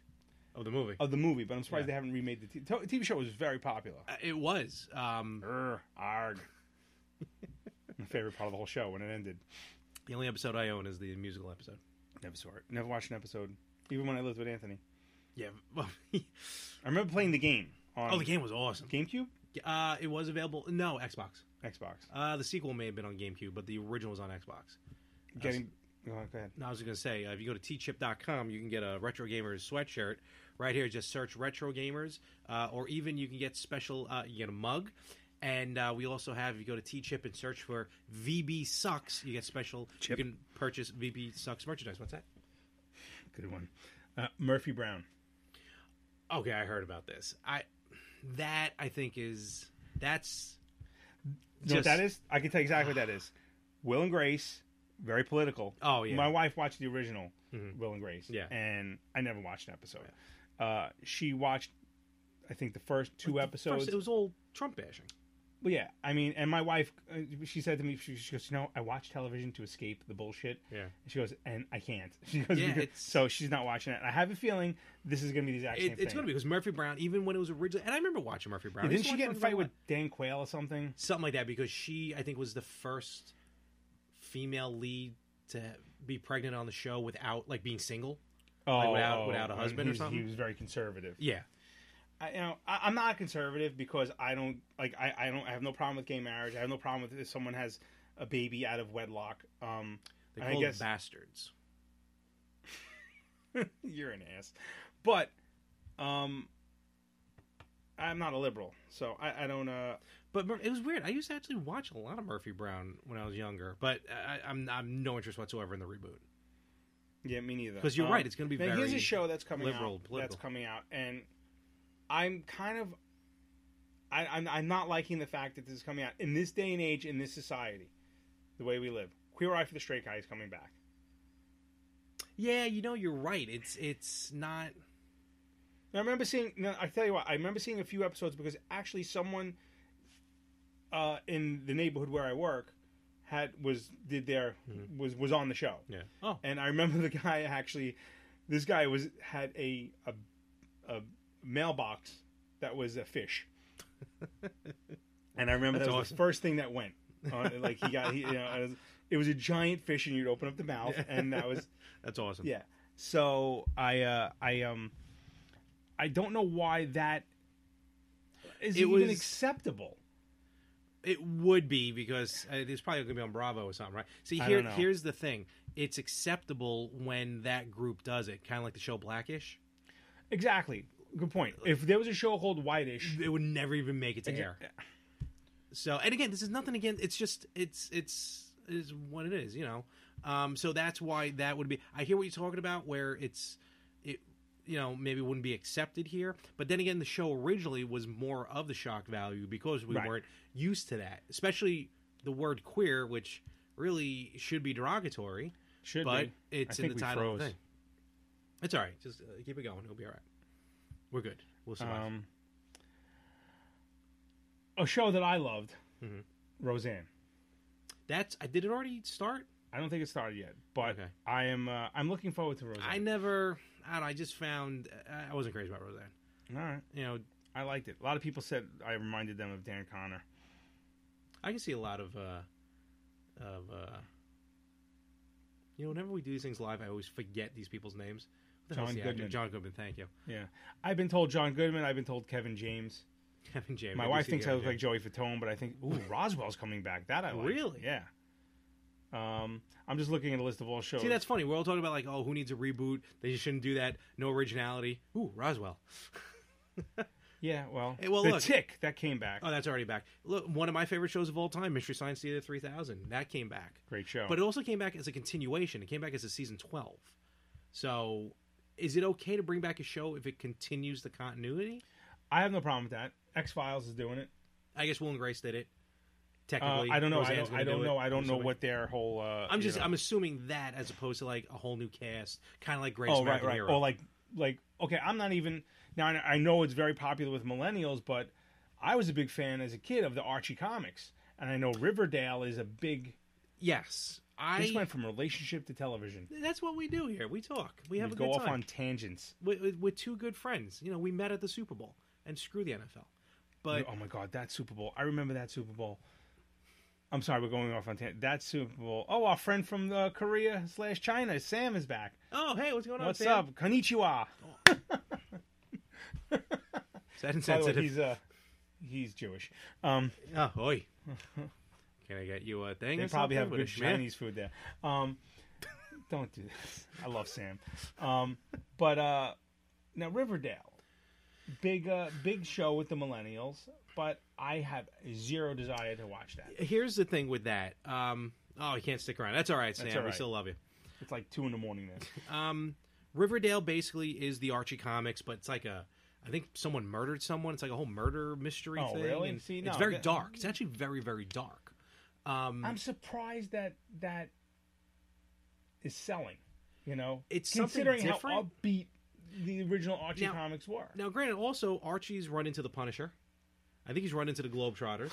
S2: of the movie.
S3: of the movie, but I'm surprised
S2: Yeah.
S3: they haven't remade the t- t- TV show. Was very popular.
S2: Uh, It was. Um, <laughs>
S3: arg. My favorite part of the whole show when it ended.
S2: The only episode I own is the musical episode.
S3: Never saw it. Never watched an episode, even when I lived with Anthony.
S2: Yeah. Well,
S3: I remember playing the game.
S2: <laughs>
S3: On
S2: Oh, the game was awesome.
S3: GameCube.
S2: Uh, it was available. No, Xbox.
S3: Xbox.
S2: Uh, the sequel may have been on GameCube, but the original was on Xbox.
S3: Getting- Go on, go ahead.
S2: No, I was going to say, uh, if you go to tchip.com, you can get a Retro Gamers sweatshirt. Right here, just search Retro Gamers, uh, or even you can get special, uh, you get a mug. And uh, we also have, you go to tchip and search for VB Sucks, you get special,
S3: Chip.
S2: you can purchase VB Sucks merchandise. What's that?
S3: Good one. Uh, Murphy Brown.
S2: Okay, I heard about this. I That, I think, is, that's
S3: You know
S2: Just-
S3: what that is? I can tell you exactly what that
S2: <sighs>
S3: is. Will and Grace, very political.
S2: Oh, yeah.
S3: My wife watched the original
S2: Mhm.
S3: Will and Grace.
S2: Yeah.
S3: And I never watched an episode. Uh, she watched, I think, the first two episodes.
S2: First, it was all Trump bashing.
S3: Well, yeah, I mean, and my wife, uh, she said to me, she, she goes, you know, I watch television to escape the bullshit.
S2: Yeah.
S3: She goes, and I can't. <laughs> She goes,
S2: Yeah,
S3: "Because-"
S2: it's-
S3: so she's not watching it. And I have a feeling this is going to be the exact
S2: It,
S3: same
S2: it's
S3: thing.
S2: going to be because Murphy Brown, even when it was originally, and I remember watching Murphy Brown.
S3: Yeah,
S2: I used
S3: didn't
S2: to
S3: she
S2: watch
S3: get in a
S2: Murphy
S3: fight
S2: Brown a
S3: with Dan Quayle or something?
S2: something like that because she i think was the first female lead to be pregnant on the show without like being single like, without without a
S3: and
S2: husband or
S3: he's-
S2: something
S3: Oh, He was very conservative.
S2: yeah
S3: I, you know, I, I'm not conservative because I don't like I, I don't I have no problem with gay marriage. I have no problem with if someone has a baby out of wedlock. Um,
S2: they
S3: and
S2: call
S3: I guess
S2: them bastards
S3: <laughs> you're an ass, but um, I'm not a liberal, so I, I don't. Uh,
S2: but Mur- it was weird i used to actually watch a lot of murphy brown when i was younger but I, i'm i'm no interest whatsoever in the reboot
S3: yeah, me neither.
S2: because you're
S3: Um,
S2: right it's going to be
S3: now
S2: very
S3: here's a show that's coming
S2: liberal
S3: out.
S2: political.
S3: That's coming out, and I'm kind of. I, I'm, I'm not liking the fact that this is coming out in this day and age, in this society, the way we live. Queer Eye for the Straight Guy is coming back.
S2: yeah you know you're right it's it's not
S3: I remember seeing. No, I tell you what. I remember seeing a few episodes because actually someone uh, in the neighborhood where I work had was did their was was on the show.
S2: Mm-hmm. Yeah. Oh.
S3: And I remember <laughs> the guy actually. This guy was had a a, a mailbox that was a fish. And I remember
S2: That's
S3: <laughs> that was
S2: awesome.
S3: the first thing that went. Uh, like he got, he, you know, it was, it was a giant fish, and you'd open up the mouth,
S2: Yeah.
S3: and that <laughs> was
S2: that's awesome
S3: yeah. So I uh, I um I don't know why that is
S2: It
S3: even
S2: was-
S3: acceptable.
S2: It would be because uh, it's probably going to be on Bravo or something, right? See,
S3: I
S2: here,
S3: don't know.
S2: here's the thing: it's acceptable when that group does it, kind of like the show Blackish.
S3: Exactly. Good point. If there was a show called Whitish,
S2: it would never even make it to air. So, and again, this is nothing again. It's just it's it's is what it is, you know. Um, so that's why that would be. I hear what you're talking about, where it's it, you know, maybe wouldn't be accepted here. But then again, the show originally was more of the shock value because we
S3: Right.
S2: weren't used to that, especially the word queer, which really should be derogatory.
S3: Should
S2: but
S3: be.
S2: it's
S3: I
S2: in
S3: think
S2: the
S3: we
S2: title. Of the
S3: froze.
S2: thing. It's all right. Just uh, keep it going. It'll be all right. We're good. We'll survive.
S3: Um, a show that I loved,
S2: Mm-hmm.
S3: Roseanne.
S2: That's I did it already start?
S3: I don't think it started yet, but I am uh, I'm looking forward to Roseanne.
S2: I never. I don't. know, I just found I- I wasn't crazy about Roseanne.
S3: All right.
S2: You know,
S3: I liked it. A lot of people said I reminded them of Dan Connor.
S2: I can see a lot of uh of uh you know, whenever we do these things live, I always forget these people's names. What the hell's
S3: John
S2: the actor?
S3: Goodman.
S2: John Goodman. Thank you. <laughs>
S3: Yeah. I've been told John Goodman. I've been told Kevin James.
S2: Kevin James.
S3: My
S2: I do
S3: wife
S2: see
S3: thinks I
S2: Kevin
S3: look like Joey Fatone, but I think
S2: <laughs>
S3: ooh, Roswell's coming back. That I like.
S2: Really?
S3: Yeah. Um, I'm just looking at a list of all shows.
S2: See, that's funny. We're all talking about like, oh, who needs a reboot? They just shouldn't do that. No originality. Ooh, Roswell. <laughs>
S3: yeah. Well,
S2: Hey, well,
S3: the
S2: look.
S3: Tick that came back.
S2: Oh, that's already back. Look, one of my favorite shows of all time, Mystery Science Theater 3000. That came back.
S3: Great show.
S2: But it also came back as a continuation. It came back as a season 12. So is it okay to bring back a show if it continues the continuity?
S3: I have no problem with that. X Files is doing it.
S2: I guess Will and Grace did it.
S3: Uh,
S2: Technically,
S3: I don't know. I
S2: Roseanne's
S3: don't,
S2: gonna
S3: I don't
S2: do it.
S3: know. I don't know
S2: Somebody-
S3: what their whole. Uh,
S2: I'm
S3: you
S2: just.
S3: know-
S2: I'm assuming that as opposed to like a whole new cast, kind of like Great
S3: oh right,
S2: American
S3: right.
S2: Hero.
S3: Or like like okay. I'm not even now. I I know it's very popular with millennials, but I was a big fan as a kid of the Archie comics, and I know Riverdale is a big
S2: yes, I
S3: This went from relationship to television.
S2: That's what we do here. We talk. We have
S3: We
S2: a
S3: go
S2: good
S3: off
S2: time.
S3: on tangents.
S2: With, with, with two good friends. You know, we met at the Super Bowl, and screw the NFL. But
S3: oh my god, that Super Bowl! I remember that Super Bowl. I'm sorry, we're going off on tangent. That Super Bowl. Oh, our friend from uh, Korea slash China, Sam, is back.
S2: Oh, hey, what's going on?
S3: What's
S2: Sam?
S3: up? Konnichiwa.
S2: Is that
S3: By the way,
S2: insensitive?
S3: he's uh, he's Jewish. Um,
S2: <laughs> oh,
S3: <laughs>
S2: oi. Can I get you a thing?
S3: They
S2: or
S3: probably
S2: something
S3: have
S2: with
S3: good
S2: a schmear?
S3: Chinese food there. Um, don't do this. I love Sam. Um, but uh, now Riverdale, big uh, big show with the millennials, but I have zero desire to watch that.
S2: Here's the thing with that. Um, oh, you can't stick around. That's all right, Sam.
S3: That's all
S2: We
S3: right.
S2: still love you.
S3: It's like two in the morning
S2: <laughs>
S3: now.
S2: Um, Riverdale basically is the Archie comics, but it's like a. I think someone murdered someone. It's like a whole murder mystery
S3: Oh,
S2: thing.
S3: really?
S2: and
S3: See,
S2: it's
S3: no,
S2: very
S3: that-
S2: dark. It's actually very, very dark. Um,
S3: I'm surprised that that is selling. You know,
S2: It's something
S3: considering how
S2: different.
S3: upbeat the original Archie comics were.
S2: Now, granted, also Archie's run into the Punisher. I think he's run into the
S3: <laughs>
S2: Globetrotters.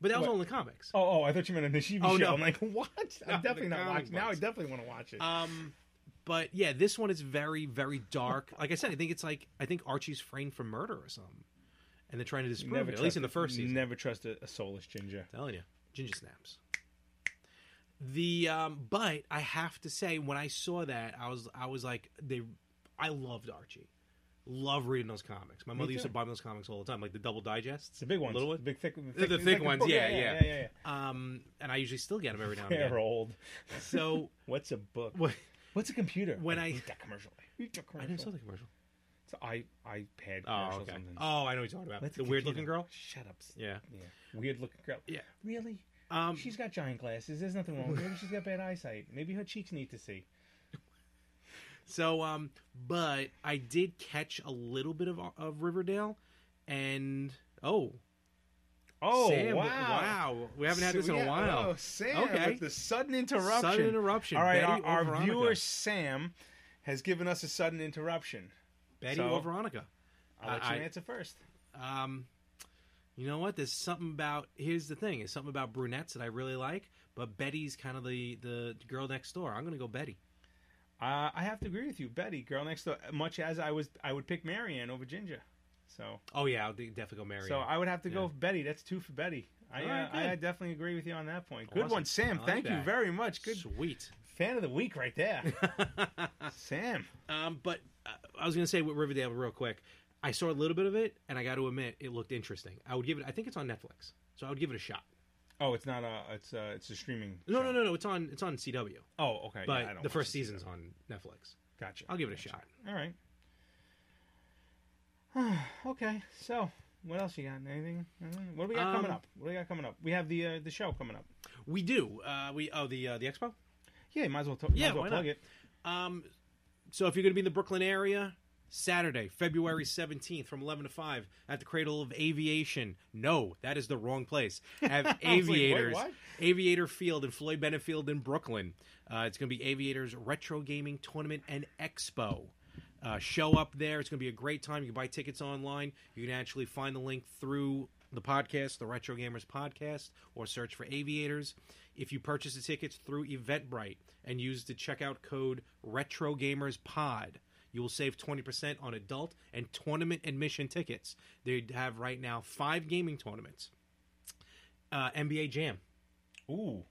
S2: But that was
S3: What?
S2: only comics.
S3: Oh, oh, I thought you meant on the TV
S2: Oh,
S3: show.
S2: no.
S3: I'm like, what?
S2: No,
S3: I'm definitely
S2: the
S3: not
S2: comic
S3: watching. Now I
S2: books.
S3: definitely want to watch it.
S2: Um, but yeah, this one is very, very
S3: <laughs>
S2: dark. Like I said, I think it's like I think Archie's framed for murder or something, and they're trying to disprove it. At least in the first season,
S3: Never trust a, a soulless ginger.
S2: telling you, ginger snaps. The um, but I have to say, when I saw that, I was I was like they, I loved Archie, love reading those comics. My
S3: Me
S2: mother used to
S3: too.
S2: buy me those comics all the time, like the double digests,
S3: The big ones,
S2: little
S3: the
S2: ones,
S3: big thick,
S2: the, the thick, ones. Yeah, yeah,
S3: yeah. yeah,
S2: Um, and I usually still get them every now
S3: <laughs>
S2: and
S3: They're
S2: again. <laughs>
S3: old. <laughs>
S2: So
S3: what's a book?
S2: What-
S3: what's a computer?
S2: when I-
S3: hate that commercial, I hate that
S2: I
S3: commercial.
S2: never saw the commercial.
S3: It's I iPad
S2: Oh,
S3: commercial. or
S2: okay.
S3: something.
S2: Oh, I know what you're talking about.
S3: What's
S2: The
S3: a
S2: weird-looking
S3: computer?
S2: girl?
S3: Shut up.
S2: Yeah.
S3: Yeah. Weird looking girl.
S2: Yeah.
S3: Really?
S2: Um,
S3: she's got giant glasses. There's nothing wrong. with her. Maybe she's got bad eyesight. Maybe her cheeks need
S2: <laughs>
S3: to see.
S2: So, um, but I did catch a little bit of of Riverdale, and oh,
S3: Oh
S2: Sam,
S3: wow!
S2: wow, we haven't had
S3: So-
S2: this in a
S3: yeah,
S2: while.
S3: Oh, Sam,
S2: okay,
S3: with the sudden interruption.
S2: Sudden interruption.
S3: All right,
S2: Betty
S3: our,
S2: or
S3: our
S2: Veronica?
S3: viewer Sam has given us a sudden interruption.
S2: Betty
S3: So,
S2: or Veronica.
S3: I'll let
S2: I-
S3: you
S2: I-
S3: answer first.
S2: Um, you know what? There's something about here's the thing. There's something about brunettes that I really like, but Betty's kind of the the girl next door. I'm gonna go Betty.
S3: Uh, I have to agree with you, Betty, girl next door. Much as I was, I would pick Marianne over Ginger. So,
S2: Oh yeah, I'll de- definitely go Mary.
S3: so I would have to go
S2: Yeah.
S3: with Betty. That's two for Betty. I,
S2: All right,
S3: uh, I
S2: good.
S3: definitely agree with you on that point. Good
S2: Awesome.
S3: one, Sam.
S2: I like
S3: Thank you
S2: that.
S3: very much. Good
S2: Sweet.
S3: fan of the week right
S2: <laughs>
S3: there, Sam.
S2: Um, but uh, I was going to say with Riverdale real quick. I saw a little bit of it, and I got to admit, it looked interesting. I would give it. I think it's on Netflix, so I would give it a shot.
S3: Oh, it's not a. It's a. It's a streaming.
S2: No, no, no, no. It's on. It's on CW.
S3: Oh, okay.
S2: But
S3: Yeah, I don't
S2: the
S3: watch
S2: first
S3: this
S2: season's on Netflix.
S3: Gotcha.
S2: I'll give it a shot.
S3: All right. <sighs> okay. So, what else you got? Anything? Anything? What do we got coming
S2: Um,
S3: up? What do we got coming up? We have the uh, the show coming up.
S2: We do. Uh, we oh the uh, the expo.
S3: Yeah, you might as well, t-
S2: Yeah,
S3: might as well
S2: why
S3: plug
S2: not?
S3: it.
S2: Um, so if you're going to be in the Brooklyn area, Saturday, February 17th from 11 to 5 at the Cradle of Aviation. No, that is the wrong
S3: <laughs>
S2: place.
S3: I
S2: Have
S3: was like, wait,
S2: Aviators,
S3: what?
S2: Aviator Field and Floyd Bennett Field in Brooklyn. Uh, it's going to be Aviators Retro Gaming Tournament and Expo. Uh, show up there. It's going to be a great time. You can buy tickets online. You can actually find the link through the podcast, the Retro Gamers Podcast, or search for Aviators. If you purchase the tickets through Eventbrite and use the checkout code Retro Gamers Pod, you will save 20% on adult and tournament admission tickets. They have right now five gaming tournaments. Uh, NBA Jam.
S3: Ooh,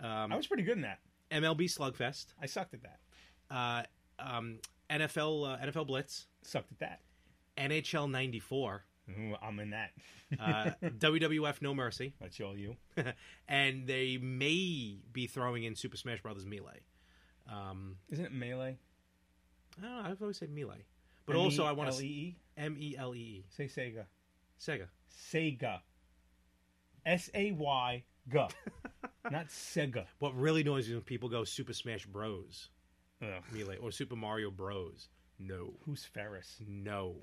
S2: Um,
S3: I was pretty good in that.
S2: MLB Slugfest.
S3: I sucked at that.
S2: Uh, um, NFL uh, NFL Blitz.
S3: Sucked at that.
S2: NHL 94.
S3: Ooh, I'm
S2: <laughs>
S3: in that.
S2: Uh, WWF No Mercy. <laughs>
S3: That's all you.
S2: and they may be throwing in Super Smash Brothers Melee. Um,
S3: Isn't it melee?
S2: I don't know. I've always said Melee. But
S3: E
S2: also, I want to.
S3: M-E-L-E-E?
S2: M E L E E.
S3: say Sega.
S2: Sega.
S3: Sega. S A Y
S2: <laughs>
S3: G. Not Sega.
S2: What really annoys me is when people go Super Smash Bros.
S3: Ugh.
S2: Melee or Super Mario Bros. No.
S3: Who's Ferris?
S2: No.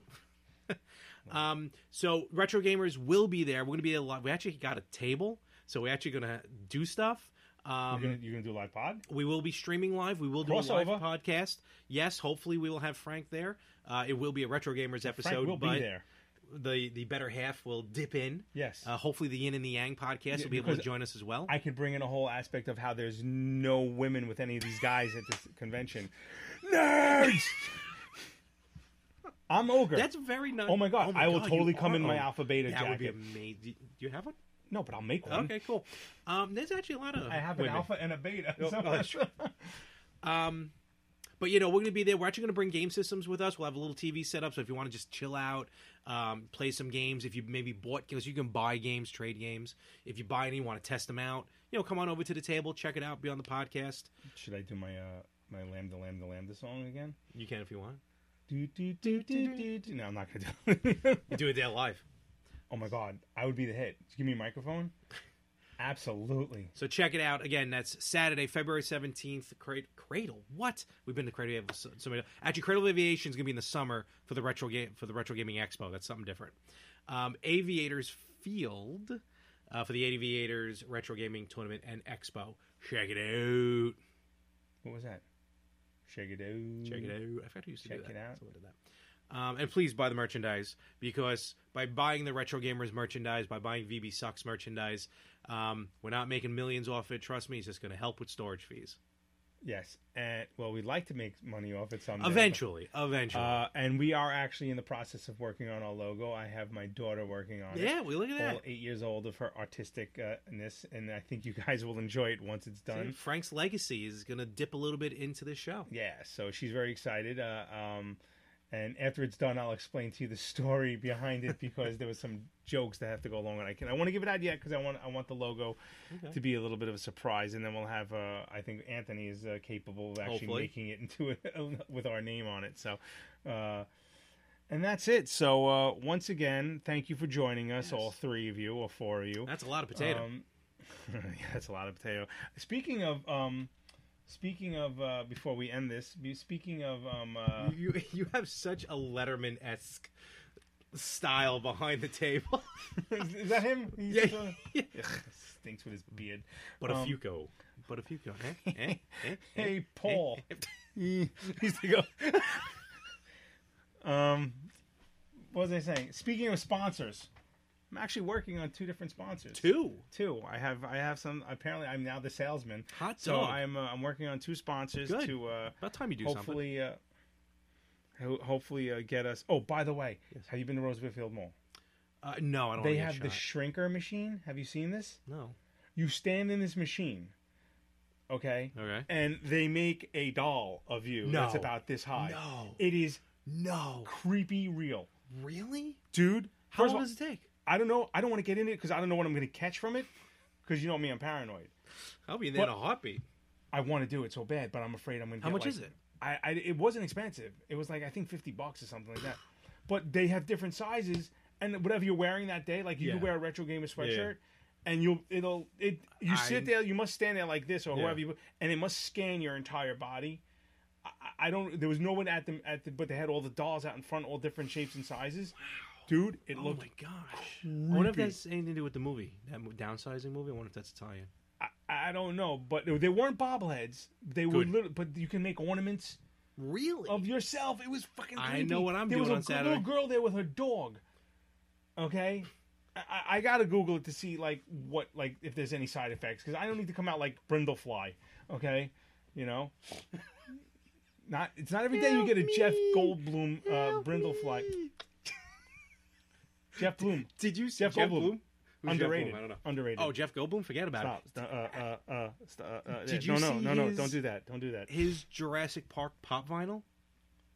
S2: <laughs> um, so retro gamers will be there. We're gonna be a lot. We actually got a table, so we're actually gonna do stuff. Um,
S3: you're, gonna, you're gonna do a live pod?
S2: we will be streaming live. We will do a
S3: Crossover.
S2: live podcast. Yes, hopefully we will have Frank there. Uh, it will be a retro gamers episode.
S3: Frank will
S2: but
S3: be there.
S2: the the better half will dip in.
S3: Yes.
S2: Uh, hopefully, the Yin and the Yang podcast will be able to join us as well.
S3: I could bring in a whole aspect of how there's no women with any of these guys at this convention. Nerds. I'm ogre.
S2: That's very nice.
S3: Oh my god! I will
S2: God,
S3: totally
S2: you
S3: come
S2: are
S3: in my
S2: ogre.
S3: alpha beta
S2: that
S3: jacket.
S2: would be amazing. Do you have one?
S3: No, but I'll make one.
S2: Okay, cool. Um, there's actually a lot of.
S3: I have an
S2: women.
S3: alpha and a beta.
S2: Oh,
S3: <laughs> so-
S2: oh, that's true. Um, but you know, we're gonna be there. We're actually gonna bring game systems with us. We'll have a little TV set up, so if you want to just chill out, um, play some games. If you maybe bought games, you can buy games, trade games. If you buy any, you want to test them out, you know, come on over to the table, check it out, be on the podcast.
S3: Should I do my uh, my lambda lambda lambda song again?
S2: You can if you want.
S3: Do, do, do, do, do, do. No, I'm not gonna do it. <laughs>
S2: do it there live.
S3: Oh my god, I would be the hit. Give me a microphone. Absolutely.
S2: So check it out again. That's Saturday, February seventeenth. Crad- Cradle. What? We've been to Cradle Aviation. so- so many- Actually, Cradle Aviation is going to be in the summer for the retro game for the Retro Gaming Expo. That's something different. Um, Aviators Field uh, for the Aviators Retro Gaming Tournament and Expo. Check it out.
S3: What was that? Shake it out.
S2: Check it out. I forgot who used to do
S3: Check
S2: that.
S3: it out.
S2: Someone did that. Um, and please buy the merchandise because by buying the Retro Gamers merchandise, by buying VB Sucks merchandise, um, we're not making millions off it. Trust me, it's just going to help with storage fees.
S3: Yes. And well, we'd like to make money off it someday.
S2: Eventually, eventually.
S3: Uh, and we are actually in the process of working on our logo. I have my daughter working on it.
S2: Yeah, we look at
S3: All
S2: that.
S3: Eight years old of her artisticness, and I think you guys will enjoy it once it's done.
S2: See, Frank's legacy is going to dip a little bit into the show.
S3: Yeah, so she's very excited. Uh, um, and after it's done, I'll explain to you the <laughs> story behind it because there was some jokes that have to go along. And I can I want to give it out yet because I want I want the logo
S2: Okay.
S3: to be a little bit of a surprise, and then we'll have. Uh, I think Anthony is uh, capable of actually
S2: Hopefully.
S3: making it <laughs> into a, with our name on it. So. Uh, and that's it. So uh, once again, thank you for joining us, all three of you or four of you.
S2: That's a lot of potato.
S3: Um, <laughs> yeah, that's a lot of potato. Speaking of, um, speaking of, uh, before we end this, be- speaking of,
S2: <laughs>
S3: um, uh,
S2: You you have such a Letterman esque style behind the table.
S3: is that him?
S2: <laughs>
S3: He's
S2: Yeah.
S3: the- Ugh, stinks with his
S2: <laughs>
S3: beard.
S2: But if
S3: Um,
S2: you go, but if you go, <laughs> eh, eh, eh, eh,
S3: Hey, Paul.
S2: <laughs> eh,
S3: He's to go. <laughs> um, what was I saying? Speaking of sponsors, I'm actually working on two different sponsors.
S2: Two,
S3: two. I have, I have some. Apparently, I'm now the salesman.
S2: Hot
S3: So
S2: dog.
S3: I'm, uh, I'm working on two sponsors
S2: Good.
S3: to. Uh,
S2: About time you do something.
S3: hopefully, Hopefully, uh, ho- hopefully uh, get us. Oh, by the way, have you been to Rose Whitfield Mall?
S2: Uh, no, I don't. wanna
S3: They
S2: get
S3: have the
S2: shot.
S3: shrinker machine. Have you seen this?
S2: no.
S3: You stand in this machine. Okay.
S2: Okay.
S3: And they make a doll of you
S2: Oh, No.
S3: that's about this high.
S2: No.
S3: It is
S2: no
S3: creepy real.
S2: Really?
S3: Dude,
S2: How
S3: first of
S2: long
S3: all-
S2: does it take?
S3: I don't know. I don't want to get in it because I don't know what I'm going to catch from it. Because you know me, I'm paranoid.
S2: I'll be there in
S3: What-
S2: a heartbeat.
S3: I want to do it so bad, but I'm afraid I'm going to.
S2: How much is it?
S3: I, I it wasn't expensive. It was like I think fifty bucks or something like that. But they have different sizes, and whatever you're wearing that day, like you
S2: Yeah.
S3: can wear a retro gamer
S2: Yeah.
S3: sweatshirt, and you'll it'll it you
S2: I-
S3: sit there. You must stand there like this or
S2: Yeah.
S3: whoever you, and it must scan your entire body. I- I, I don't. There was no one at them at the, but they had all the dolls out in front, all different shapes and sizes. Dude, it
S2: Oh
S3: looked
S2: my gosh! I wonder if
S3: creepy.
S2: that's anything to do with the movie, that mo- downsizing movie. I wonder if that's Italian.
S3: I don't know, but they- they weren't bobbleheads. They were
S2: Good.
S3: little, but you can make ornaments.
S2: Really?
S3: Of yourself. It was fucking
S2: I
S3: creepy.
S2: know what I'm
S3: there
S2: doing on
S3: was a little
S2: Saturday.
S3: girl there with her dog. Okay? I- I, I gotta Google it to see, like, what, like, if there's any side effects, because I don't need to come out like Brindlefly. Okay? You know? Not, it's not every day you get a Jeff Goldblum uh, Brindlefly. Jeff Bloom.
S2: Did you see
S3: Jeff,
S2: Jeff
S3: Goldblum?
S2: Bloom? Who's Jeff
S3: Underrated.
S2: Goldblum? I don't know.
S3: Underrated.
S2: Oh, Jeff Goldblum. Forget about
S3: Stop.
S2: it.
S3: St- uh, uh, uh, st- uh, uh,
S2: Did
S3: yeah.
S2: you
S3: no, no,
S2: see
S3: no, no,
S2: his-
S3: Don't do that. Don't do that.
S2: His Jurassic Park pop vinyl.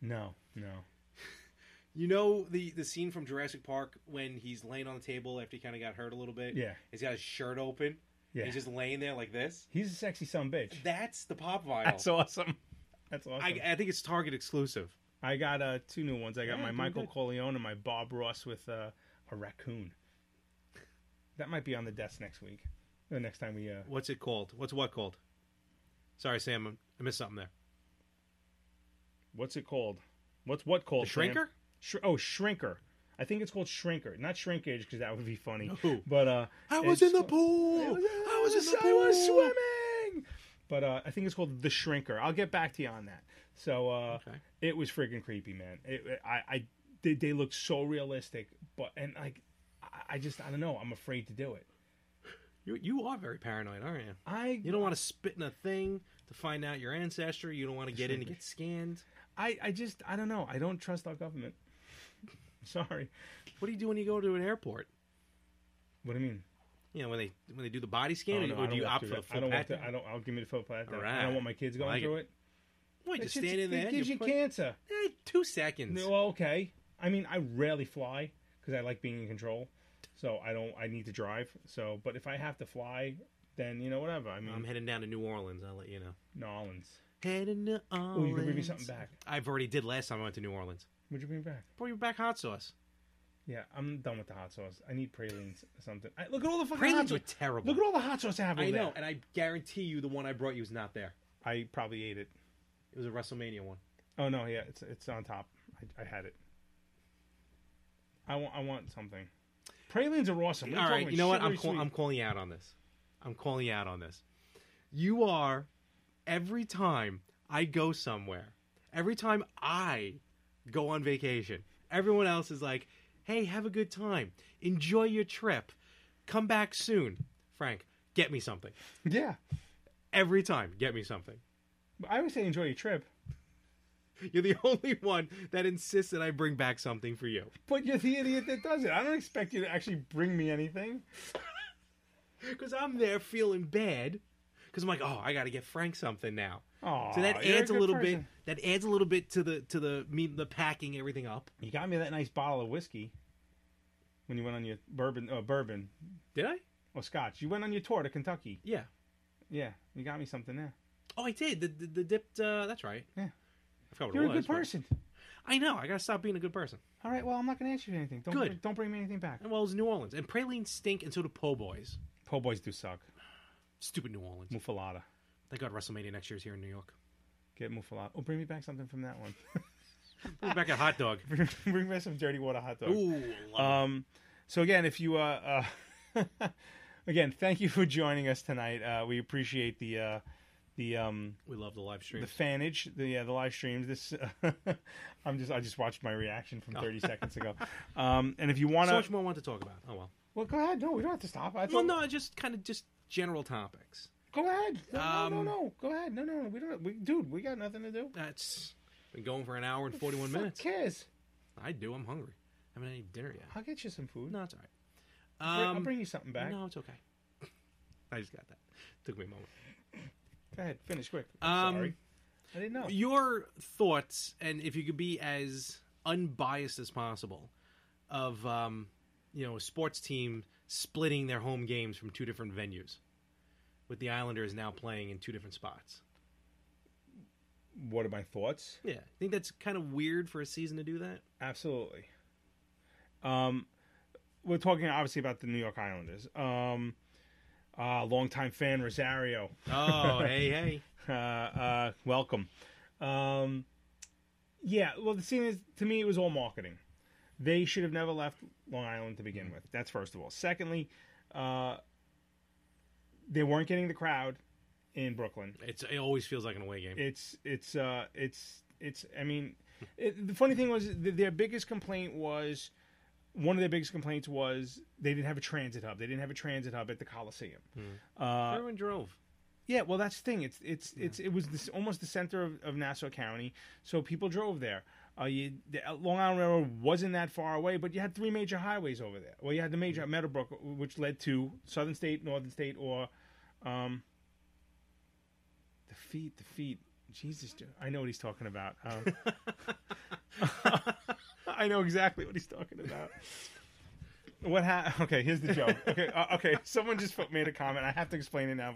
S3: No, no.
S2: You know the the scene from Jurassic Park when he's laying on the table after he kind of got hurt a little bit.
S3: Yeah.
S2: he's got his shirt open.
S3: Yeah.
S2: he's just laying there like this.
S3: He's a sexy son bitch.
S2: That's the pop vinyl.
S3: That's awesome. That's awesome.
S2: I, I think it's Target exclusive.
S3: I got uh, two new ones. I got
S2: Yeah,
S3: my
S2: doing
S3: Michael
S2: good.
S3: Corleone and my Bob Ross with uh, a raccoon. That might be on the desk next week. The next time we uh,
S2: What's it called? What's what called? Sorry, Sam, I missed something there.
S3: what's it called? What's what called?
S2: The
S3: Sam?
S2: Shrinker?
S3: Sh- oh, shrinker. I think it's called shrinker, not shrinkage, because that would be funny.
S2: No.
S3: But uh,
S2: I was
S3: it's
S2: in the
S3: ca-
S2: pool.
S3: I was, I
S2: was
S3: was
S2: in the
S3: I was
S2: pool.
S3: swimming. But uh, I think it's called the shrinker. I'll get back to you on that. So uh, it was freaking creepy, man. It, I, I they, they look so realistic, but and like I- I just I don't know. I'm afraid to do it.
S2: You, you are very paranoid, aren't you?
S3: I
S2: you don't want to spit in a thing to find out your ancestry. You don't want to get in to get scanned.
S3: I I just I don't know. I don't trust our government. <laughs> Sorry.
S2: What do you do when you go to an airport?
S3: What do you mean?
S2: You know when they when they do the body scan,
S3: Oh,
S2: or
S3: no,
S2: you-
S3: I
S2: or do you opt
S3: don't want to
S2: for
S3: do
S2: the
S3: that.
S2: full
S3: I don't
S2: patent?
S3: want to. I don't. I'll give me the full patent.
S2: All
S3: I
S2: right.
S3: don't want my kids
S2: I
S3: going
S2: like
S3: through
S2: it.
S3: it.
S2: Wait,
S3: That
S2: just
S3: shit's-
S2: stand in there.
S3: It gives
S2: you
S3: you
S2: put-
S3: cancer.
S2: Eh, two seconds.
S3: No, well, okay. I mean, I rarely fly because I like being in control. So I don't. I need to drive. So, but if I have to fly, then you know whatever. I mean,
S2: I'm heading down to New Orleans. I'll let you know.
S3: New Orleans.
S2: Heading to
S3: Oh,
S2: Orleans.
S3: you can bring me something back.
S2: I've already did last time I went to New Orleans.
S3: Would you bring back?
S2: Bring me back hot sauce.
S3: Yeah, I'm done with the hot sauce. I need pralines or something. I, look at all the fucking hot
S2: Pralines
S3: sauce.
S2: were terrible.
S3: Look at all the hot sauce I have. Over
S2: I know,
S3: there.
S2: and I guarantee you the one I brought you was not there.
S3: I probably ate it.
S2: It was a WrestleMania one.
S3: Oh no, yeah, it's it's on top. I, I had it. I want I want something. Pralines are awesome.
S2: All right, you know what? I'm
S3: cool.
S2: call- I'm calling you out on this. I'm calling you out on this. You are every time I go somewhere, every time I go on vacation, everyone else is like, "Hey, have a good time. Enjoy your trip. Come back soon." Frank, get me something.
S3: Yeah,
S2: Every time, get me something.
S3: I always say enjoy your trip,
S2: You're the <laughs> only one that insists that I bring back something for you.
S3: but you're the idiot that does it. I don't expect you to actually bring me anything.
S2: Because I'm there feeling bad. Because I'm like, oh, I got to get Frank something now.
S3: Aw,
S2: so that
S3: you're a
S2: adds a,
S3: good
S2: little
S3: person.
S2: bit. That adds a little bit to the to the me the packing everything up.
S3: You got me that nice bottle of whiskey when you went on your bourbon. Uh, bourbon.
S2: Did I?
S3: Or scotch. You went on your tour to Kentucky.
S2: Yeah.
S3: Yeah, you got me something there.
S2: Oh, I did the the, the dipped. Uh, that's right.
S3: Yeah.
S2: I forgot what
S3: You're
S2: it
S3: a
S2: was.
S3: good
S2: but-
S3: person.
S2: I know. I got to stop being a good person.
S3: All right. Well, I'm not going to ask you anything. Don't
S2: Good.
S3: bring- don't bring me anything back.
S2: And well, it's New Orleans and pralines stink, and so do po' boys.
S3: Po' boys do suck.
S2: Stupid New Orleans.
S3: Mufalada.
S2: Thank God WrestleMania next year's here in New York.
S3: Get mufalada. Oh, bring me back something from that one. <laughs>
S2: Bring back a hot dog.
S3: bring, bring back some dirty water hot dogs.
S2: Ooh, love
S3: um, so again, if you uh, uh <laughs> again, thank you for joining us tonight. Uh, we appreciate the uh, the um
S2: We love the live stream.
S3: the fanage, the yeah, the live streams. This <laughs> I'm just I just watched my reaction from
S2: <laughs>
S3: 30 seconds ago. Um, and if you want
S2: so
S3: to,
S2: much more I want to talk about. Oh well.
S3: well, go ahead. No, we don't have to stop. I
S2: Well,
S3: thought,
S2: no, just kind of just general topics.
S3: go ahead. No, no, no,
S2: Um,
S3: no, go ahead. No, no, no. We don't. We, dude, we got nothing to do.
S2: That's been going for an hour and 41
S3: Fuck
S2: minutes.
S3: Cares.
S2: I do. I'm hungry. I haven't had any dinner yet.
S3: I'll get you some food.
S2: No, it's all right.
S3: Bring- I'll
S2: Um,
S3: bring you something back.
S2: No, it's okay. <laughs> I just got that. Took me a moment.
S3: Go ahead. Finish quick. I'm
S2: Um,
S3: sorry. I didn't know.
S2: Your thoughts, and if you could be as unbiased as possible, of um, you know a sports team splitting their home games from two different venues, with the Islanders now playing in two different spots.
S3: what are my thoughts?
S2: Yeah, I think that's kind of weird for a season to do that.
S3: Absolutely. Um, we're talking obviously about the New York Islanders. Um, uh, longtime fan Rosario,
S2: Oh, <laughs> hey, hey.
S3: uh, uh, welcome. Um, yeah, well, the scene is to me it was all marketing. They should have never left Long Island to begin with. That's first of all. Secondly, uh, they weren't getting the crowd in Brooklyn.
S2: It's, it always feels like an away game.
S3: It's it's uh it's it's. I mean, it, the funny thing was th- their biggest complaint was one of their biggest complaints was they didn't have a transit hub. They didn't have a transit hub at the Coliseum. Uh,
S2: Everyone drove.
S3: yeah, well, that's the thing. It's it's it's it was this, almost the center of, of Nassau County, so people drove there. Uh, you, the Long Island Railroad wasn't that far away, but you had three major highways over there. Well, you had the major at Meadowbrook, which led to Southern State, Northern State, or um, the feet, the feet. Jesus, dude, I know what he's talking about. Um, <laughs> I know exactly what he's talking about. What ha- Okay, here's the joke. Okay, uh, okay. Someone just put, made a comment. I have to explain it now.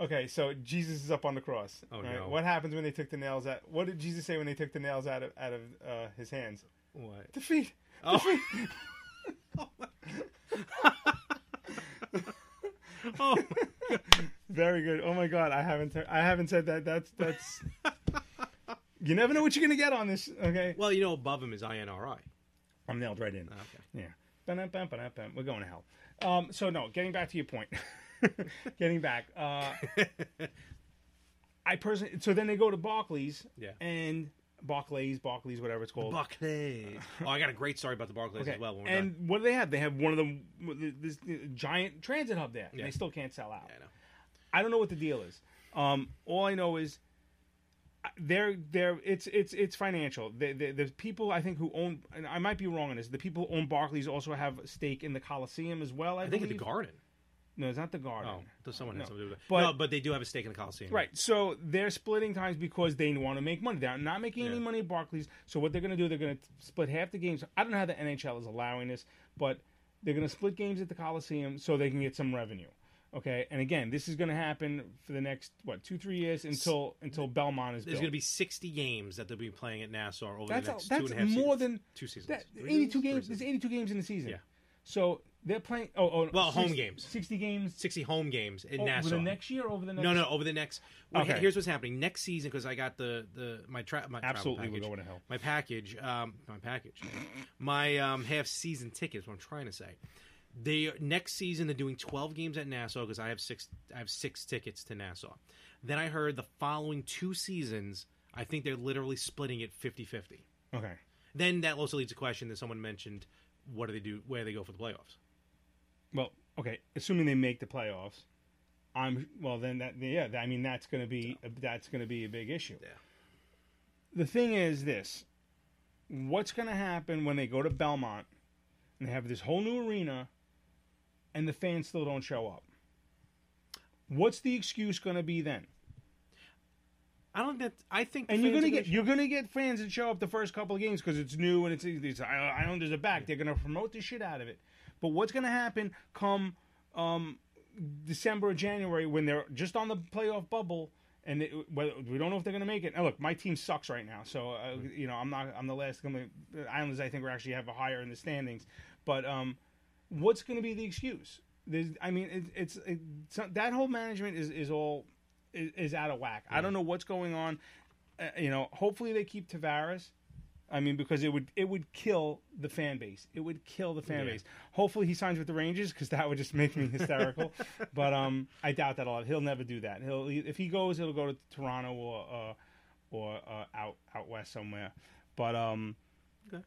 S3: Okay, so Jesus is up on the cross.
S2: Oh,
S3: right?
S2: no.
S3: What happens when they took the nails out? What did Jesus say when they took the nails out of out of uh, his hands?
S2: What?
S3: The feet.
S2: Oh.
S3: The feet.
S2: <laughs> Oh,
S3: Very good. Oh my God, I haven't I haven't said that. That's <laughs> that's. you never know what you're gonna get on this. Okay,
S2: well, you know, above him is INRI.
S3: I'm nailed right in.
S2: Okay.
S3: Yeah. Ba-dum-bum, ba-dum-bum. We're going to hell. Um, so no, getting back to your point. <laughs> getting back.
S2: <laughs>
S3: Uh, I personally. So then they go to Barclays.
S2: Yeah.
S3: And Barclays, Barclays, whatever it's called.
S2: Barclays. Oh, I got a great story about the Barclays
S3: uh, Okay.
S2: as well. When we're done.
S3: and what do they have? They have one of them, this giant transit hub there. And
S2: Yeah.
S3: they still can't sell out.
S2: I know.
S3: I don't know what the deal is. Um, all I know is uh, they're they're it's it's it's financial. The, the, the people I think who own and I might be wrong on this. The people who own Barclays also have a stake in the Coliseum as well. I,
S2: I think in the
S3: believe.
S2: Garden.
S3: No, it's not the Garden.
S2: Oh, does someone
S3: No.
S2: have something to do with it?
S3: But-
S2: no, but they do have a stake in the Coliseum.
S3: Right. So they're splitting times because they want to make money. They're not making any money at Barclays. So what they're going to do, they're going to split half the games. I don't know how the NHL is allowing this, but they're going to split games at the Coliseum so they can get some revenue. Okay. And again, this is going to happen for the next what two three years until until Belmont is
S2: There's
S3: built.
S2: going to be 60 games that they'll be playing at Nassau over
S3: that's
S2: the
S3: a,
S2: next two
S3: that's
S2: and a half
S3: more
S2: seasons.
S3: than
S2: two seasons.
S3: That,
S2: Three
S3: eighty-two
S2: seasons? Three
S3: games. There's eighty-two games in the season.
S2: Yeah.
S3: So they're playing. Oh, oh
S2: Well, home
S3: six-
S2: games.
S3: 60 games.
S2: 60 home games in
S3: Oh, Over
S2: Nassau.
S3: the next year, over the next.
S2: No, no, over the next. what-
S3: Okay.
S2: Here's what's happening next season because I got the the my tra- my travel
S3: Absolutely, we're
S2: package,
S3: going to hell.
S2: My package, um, my package, my um, half season tickets. What I'm trying to say, they next season they're doing 12 games at Nassau because I have six I have six tickets to Nassau. Then I heard the following two seasons, I think they're literally splitting it 50 50.
S3: Okay.
S2: Then that also leads to a question that someone mentioned: What do they do? Where do they go for the playoffs?
S3: Well, okay, assuming they make the playoffs, I'm well then that yeah, I mean that's going to be that's going to be a big issue. Yeah. The thing is this, what's going to happen when they go to Belmont and they have this whole new arena and the fans still don't show up? What's the excuse going to be then?
S2: I don't think I think
S3: and you're
S2: fans
S3: gonna
S2: are
S3: get you're gonna get fans that show up the first couple of games because it's new and it's, it's I- Islanders are back. They're gonna promote the shit out of it. But what's gonna happen come um, December or January when they're just on the playoff bubble and it, whether, we don't know if they're gonna make it. Now look, my team sucks right now, so uh, you know I'm not I'm the last. Gonna, the Islanders I think we actually have a higher in the standings, but um, what's gonna be the excuse? There's, I mean, it, it's it, so- that whole management is is all is, is out of whack. I don't know what's going on. Uh, you know, hopefully they keep Tavares. I mean, because it would it would kill the fan base. It would kill the fan
S2: Yeah.
S3: base. Hopefully he signs with the Rangers because that would just make me hysterical. but um, I doubt that a lot. He'll never do that. He'll if he goes, he'll go to Toronto or uh, or uh, out out west somewhere. But um,
S2: Okay.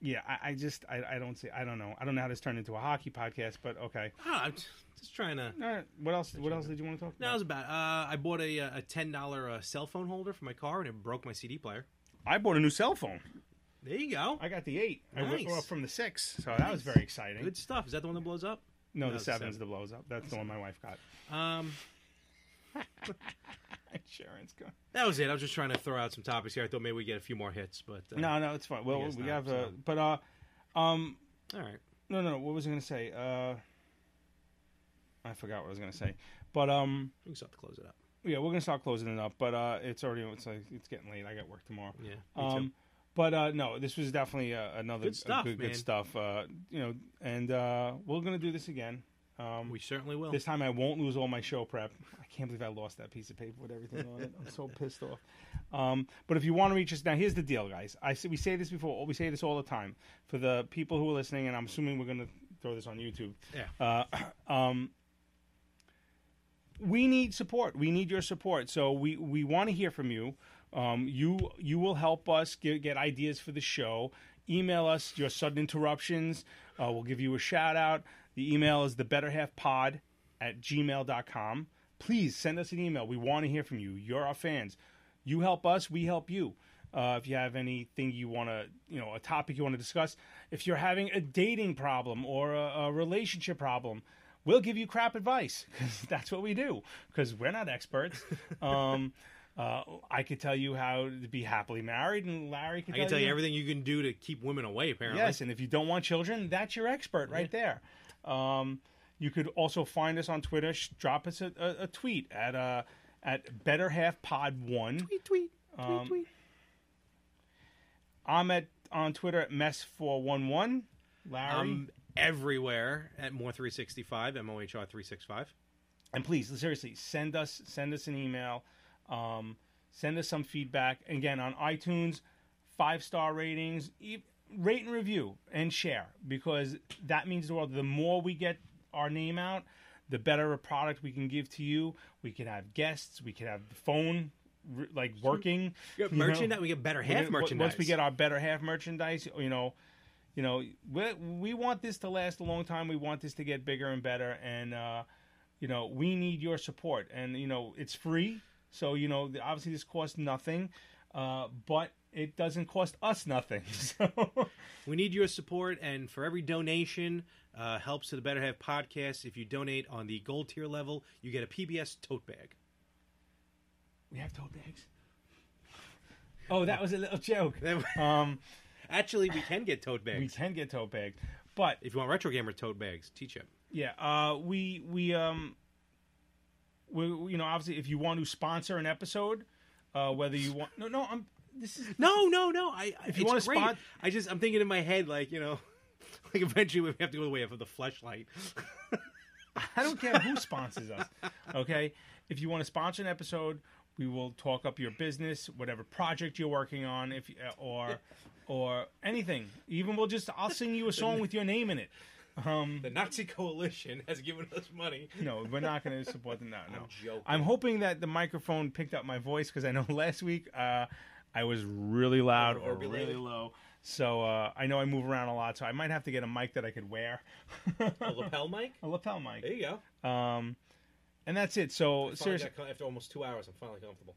S3: yeah, I, I just I, I don't see I don't know I don't know how this turned into a hockey podcast, but okay.
S2: I don't know, ah, I'm just- just trying to.
S3: All right, what else? What else did you want to talk?
S2: No, it was about. Uh, I bought a uh, a ten dollar uh, cell phone holder for my car, and it broke my CD player.
S3: I bought a new cell phone.
S2: There you go.
S3: I got the eight. I went-
S2: Nice.
S3: well, from the six, so that was very exciting.
S2: Good stuff. Is that the one that blows up?
S3: No, the
S2: it's
S3: seven's the blows up. That's the one my wife got.
S2: seven. Um,
S3: <laughs> Insurance gun.
S2: that was it. I was just trying to throw out some topics here. I thought maybe we get a few more hits, but uh,
S3: No, no, it's fine.
S2: I
S3: Well,
S2: guess
S3: we
S2: not,
S3: have a
S2: so.
S3: but uh, um,
S2: All right.
S3: no, no, no. What was I gonna say? Uh, I forgot what I was gonna say. But um,
S2: We can start to close it up.
S3: yeah, we're gonna start closing it up. But uh, it's already it's like it's getting late. I got work tomorrow.
S2: Yeah, me
S3: um,
S2: too.
S3: But uh, no, this was definitely uh, another
S2: Good stuff,
S3: a good,
S2: man.
S3: good stuff. Uh, you know, and uh, we're gonna do this again. Um,
S2: We certainly will.
S3: This time I won't lose all my show prep. I can't believe I lost that piece of paper with everything on it.
S2: <laughs>
S3: I'm so pissed off. Um, but if you want to reach us now, here's the deal, guys. I say, we say this before. We say this all the time for the people who are listening, and I'm assuming we're going to throw this on YouTube.
S2: Yeah.
S3: Uh, um, we need support. We need your support. So we we want to hear from you. Um, you you will help us get, get ideas for the show. Email us your sudden interruptions. Uh, we'll give you a shout out. The email is the better half pod at gmail.com. Please send us an email. We want to hear from you. You're our fans. You help us, we help you. Uh, if you have anything you want to, you know, a topic you want to discuss, if you're having a dating problem or a, a relationship problem, we'll give you crap advice <laughs> 'cause that's what we do because we're
S2: <laughs>
S3: not experts. Um, uh, I could tell you how to be happily married, and Larry can
S2: I can tell you everything you can do to keep women away. Apparently,
S3: Yes, and if you don't want children, that's your expert right there. Um, you could also find us on Twitter. Sh- Drop us a, a, a tweet at uh, at Better Half Pod One. Tweet, tweet, tweet, tweet. I'm at on Twitter at Mess Four One One. Larry,
S2: I'm everywhere at more three sixty five m o h r three six five.
S3: and please seriously send us send us an email um, send us some feedback again on itunes five star ratings e- rate and review and share because that means the world the more we get our name out the better a product we can give to you we can have guests we can have the phone re- like working
S2: Yeah,
S3: you know?
S2: merchandise- we get better
S3: We
S2: half
S3: get- w- Once we
S2: merchandise.
S3: get our better half merchandise, you know, you know, we, we want this to last a long time. We want this to get bigger and better, and uh, you know, we need your support. And you know, it's free, so you know, the- obviously this costs nothing, uh, but it doesn't cost us nothing. <laughs> So
S2: We need your support, and for every donation, uh, helps to the Better Half podcast. If you donate on the gold tier level, you get a PBS tote bag. <laughs>
S3: we have tote bags. Oh, that was a little joke. um,
S2: actually, we can get tote bags.
S3: We can get tote bags, but
S2: if you want retro gamer tote bags, teach him.
S3: Yeah, uh, we we um, we we- you know obviously if you want to sponsor an episode, uh, whether you want no no I'm this is
S2: no no no I
S3: if you
S2: it's
S3: want to
S2: great.
S3: sponsor
S2: I just I'm thinking in my head like you know, <laughs> like eventually we have to go the way of the flashlight.
S3: I don't care who sponsors us. Okay, if you want to sponsor an episode, we will talk up your business, whatever project you're working on, if uh, or or anything. Even we'll just I'll sing you a song with your name in it. Um,
S2: the Nazi coalition has given us money.
S3: No, we're not going to support them. No, no.
S2: I'm joking.
S3: I'm hoping that the microphone picked up my voice because I know <laughs> last week uh, I was really loud or
S2: Overbelated.
S3: really low. So uh, I know I move around a lot, so I might have to get a mic that I could wear.
S2: A
S3: <laughs>
S2: lapel mic.
S3: A lapel mic.
S2: There you go.
S3: Um, and that's it. So
S2: Finally
S3: seriously,
S2: got com- after almost two hours, I'm finally comfortable.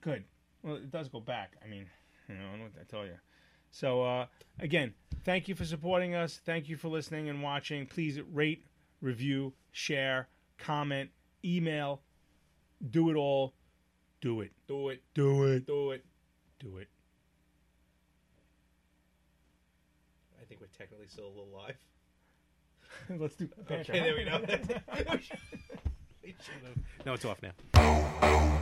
S3: good. Well, it does go back. I mean, you know, I don't know what I tell you. So uh, again, thank you for supporting us. Thank you for listening and watching. Please rate, review, share, comment, email, do it all. Do it.
S2: Do it.
S3: Do it.
S2: Do it.
S3: Do it. <laughs>
S2: I think we're technically still a little live.
S3: Let's do.
S2: Okay, <laughs> there we go. We should've- No, it's off now.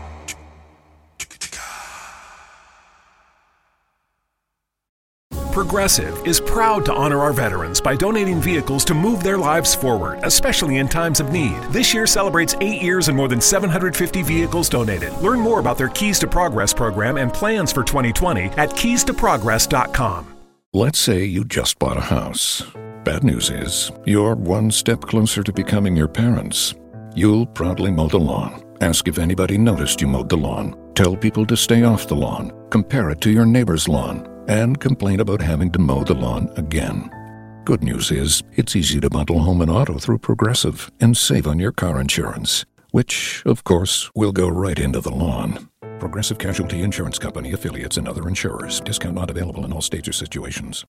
S8: Progressive is proud to honor our veterans by donating vehicles to move their lives forward, especially in times of need. This year celebrates eight years and more than 750 vehicles donated. Learn more about their Keys to Progress program and plans for 2020 at keystoprogress.com.
S9: Let's say you just bought a house. Bad news is, you're one step closer to becoming your parents. You'll proudly mow the lawn. Ask if anybody noticed you mowed the lawn. Tell people to stay off the lawn. Compare it to your neighbor's lawn. And complain about having to mow the lawn again. Good news is, it's easy to bundle home and auto through Progressive and save on your car insurance, which, of course, will go right into the lawn. Progressive Casualty Insurance Company affiliates and other insurers. Discount not available in all states or situations.